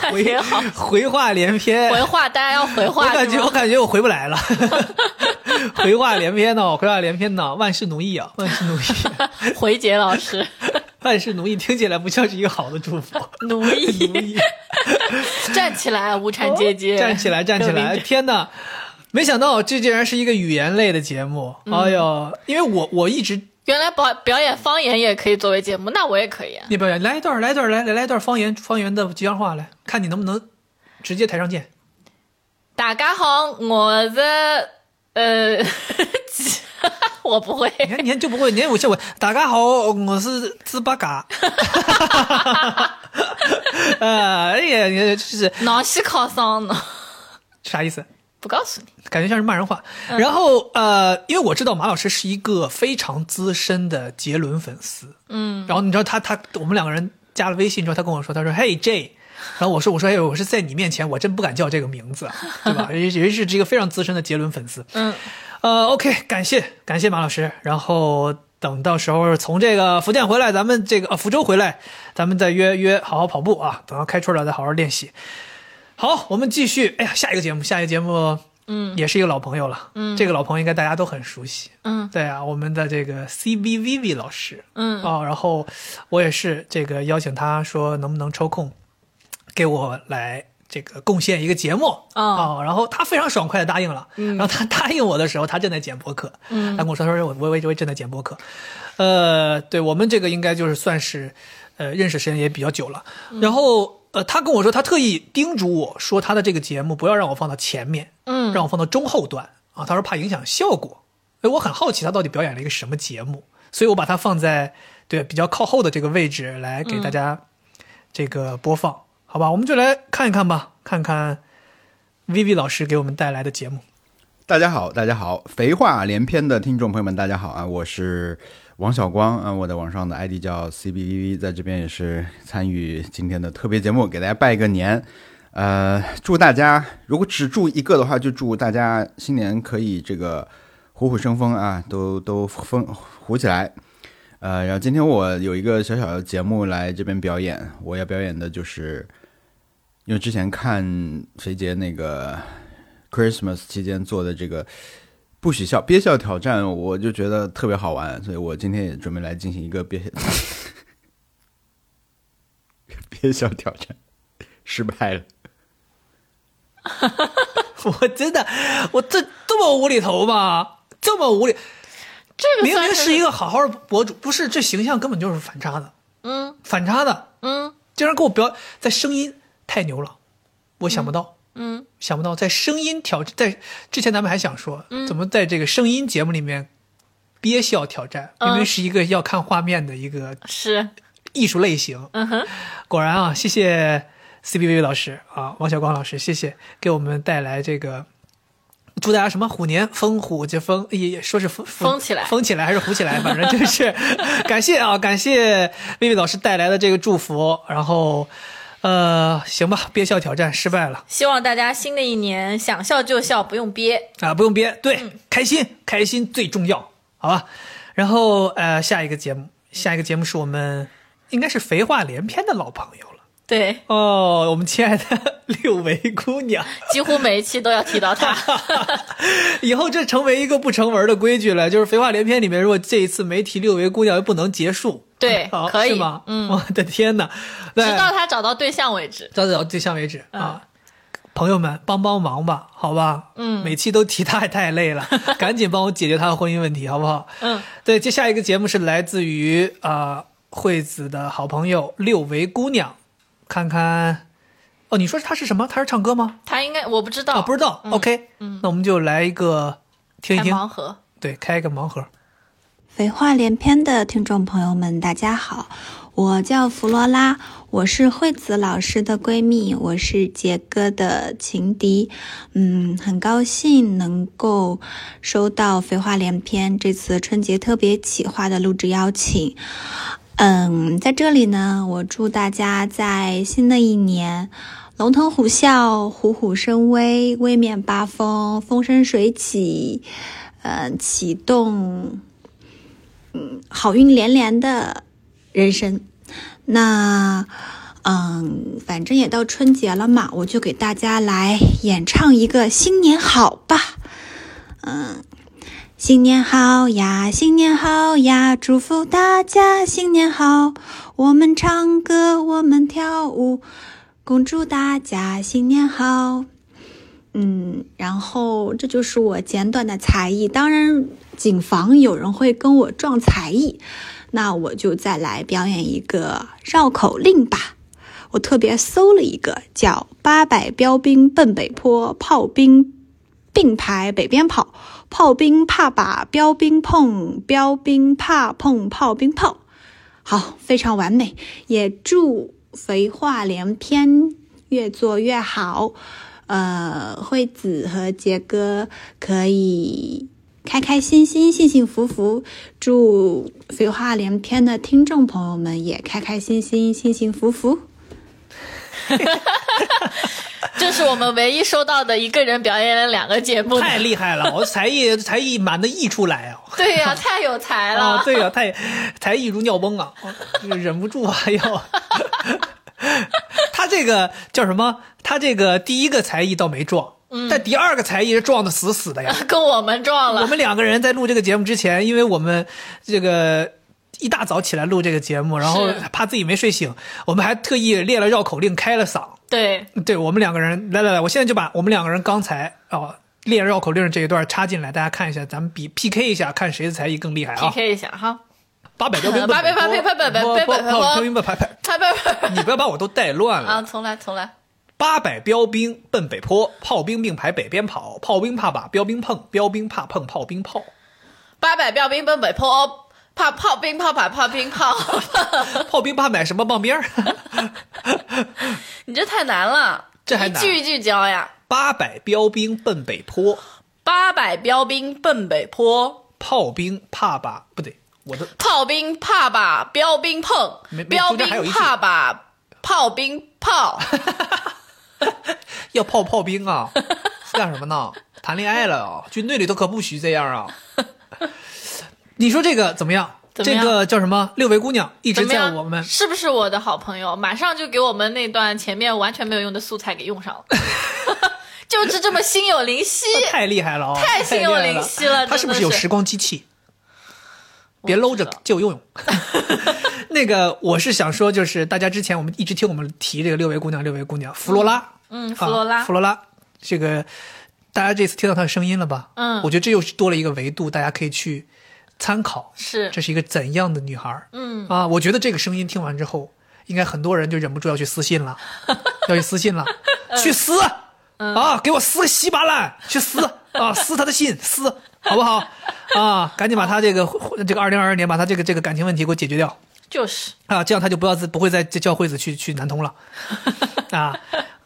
[SPEAKER 2] 回好，回话连篇，
[SPEAKER 1] 哎回话大家要回话
[SPEAKER 2] 我感
[SPEAKER 1] 是
[SPEAKER 2] 觉
[SPEAKER 1] 吗
[SPEAKER 2] 我感觉我回不 来了，回话连篇呢，回话连篇呢，万事如意啊，万事如 意。
[SPEAKER 1] 回杰老师，
[SPEAKER 2] 万事如意听起来不像是一个好的祝福。
[SPEAKER 1] 奴 役，站起来，啊无产阶级，
[SPEAKER 2] 站起来，站起
[SPEAKER 1] 六零
[SPEAKER 2] 来！
[SPEAKER 1] 九
[SPEAKER 2] 天哪，没想到这竟然是一个语言类的节目。
[SPEAKER 1] 嗯
[SPEAKER 2] 哎呦，因为我我一直
[SPEAKER 1] 原来表表演方言也可以作为节目，那我也可以、啊。
[SPEAKER 2] 那表演来一段，来一段，来来来一段方言方言的吉祥话来，看你能不能直接台上见。
[SPEAKER 1] 大家好，我的呃， 我不会，
[SPEAKER 2] 你看，你看就不会，你看我像我，大家好，我是猪八嘎。 呃，哎呀，你就是
[SPEAKER 1] 脑细考上呢，
[SPEAKER 2] 啥意思？
[SPEAKER 1] 不告诉你。
[SPEAKER 2] 感觉像是骂人话。
[SPEAKER 1] 嗯
[SPEAKER 2] 然后呃，因为我知道马老师是一个非常资深的杰伦粉丝，
[SPEAKER 1] 嗯，
[SPEAKER 2] 然后你知道他他我们两个人加了微信之后，他跟我说，他说嘿 J，然后我说我说哎我是在你面前我真不敢叫这个名字，对吧？人人是这个非常资深的杰伦粉丝，
[SPEAKER 1] 嗯，
[SPEAKER 2] 呃 OK 感谢感谢马老师，然后等到时候从这个福建回来，咱们这个呃福州回来，咱们再约约好好跑步啊，等到开春了再好好练习。好，我们继续，哎呀下一个节目下一个节目。
[SPEAKER 1] 嗯
[SPEAKER 2] 也是一个老朋友了，
[SPEAKER 1] 嗯
[SPEAKER 2] 这个老朋友应该大家都很熟悉，
[SPEAKER 1] 嗯
[SPEAKER 2] 对啊，我们的这个 C B V V 老师，
[SPEAKER 1] 嗯
[SPEAKER 2] 哦，然后我也是这个邀请他说能不能抽空给我来这个贡献一个节目啊、哦然后他非常爽快的答应了，
[SPEAKER 1] 嗯
[SPEAKER 2] 然后他答应我的时候，他正在剪播客，
[SPEAKER 1] 嗯
[SPEAKER 2] 他跟我说他说我我我我正在剪播客，呃，对我们这个应该就是算是呃认识时间也比较久了，
[SPEAKER 1] 嗯
[SPEAKER 2] 然后呃他跟我说他特意叮嘱我说他的这个节目不要让我放到前面，
[SPEAKER 1] 嗯
[SPEAKER 2] 让我放到中后段啊，他说怕影响效果，哎，我很好奇他到底表演了一个什么节目，所以我把它放在对比较靠后的这个位置来给
[SPEAKER 1] 嗯
[SPEAKER 2] 大家这个播放，好吧？我们就来看一看吧，看看 Vivi 老师给我们带来的节目。
[SPEAKER 20] 大家好，大家好，肥话连篇的听众朋友们，大家好啊！我是王小光啊，我的网上的 ID 叫 CBVV，在这边也是参与今天的特别节目，给大家拜个年。呃，祝大家如果只祝一个的话，就祝大家新年可以这个虎虎生风啊，都都风虎起来。呃，然后今天我有一个小小的节目来这边表演，我要表演的就是，因为之前看肥杰那个 Christmas 期间做的这个不许笑憋笑挑战，我就觉得特别好玩，所以我今天也准备 来进行一个憋憋笑挑战。失败了。
[SPEAKER 2] 我真的，我这这么无厘头吗？这么无厘，
[SPEAKER 1] 这个
[SPEAKER 2] 明
[SPEAKER 1] 算
[SPEAKER 2] 明
[SPEAKER 1] 是
[SPEAKER 2] 是一个好好的博主，不是这形象根本就是反差的，
[SPEAKER 1] 嗯
[SPEAKER 2] 反差的，
[SPEAKER 1] 嗯
[SPEAKER 2] 竟然给我表在声音太牛了，我想不到，
[SPEAKER 1] 嗯，
[SPEAKER 2] 想不到在声音挑在之前咱们还想说，
[SPEAKER 1] 嗯
[SPEAKER 2] 怎么在这个声音节目里面憋笑挑战，明明
[SPEAKER 1] 嗯
[SPEAKER 2] 是一个要看画面的一个
[SPEAKER 1] 是，
[SPEAKER 2] 艺术类型，
[SPEAKER 1] 嗯哼，
[SPEAKER 2] 果然啊，谢谢 CBV 老师啊，王小光老师，谢谢给我们带来这个。祝大家什么虎年风虎这风也也说是风
[SPEAKER 1] 疯起来
[SPEAKER 2] 疯起来还是虎起 来，反正就是感谢啊，感谢薇薇老师带来的这个祝福。然后，呃，行吧，憋笑挑战失败了
[SPEAKER 1] 希望大家新的一年想笑就笑，不用憋。
[SPEAKER 2] 啊，不用憋，对，
[SPEAKER 1] 嗯
[SPEAKER 2] 开心开心最重要，好吧。然后呃，下一个节目，下一个节目是我们应该是肥话连篇的老朋友了
[SPEAKER 1] 对，
[SPEAKER 2] 哦，我们亲爱的六维姑娘。
[SPEAKER 1] 几乎每一期都要提到 他。
[SPEAKER 2] 以后这成为一个不成文的规矩了，就是《肥话连篇》里面，如果这一次没提六维姑娘，又不能结束。
[SPEAKER 1] 对
[SPEAKER 2] 好，
[SPEAKER 1] 可以
[SPEAKER 2] 是吗？
[SPEAKER 1] 嗯
[SPEAKER 2] 我的天哪！对
[SPEAKER 1] 直到他找到对象为止。
[SPEAKER 2] 到找对象为止啊！朋友们，帮帮忙吧，好吧？
[SPEAKER 1] 嗯
[SPEAKER 2] 每期都提他也太累了， 赶紧帮我解决他的婚姻问题，好不好？
[SPEAKER 1] 嗯，
[SPEAKER 2] 对，接下一个节目是来自于啊、呃、惠子的好朋友六维姑娘，看看哦，你说她是什么？她是唱歌吗？
[SPEAKER 1] 他应该我不知道，
[SPEAKER 2] 啊，不知道。
[SPEAKER 1] 嗯
[SPEAKER 2] OK，
[SPEAKER 1] 嗯
[SPEAKER 2] 那我们就来一个听一听
[SPEAKER 1] 开盲盒，
[SPEAKER 2] 对，开一个盲盒。
[SPEAKER 21] 肥话连篇的听众朋友们，大家好，我叫弗罗拉，我是惠子老师的闺蜜，我是杰哥的情敌。嗯，很高兴能够收到肥话连篇这次春节特别企划的录制邀请。嗯，在这里呢，我祝大家在新的一年龙腾虎啸，虎虎生威，威冕八方，风生水起，呃，启动嗯好运连连的人生。那嗯，反正也到春节了嘛，我就给大家来演唱一个“新年好”吧。嗯，新年好呀，新年好呀，祝福大家新年好。我们唱歌，我们跳舞，恭祝大家新年好。嗯，然后这就是我简短的才艺。当然，谨防有人会跟我撞才艺，那我就再来表演一个绕口令吧。我特别搜了一个叫“八百标兵奔北坡，炮兵并排北边跑，炮兵怕把标兵碰，标兵怕碰炮兵炮”。好，非常完美。也祝肥话连篇，越做越好。呃，惠子和杰哥可以开开心心、幸幸福福。祝肥话连篇的听众朋友们也开开心心、幸幸福福。
[SPEAKER 1] 这是我们唯一收到的一个人表演了两个节目，
[SPEAKER 2] 太厉害了，我才艺才艺满的溢出来啊！
[SPEAKER 1] 对呀、太有才了。
[SPEAKER 2] 啊，对呀、太才艺如尿崩啊，哦这个忍不住啊 要。他这个叫什么？他这个第一个才艺倒没撞，
[SPEAKER 1] 嗯
[SPEAKER 2] 但第二个才艺是撞的死死的呀。
[SPEAKER 1] 跟我们撞了，
[SPEAKER 2] 我们两个人在录这个节目之前，因为我们这个一大早起来录这个节目，然后
[SPEAKER 1] 是
[SPEAKER 2] 怕自己没睡醒，我们还特意列了绕口令，开了嗓。嗯
[SPEAKER 1] 对
[SPEAKER 2] 对我们两个人，来来来，我现在就把我们两个人刚才哦练绕口令这一段插进来，大家看一下，咱们比 PK 一下，看谁的才艺更厉害啊！
[SPEAKER 1] PK 一下哈。
[SPEAKER 2] 八百标兵，
[SPEAKER 1] 八百八百八百八百八百
[SPEAKER 2] 标兵奔北坡，
[SPEAKER 1] 他们
[SPEAKER 2] 你不要把我都带乱了。
[SPEAKER 1] 啊，重来重来，
[SPEAKER 2] 八百标兵奔北坡，炮兵并排北边跑，炮兵怕把标兵碰，标兵怕碰炮兵炮，
[SPEAKER 1] 八百标兵奔北坡，怕炮兵炮把炮兵炮，
[SPEAKER 2] 炮兵怕买什么棒边儿？
[SPEAKER 1] 你这太难了，
[SPEAKER 2] 这还
[SPEAKER 1] 一
[SPEAKER 2] 难
[SPEAKER 1] 句一句教呀。
[SPEAKER 2] 八百标兵奔北坡，
[SPEAKER 1] 八百标兵奔北坡，
[SPEAKER 2] 炮兵怕把不对，我的
[SPEAKER 1] 炮兵怕把标兵碰
[SPEAKER 2] 没，没
[SPEAKER 1] 标
[SPEAKER 2] 中间还有一
[SPEAKER 1] 兵
[SPEAKER 2] 句
[SPEAKER 1] 怕把炮兵炮。
[SPEAKER 2] 要炮炮兵啊，干什么呢？谈恋爱了啊，军队里头可不许这样啊！你说这个怎么样？
[SPEAKER 1] 怎么样
[SPEAKER 2] 这个叫什么？六维姑娘一
[SPEAKER 1] 怎
[SPEAKER 2] 直
[SPEAKER 1] 么
[SPEAKER 2] 在
[SPEAKER 1] 样？
[SPEAKER 2] 我们
[SPEAKER 1] 是不是我的好朋友？马上就给我们那段前面完全没有用的素材给用 上了，就是这么心有灵犀。
[SPEAKER 2] 太厉害了啊！
[SPEAKER 1] 太心有灵犀了
[SPEAKER 2] 他是
[SPEAKER 1] 真的
[SPEAKER 2] 不是有
[SPEAKER 1] 是
[SPEAKER 2] 时光机器？别搂着借我用用。那个我是想说，就是大家之前我们一直听我们提这个六位姑娘，六位姑娘，弗罗拉，
[SPEAKER 1] 嗯，弗罗拉，
[SPEAKER 2] 啊弗罗拉，这个大家这次听到她的声音了吧？
[SPEAKER 1] 嗯
[SPEAKER 2] 我觉得这又是多了一个维度，大家可以去参考，
[SPEAKER 1] 是
[SPEAKER 2] 这是一个怎样的女孩儿？
[SPEAKER 1] 嗯
[SPEAKER 2] 啊，我觉得这个声音听完之后，应该很多人就忍不住要去 私信了，要去私信了，
[SPEAKER 1] 嗯
[SPEAKER 2] 去撕、啊，给我撕稀巴烂，去撕啊，撕他的信，撕好不好？啊，赶紧把他这个这个二零二二年把他这个这个感情问题给我解决掉
[SPEAKER 1] 就是
[SPEAKER 2] 啊，这样他就不要再不会再叫惠子去去 南通了啊。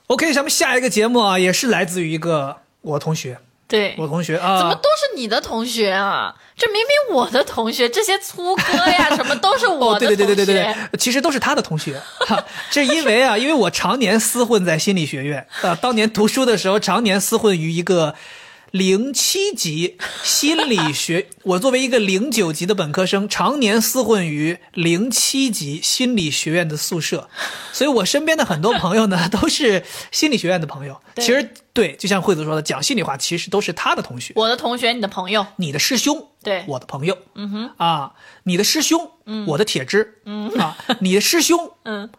[SPEAKER 2] OK，咱们下一个节目啊，也是来自于一个我同学，
[SPEAKER 1] 对，
[SPEAKER 2] 我同学啊，
[SPEAKER 1] 怎么都是你的同学啊？这明明我的同学，这些粗哥呀什么都是我
[SPEAKER 2] 哦，
[SPEAKER 1] 的同学。
[SPEAKER 2] 对对对对对对对，其实都是他的同学。哈这因为啊，因为我常年厮混在心理学院，呃，当年读书的时候，常年厮混于一个零七级心理学，我作为一个零九级的本科生，常年厮混于零七级心理学院的宿舍，所以我身边的很多朋友呢， 都是心理学院的朋友。其实对，就像惠子说的，讲心里话，其实都是他的同学，
[SPEAKER 1] 我的同学，你的朋友，
[SPEAKER 2] 你的师兄，
[SPEAKER 1] 对，
[SPEAKER 2] 我的朋友。
[SPEAKER 1] 嗯哼，
[SPEAKER 2] 啊，你的师兄，
[SPEAKER 1] 嗯
[SPEAKER 2] 我的铁汁，
[SPEAKER 1] 嗯
[SPEAKER 2] 啊，你的师兄，
[SPEAKER 1] 嗯，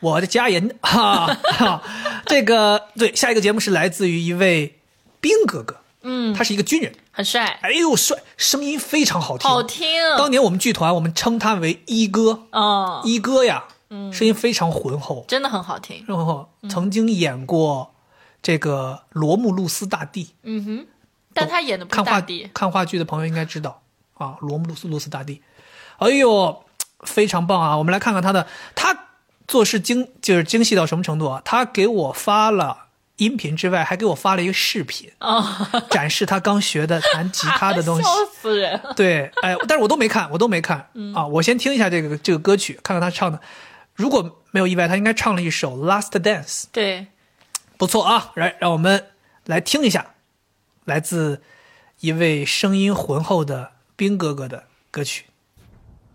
[SPEAKER 2] 我的家人， 哈、哈，这个对，下一个节目是来自于一位兵哥哥，
[SPEAKER 1] 嗯，
[SPEAKER 2] 他是一个军人，
[SPEAKER 1] 很帅，
[SPEAKER 2] 哎呦帅，声音非常好听，
[SPEAKER 1] 好听。
[SPEAKER 2] 当年我们剧团我们称他为一哥，
[SPEAKER 1] 哦，
[SPEAKER 2] 一哥呀，
[SPEAKER 1] 嗯
[SPEAKER 2] 声音非常浑厚，
[SPEAKER 1] 真的很好听。嗯
[SPEAKER 2] 然后曾经演过这个罗慕路斯大帝，
[SPEAKER 1] 嗯哼，但他演的不是
[SPEAKER 2] 看
[SPEAKER 1] 大
[SPEAKER 2] 话
[SPEAKER 1] 帝，
[SPEAKER 2] 看话剧的朋友应该知道啊，罗姆鲁斯鲁斯大帝，哎呦，非常棒啊！我们来看看他的，他做事精就是精细到什么程度啊？他给我发了音频之外，还给我发了一个 视频，
[SPEAKER 1] 哦，啊
[SPEAKER 2] 展示他刚学的弹吉他的东 西
[SPEAKER 1] 笑。死人了。
[SPEAKER 2] 对，哎，但是我都没看，我都没看、
[SPEAKER 1] 嗯
[SPEAKER 2] 啊！我先听一下这个这个歌曲，看看他唱的。如果没有意外，他应该唱了一首《Last Dance》。
[SPEAKER 1] 对，
[SPEAKER 2] 不错啊，来，让我们来听一下，来自一位声音浑厚的兵哥哥的歌曲。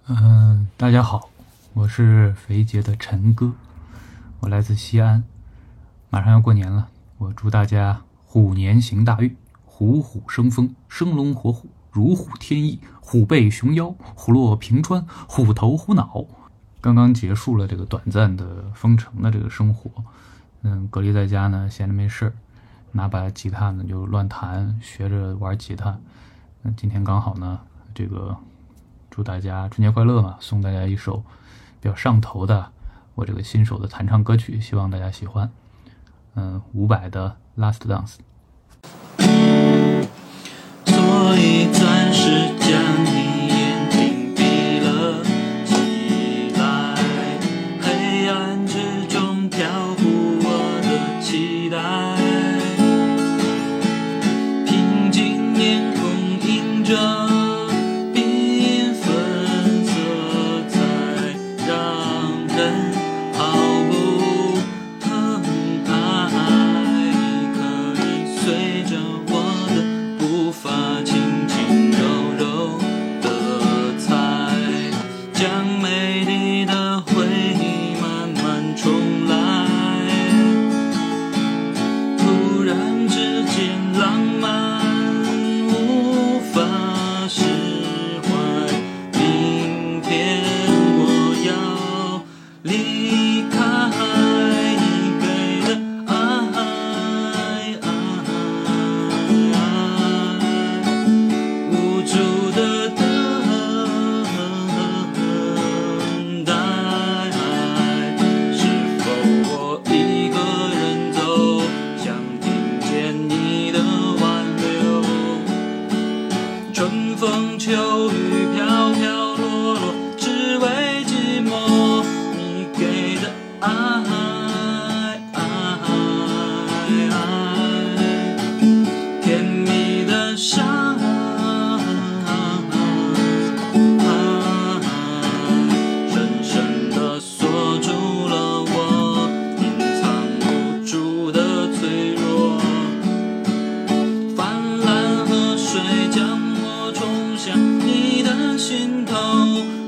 [SPEAKER 4] 嗯，大家好，我是肥杰的陈哥，我来自西安，马上要过年了，我祝大家虎年行大运，虎虎生风，生龙活虎，如虎添翼，虎背熊腰，虎落平川，虎头虎脑。刚刚结束了这个短暂的封城的这个生活，嗯，隔离在家呢，闲着没事儿，拿把吉他呢就乱弹，学着玩吉他。那今天刚好呢，这个祝大家春节快乐嘛，送大家一首比较上头的我这个新手的弹唱歌曲，希望大家喜欢。嗯，伍佰的《Last Dance》。
[SPEAKER 22] 所以暂时将你眼睛闭了起来，黑暗之中飘忽我的期待，平静面孔映着缤纷色彩，让人毫不疼爱。你可以随着我的。步伐轻轻柔柔的踩，将美丽的回忆慢慢重来。突然之间，浪漫无法释怀。明天我要离开你给的爱。无助的等待，是否我一个人走？想听见你的挽留。春风秋雨飘飘落落，只为寂寞你给的爱。甜蜜的伤害，深深的锁住了我隐藏不住的脆弱。泛滥河水将我冲向你的心头，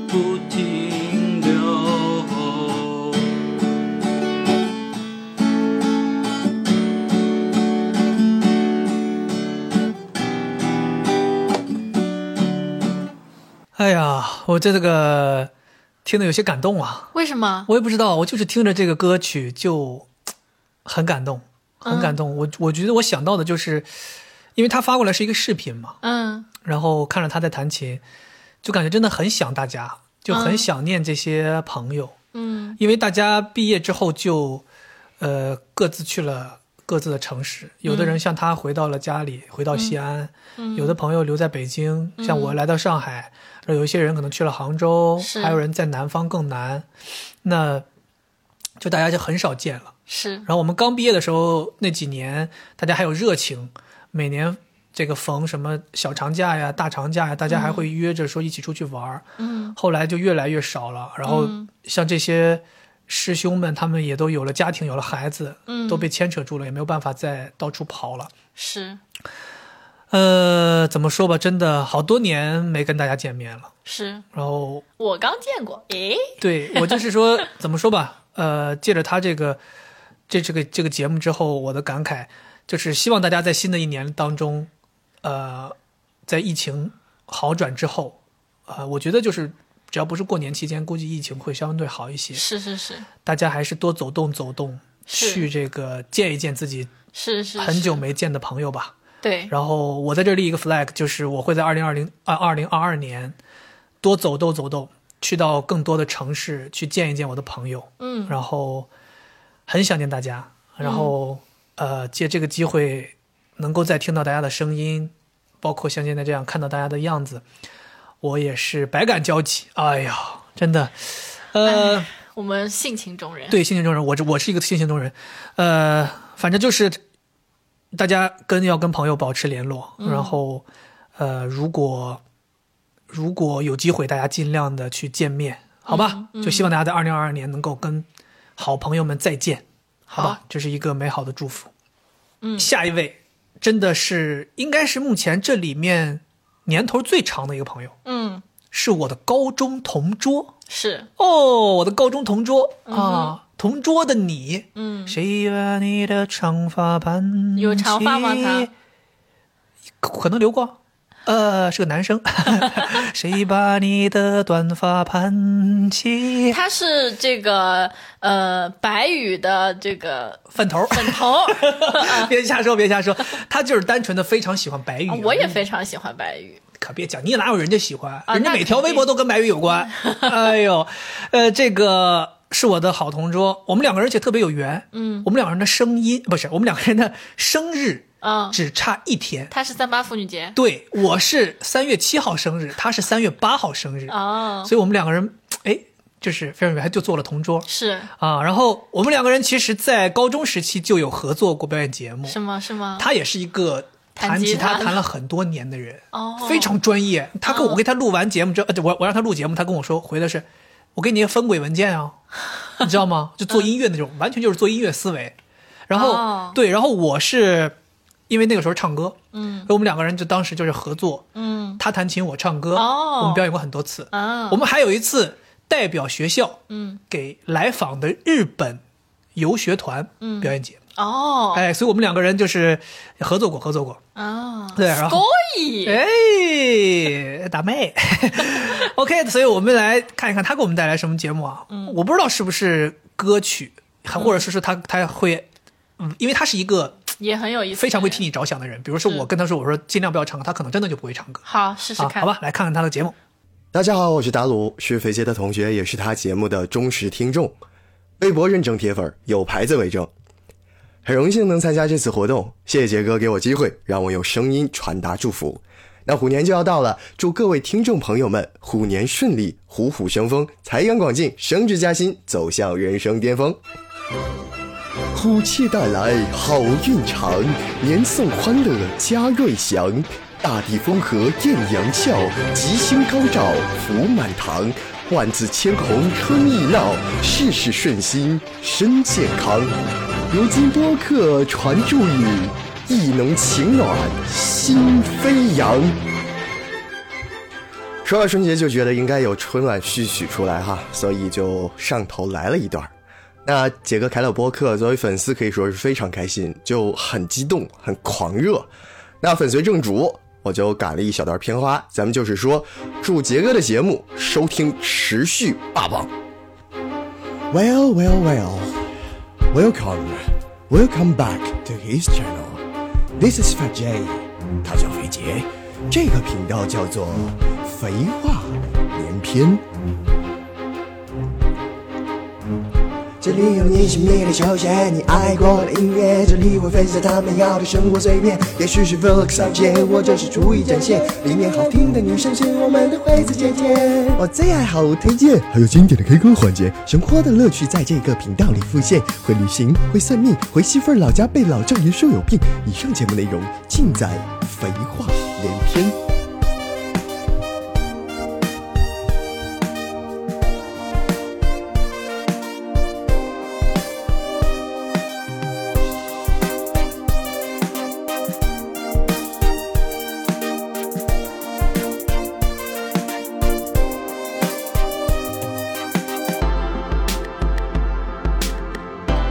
[SPEAKER 22] 不停留。
[SPEAKER 2] 哎呀，我这个听得有些感动啊。
[SPEAKER 1] 为什么？
[SPEAKER 2] 我也不知道，我就是听着这个歌曲就很感动，
[SPEAKER 1] 嗯
[SPEAKER 2] 很感动。我我觉得我想到的就是，因为他发过来是一个视频嘛，
[SPEAKER 1] 嗯
[SPEAKER 2] 然后看着他在弹琴，就感觉真的很想大家，就很
[SPEAKER 1] 嗯
[SPEAKER 2] 想念这些朋友，
[SPEAKER 1] 嗯
[SPEAKER 2] 因为大家毕业之后就，呃，各自去了各自的城市，有的人像他回到了家里，回到西安，
[SPEAKER 1] 嗯
[SPEAKER 2] 有的朋友留在北京，像我
[SPEAKER 1] 嗯
[SPEAKER 2] 来到上海，然后有一些人可能去了杭州，
[SPEAKER 1] 是
[SPEAKER 2] 还有人在南方更南，那就大家就很少见了。
[SPEAKER 1] 是
[SPEAKER 2] 然，后我们刚毕业的时候那几年，大家还有热情，每年这个逢什么小长假呀、大长假呀，大家还会约着说一起出去玩儿。
[SPEAKER 1] 嗯
[SPEAKER 2] 后来就越来越少了。然后
[SPEAKER 1] 嗯
[SPEAKER 2] 像这些师兄们，他们也都有了家庭，有了孩子，
[SPEAKER 1] 嗯
[SPEAKER 2] 都被牵扯住了，也没有办法再到处跑了。
[SPEAKER 1] 是
[SPEAKER 2] 呃，怎么说吧，真的好多年没跟大家见面了。
[SPEAKER 1] 是，
[SPEAKER 2] 然后
[SPEAKER 1] 我刚见过，诶，
[SPEAKER 2] 对我就是说，怎么说吧，呃，借着他这个这这个这个节目之后，我的感慨就是希望大家在新的一年当中，呃，在疫情好转之后，呃，我觉得就是只要不是过年期间，估计疫情会相对好一些。
[SPEAKER 1] 是是是
[SPEAKER 2] 大家还是多走动走动，
[SPEAKER 1] 是
[SPEAKER 2] 去这个见一见自己
[SPEAKER 1] 是是，
[SPEAKER 2] 很
[SPEAKER 1] 是
[SPEAKER 2] 久没见的朋友吧。
[SPEAKER 1] 对，
[SPEAKER 2] 然后我在这立一个 flag，就是我会在二零二零啊二零二二年多走动走动，去到更多的城市去见一见我的朋友，
[SPEAKER 1] 嗯
[SPEAKER 2] 然后很想念大家，
[SPEAKER 1] 嗯
[SPEAKER 2] 然后、呃借这个机会能够再听到大家的声音，包括像现在这样看到大家的样子，我也是百感交集。哎呀，真的，
[SPEAKER 1] 哎
[SPEAKER 2] 呃。
[SPEAKER 1] 我们性情中人，
[SPEAKER 2] 对，性情中人，我这我是一个性情中人，呃，反正就是大家跟要跟朋友保持联络，
[SPEAKER 1] 嗯
[SPEAKER 2] 然后呃，如果如果有机会，大家尽量的去见面，好吧？
[SPEAKER 1] 嗯嗯
[SPEAKER 2] 就希望大家在二零二二年能够跟好朋友们再见，好吧？这是一个美好的祝福。
[SPEAKER 1] 嗯，
[SPEAKER 2] 下一位真的是应该是目前这里面年头最长的一个朋友，
[SPEAKER 1] 嗯
[SPEAKER 2] 是我的高中同桌
[SPEAKER 1] 是，
[SPEAKER 2] 哦，我的高中同桌、
[SPEAKER 1] 嗯哼
[SPEAKER 2] 啊，同桌的你。
[SPEAKER 1] 嗯，
[SPEAKER 2] 谁把你的长发盘起？
[SPEAKER 1] 有长发吗他
[SPEAKER 2] 可可能留过，呃，是个男 生。谁把你的短发盘起？
[SPEAKER 1] 他是这个呃白宇的这个
[SPEAKER 2] 粉头，
[SPEAKER 1] 粉头，
[SPEAKER 2] 别瞎说，别瞎说，他就是单纯的非常喜欢白
[SPEAKER 1] 啊
[SPEAKER 2] 宇。
[SPEAKER 1] 我也非常喜欢白宇，
[SPEAKER 2] 可别讲，你哪有人家喜欢？
[SPEAKER 1] 啊
[SPEAKER 2] 人家
[SPEAKER 1] 那
[SPEAKER 2] 每条
[SPEAKER 1] 肯定
[SPEAKER 2] 微博都跟白宇有 关。哎呦，呃，这个是我的好同桌，我们两个人而且特别有缘。
[SPEAKER 1] 嗯
[SPEAKER 2] 我们两个人的声音不是，我们两个人的生日
[SPEAKER 1] 嗯，
[SPEAKER 2] 只差一天。
[SPEAKER 1] 他是三八妇女节，
[SPEAKER 2] 对，我是三月七号生日，他是三月八号生日，
[SPEAKER 1] 哦，
[SPEAKER 2] 所以我们两个人，哎，就是非常有缘，就做了同桌
[SPEAKER 1] 是
[SPEAKER 2] 啊。然后我们两个人其实，在高中时期就有合作过表演节目，
[SPEAKER 1] 是吗？是吗？
[SPEAKER 2] 他也是一个
[SPEAKER 1] 弹
[SPEAKER 2] 弹
[SPEAKER 1] 吉
[SPEAKER 2] 吉他
[SPEAKER 1] 他
[SPEAKER 2] 弹了很多年的人，
[SPEAKER 1] 哦，
[SPEAKER 2] 非常专业。他跟我给他录完节目之后，呃我我让他录节目，他跟我说回的是，我给你一个分轨文件啊，你知 道吗？就做音乐那种，完全就是做音乐思维。然后、
[SPEAKER 1] 哦
[SPEAKER 2] 对，然后我是因为那个时候唱歌，
[SPEAKER 1] 嗯
[SPEAKER 2] 所以我们两个人就当时就是合作，
[SPEAKER 1] 嗯
[SPEAKER 2] 他弹琴，我唱歌，
[SPEAKER 1] 哦
[SPEAKER 2] 我们表演过很多次。
[SPEAKER 1] 啊，
[SPEAKER 2] 我们还有一次代表学校
[SPEAKER 1] 嗯
[SPEAKER 2] 给来访的日本游学团
[SPEAKER 1] 嗯
[SPEAKER 2] 表演节目。
[SPEAKER 1] 哦
[SPEAKER 2] 哎，所以我们两个人就是合作过，合作过。
[SPEAKER 1] 啊，
[SPEAKER 2] 对然后
[SPEAKER 1] 所以
[SPEAKER 2] 哎，打妹 ，OK，所以我们来看一看他给我们带来什么节目啊？
[SPEAKER 1] 嗯
[SPEAKER 2] 我不知道是不是歌曲，还
[SPEAKER 1] 嗯
[SPEAKER 2] 或者是说他他会，嗯，因为他是一个
[SPEAKER 1] 也很有意思，
[SPEAKER 2] 非常会替你着想的人。比如说我跟他说，我说尽量不要唱歌，他可能真的就不会唱歌。
[SPEAKER 1] 好试试
[SPEAKER 2] 啊，
[SPEAKER 1] 看，
[SPEAKER 2] 好吧，，来看看他的节目。
[SPEAKER 5] 大家好，我是达鲁，是肥杰的同学，也是他节目的忠实听众，微博认证铁粉，有牌子为证。很荣幸能参加这次活动，谢谢杰哥给我机会，让我用声音传达祝福。那虎年就要到了，祝各位听众朋友们虎年顺利，虎虎生风，财源广进，升职加薪，走向人生巅峰。虎气带来好运长，年送欢乐家瑞祥。大地风和艳阳笑，吉星高照福满堂。万紫千红春意闹，事事顺心身健康。如今播客传祝语，意能情暖心飞扬。说到春节，就觉得应该有春晚序曲出来哈，所以就上头来了一段儿。那杰哥凯了播客，作为粉丝可以说是非常开心，就很激动，很狂热。那粉随正主，我就赶了一小段片花。咱们就是说，祝杰哥的节目收听持续霸榜。
[SPEAKER 6] Well, well, well. Welcome, welcome back to his channel. This is Fat J，他叫肥杰，这个频道叫做“肥话连篇”。这里有你想你的休闲，你爱过的音乐，这里会分享他们要的生活碎片，也许是 vlog 上街，或者是厨艺展现，里面好听的女生是我们的惠子姐姐。我最爱好物推荐，还有经典的 K 歌环节，生活的乐趣在这个频道里复现。会旅行，会算命，回媳妇儿老家被老丈人说有病。以上节目内容尽在“肥话连篇”。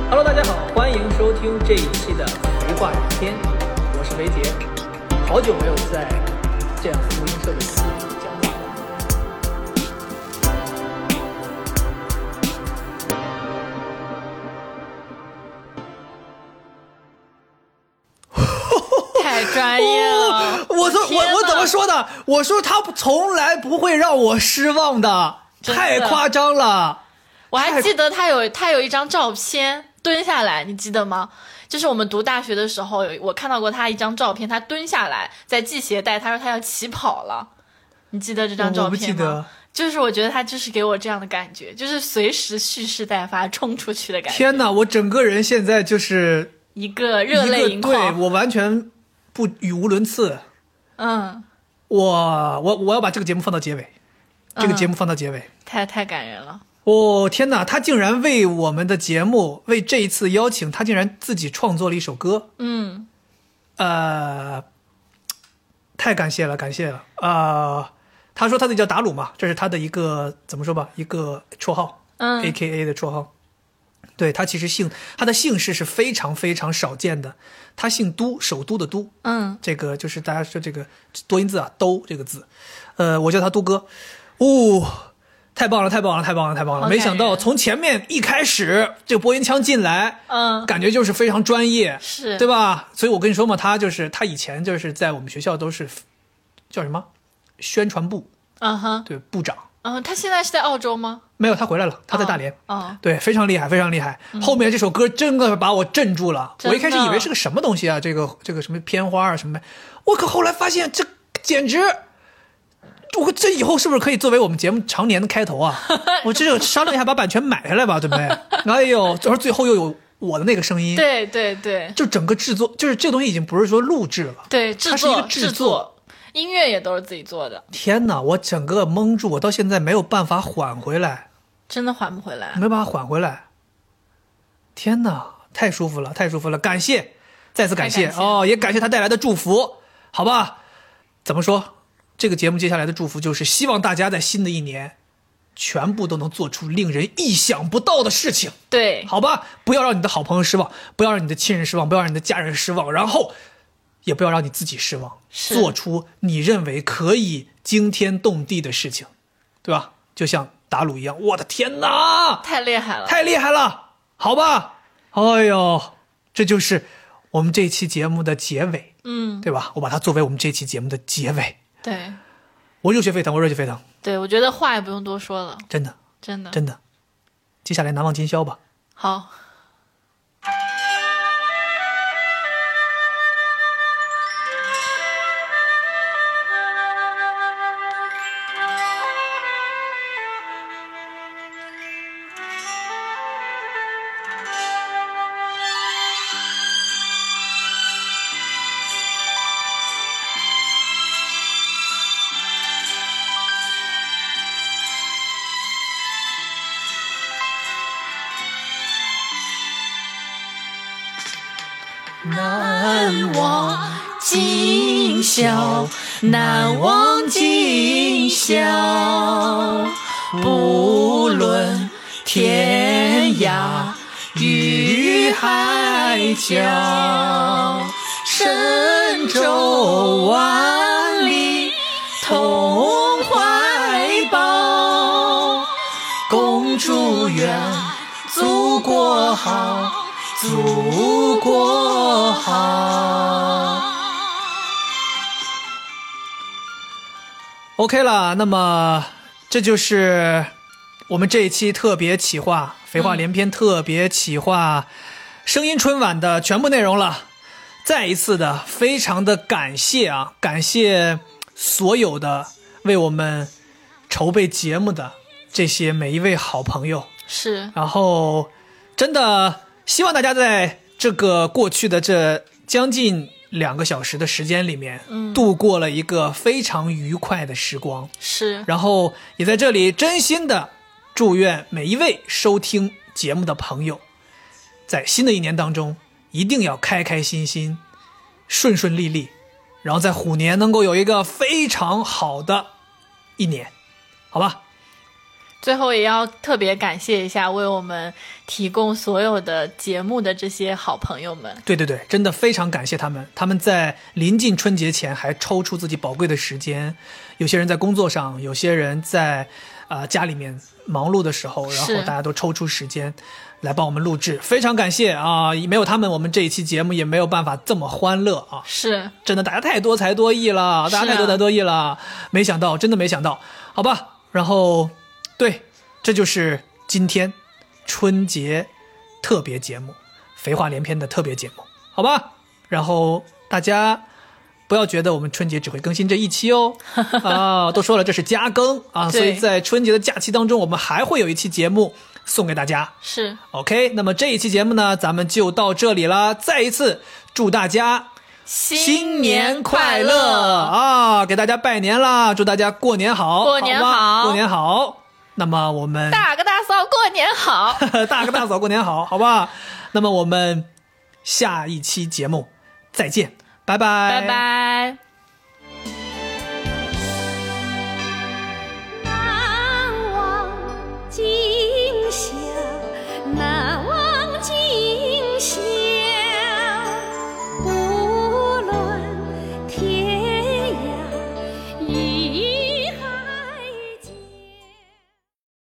[SPEAKER 7] Hello，大家好，欢迎收听这一期的《肥话聊天》，我是肥杰。好久没有在这样录音设备前讲话 了。
[SPEAKER 1] 太专业了。
[SPEAKER 2] 我说我我怎么说的？我说他从来不会让我失望的，
[SPEAKER 1] 真的
[SPEAKER 2] 太夸张了。
[SPEAKER 1] 我还记得他有他有一张照片蹲下来，你记得吗？就是我们读大学的时候，有我看到过他一张照片，他蹲下来在系鞋带，他说他要起跑了，你记得这张
[SPEAKER 2] 我
[SPEAKER 1] 照
[SPEAKER 2] 我不记
[SPEAKER 1] 片
[SPEAKER 2] 得
[SPEAKER 1] 吗？就是我觉得他就是给我这样的感觉，就是随时蓄势待发冲出去的感觉，
[SPEAKER 2] 天哪，我整个人现在就是
[SPEAKER 1] 一个热泪盈
[SPEAKER 2] 一个对
[SPEAKER 1] 眶。
[SPEAKER 2] 我完全不语无伦次。
[SPEAKER 1] 嗯，
[SPEAKER 2] 我我我要把这个节目放到结尾，
[SPEAKER 1] 嗯
[SPEAKER 2] 这个节目放到结尾。
[SPEAKER 1] 太太感人了。
[SPEAKER 2] 哦天哪，他竟然为我们的节目，为这一次邀请，他竟然自己创作了一首歌。
[SPEAKER 1] 嗯，
[SPEAKER 2] 呃，太感谢了，感谢了。呃，他说他自己叫达鲁嘛，这是他的一个怎么说吧，一个绰号，
[SPEAKER 1] 嗯
[SPEAKER 2] ，A K A 的绰号。对他其实姓他的姓氏是非常非常少见的，他姓都，首都的都。
[SPEAKER 1] 嗯，
[SPEAKER 2] 这个就是大家说这个多音字啊，都这个字，呃，我叫他都哥，哦，太棒了，太棒了，太棒了，太棒
[SPEAKER 1] 好
[SPEAKER 2] 了！
[SPEAKER 1] 感人
[SPEAKER 2] 没想到从前面一开始，这个播音腔进来，
[SPEAKER 1] 嗯，
[SPEAKER 2] 感觉就是非常专业，
[SPEAKER 1] 是
[SPEAKER 2] 对吧？所以我跟你说嘛，他就是他以前就是在我们学校都是叫什么宣传部
[SPEAKER 1] 嗯哼，
[SPEAKER 2] 对部长，
[SPEAKER 1] 嗯，他现在是在澳洲吗？
[SPEAKER 2] 没有他回来了，他在大连。
[SPEAKER 1] 哦，
[SPEAKER 2] 对，非常厉害，非常厉害。后面这首歌真的把我镇住
[SPEAKER 1] 嗯
[SPEAKER 2] 了，
[SPEAKER 1] 真
[SPEAKER 2] 我
[SPEAKER 1] 的
[SPEAKER 2] 一开始以为是个什么东西啊，这个这个什么片花啊什么的，我可后来发现这简直，我这以后是不是可以作为我们节目常年的开头 啊？我这个商量一下把版权买下来吧，对不对？哎呦，然后最后又有我的那个声音，，
[SPEAKER 1] 对对对
[SPEAKER 2] 就整个制作，就是这个东西已经不是说录制了，
[SPEAKER 1] 对，
[SPEAKER 2] 它
[SPEAKER 1] 制
[SPEAKER 2] 是一个
[SPEAKER 1] 作
[SPEAKER 2] 制
[SPEAKER 1] 制作，音乐也都是自己做的，
[SPEAKER 2] 天哪，我整个蒙住，我到现在没有办法缓回来。
[SPEAKER 1] 真的还不回来。
[SPEAKER 2] 没把它缓回来。天哪，太舒服了，太舒服了！感谢，再次感谢
[SPEAKER 1] 太感谢
[SPEAKER 2] 哦，也感谢他带来的祝福，好吧？怎么说？这个节目接下来的祝福就是希望大家在新的一年，全部都能做出令人意想不到的事情，
[SPEAKER 1] 对，
[SPEAKER 2] 好吧？不要让你的好朋友失望，不要让你的亲人失望，不要让你的家人失望，然后也不要让你自己失望，
[SPEAKER 1] 是
[SPEAKER 2] 做出你认为可以惊天动地的事情，对吧？就像达鲁一样，我的天哪！
[SPEAKER 1] 太厉害了，
[SPEAKER 2] 啊太厉害了，好吧？哎呦，这就是我们这期节目的结尾，
[SPEAKER 1] 嗯，
[SPEAKER 2] 对吧？我把它作为我们这期节目的结尾，
[SPEAKER 1] 对
[SPEAKER 2] 我热血沸腾，我热血沸腾，
[SPEAKER 1] 对，我觉得话也不用多说了，
[SPEAKER 2] 真的，
[SPEAKER 1] 真的
[SPEAKER 2] 真的。接下来难忘今宵吧。
[SPEAKER 1] 好。
[SPEAKER 10] 难忘今宵，
[SPEAKER 1] 难忘今宵，
[SPEAKER 10] 不论天涯与海角，
[SPEAKER 1] 深州湾。
[SPEAKER 22] 远，祖国好，祖国好。
[SPEAKER 2] OK 了，那么这就是我们这一期特别企划《肥话连篇》特别企划声音春晚的全部内容了。再一次的，非常的感谢啊，感谢所有的为我们筹备节目的这些每一位好朋友。
[SPEAKER 1] 是，
[SPEAKER 2] 然后，真的希望大家在这个过去的这将近两个小时的时间里面，
[SPEAKER 1] 嗯
[SPEAKER 2] 度过了一个非常愉快的时光。
[SPEAKER 1] 是，
[SPEAKER 2] 然后也在这里真心的祝愿每一位收听节目的朋友，在新的一年当中一定要开开心心、顺顺利利，然后在虎年能够有一个非常好的一年，好吧？
[SPEAKER 1] 最后也要特别感谢一下为我们提供所有的节目的这些好朋友们。
[SPEAKER 2] 对对对，真的非常感谢他们。他们在临近春节前还抽出自己宝贵的时间，有些人在工作上，有些人在啊、呃家里面忙碌的时候，然后
[SPEAKER 1] 是
[SPEAKER 2] 大家都抽出时间来帮我们录制，非常感谢啊！没有他们，我们这一期节目也没有办法这么欢乐啊！
[SPEAKER 1] 是，
[SPEAKER 2] 真的，大家太多才多艺了，大家
[SPEAKER 1] 是啊
[SPEAKER 2] 太多才多艺了，没想到，真的没想到，好吧。然后，对，这就是今天春节特别节目《肥话连篇》的特别节目，好吧。然后大家不要觉得我们春节只会更新这一期 哦，啊，都说了这是加更啊，所以
[SPEAKER 1] 对
[SPEAKER 2] 在春节的假期当中，我们还会有一期节目送给大家。
[SPEAKER 1] 是，
[SPEAKER 2] OK，那么这一期节目呢，咱们就到这里啦。再一次祝大家
[SPEAKER 1] 新
[SPEAKER 2] 年快
[SPEAKER 1] 新年快乐
[SPEAKER 2] 啊！给大家拜年啦，祝大家过年好，
[SPEAKER 1] 过年
[SPEAKER 2] 好吗
[SPEAKER 1] 好
[SPEAKER 2] 过年好。那么我们
[SPEAKER 1] 大哥大嫂过年好，
[SPEAKER 2] 大哥大嫂过年好，好吧？那么我们下一期节目再见，拜拜，
[SPEAKER 1] 拜拜。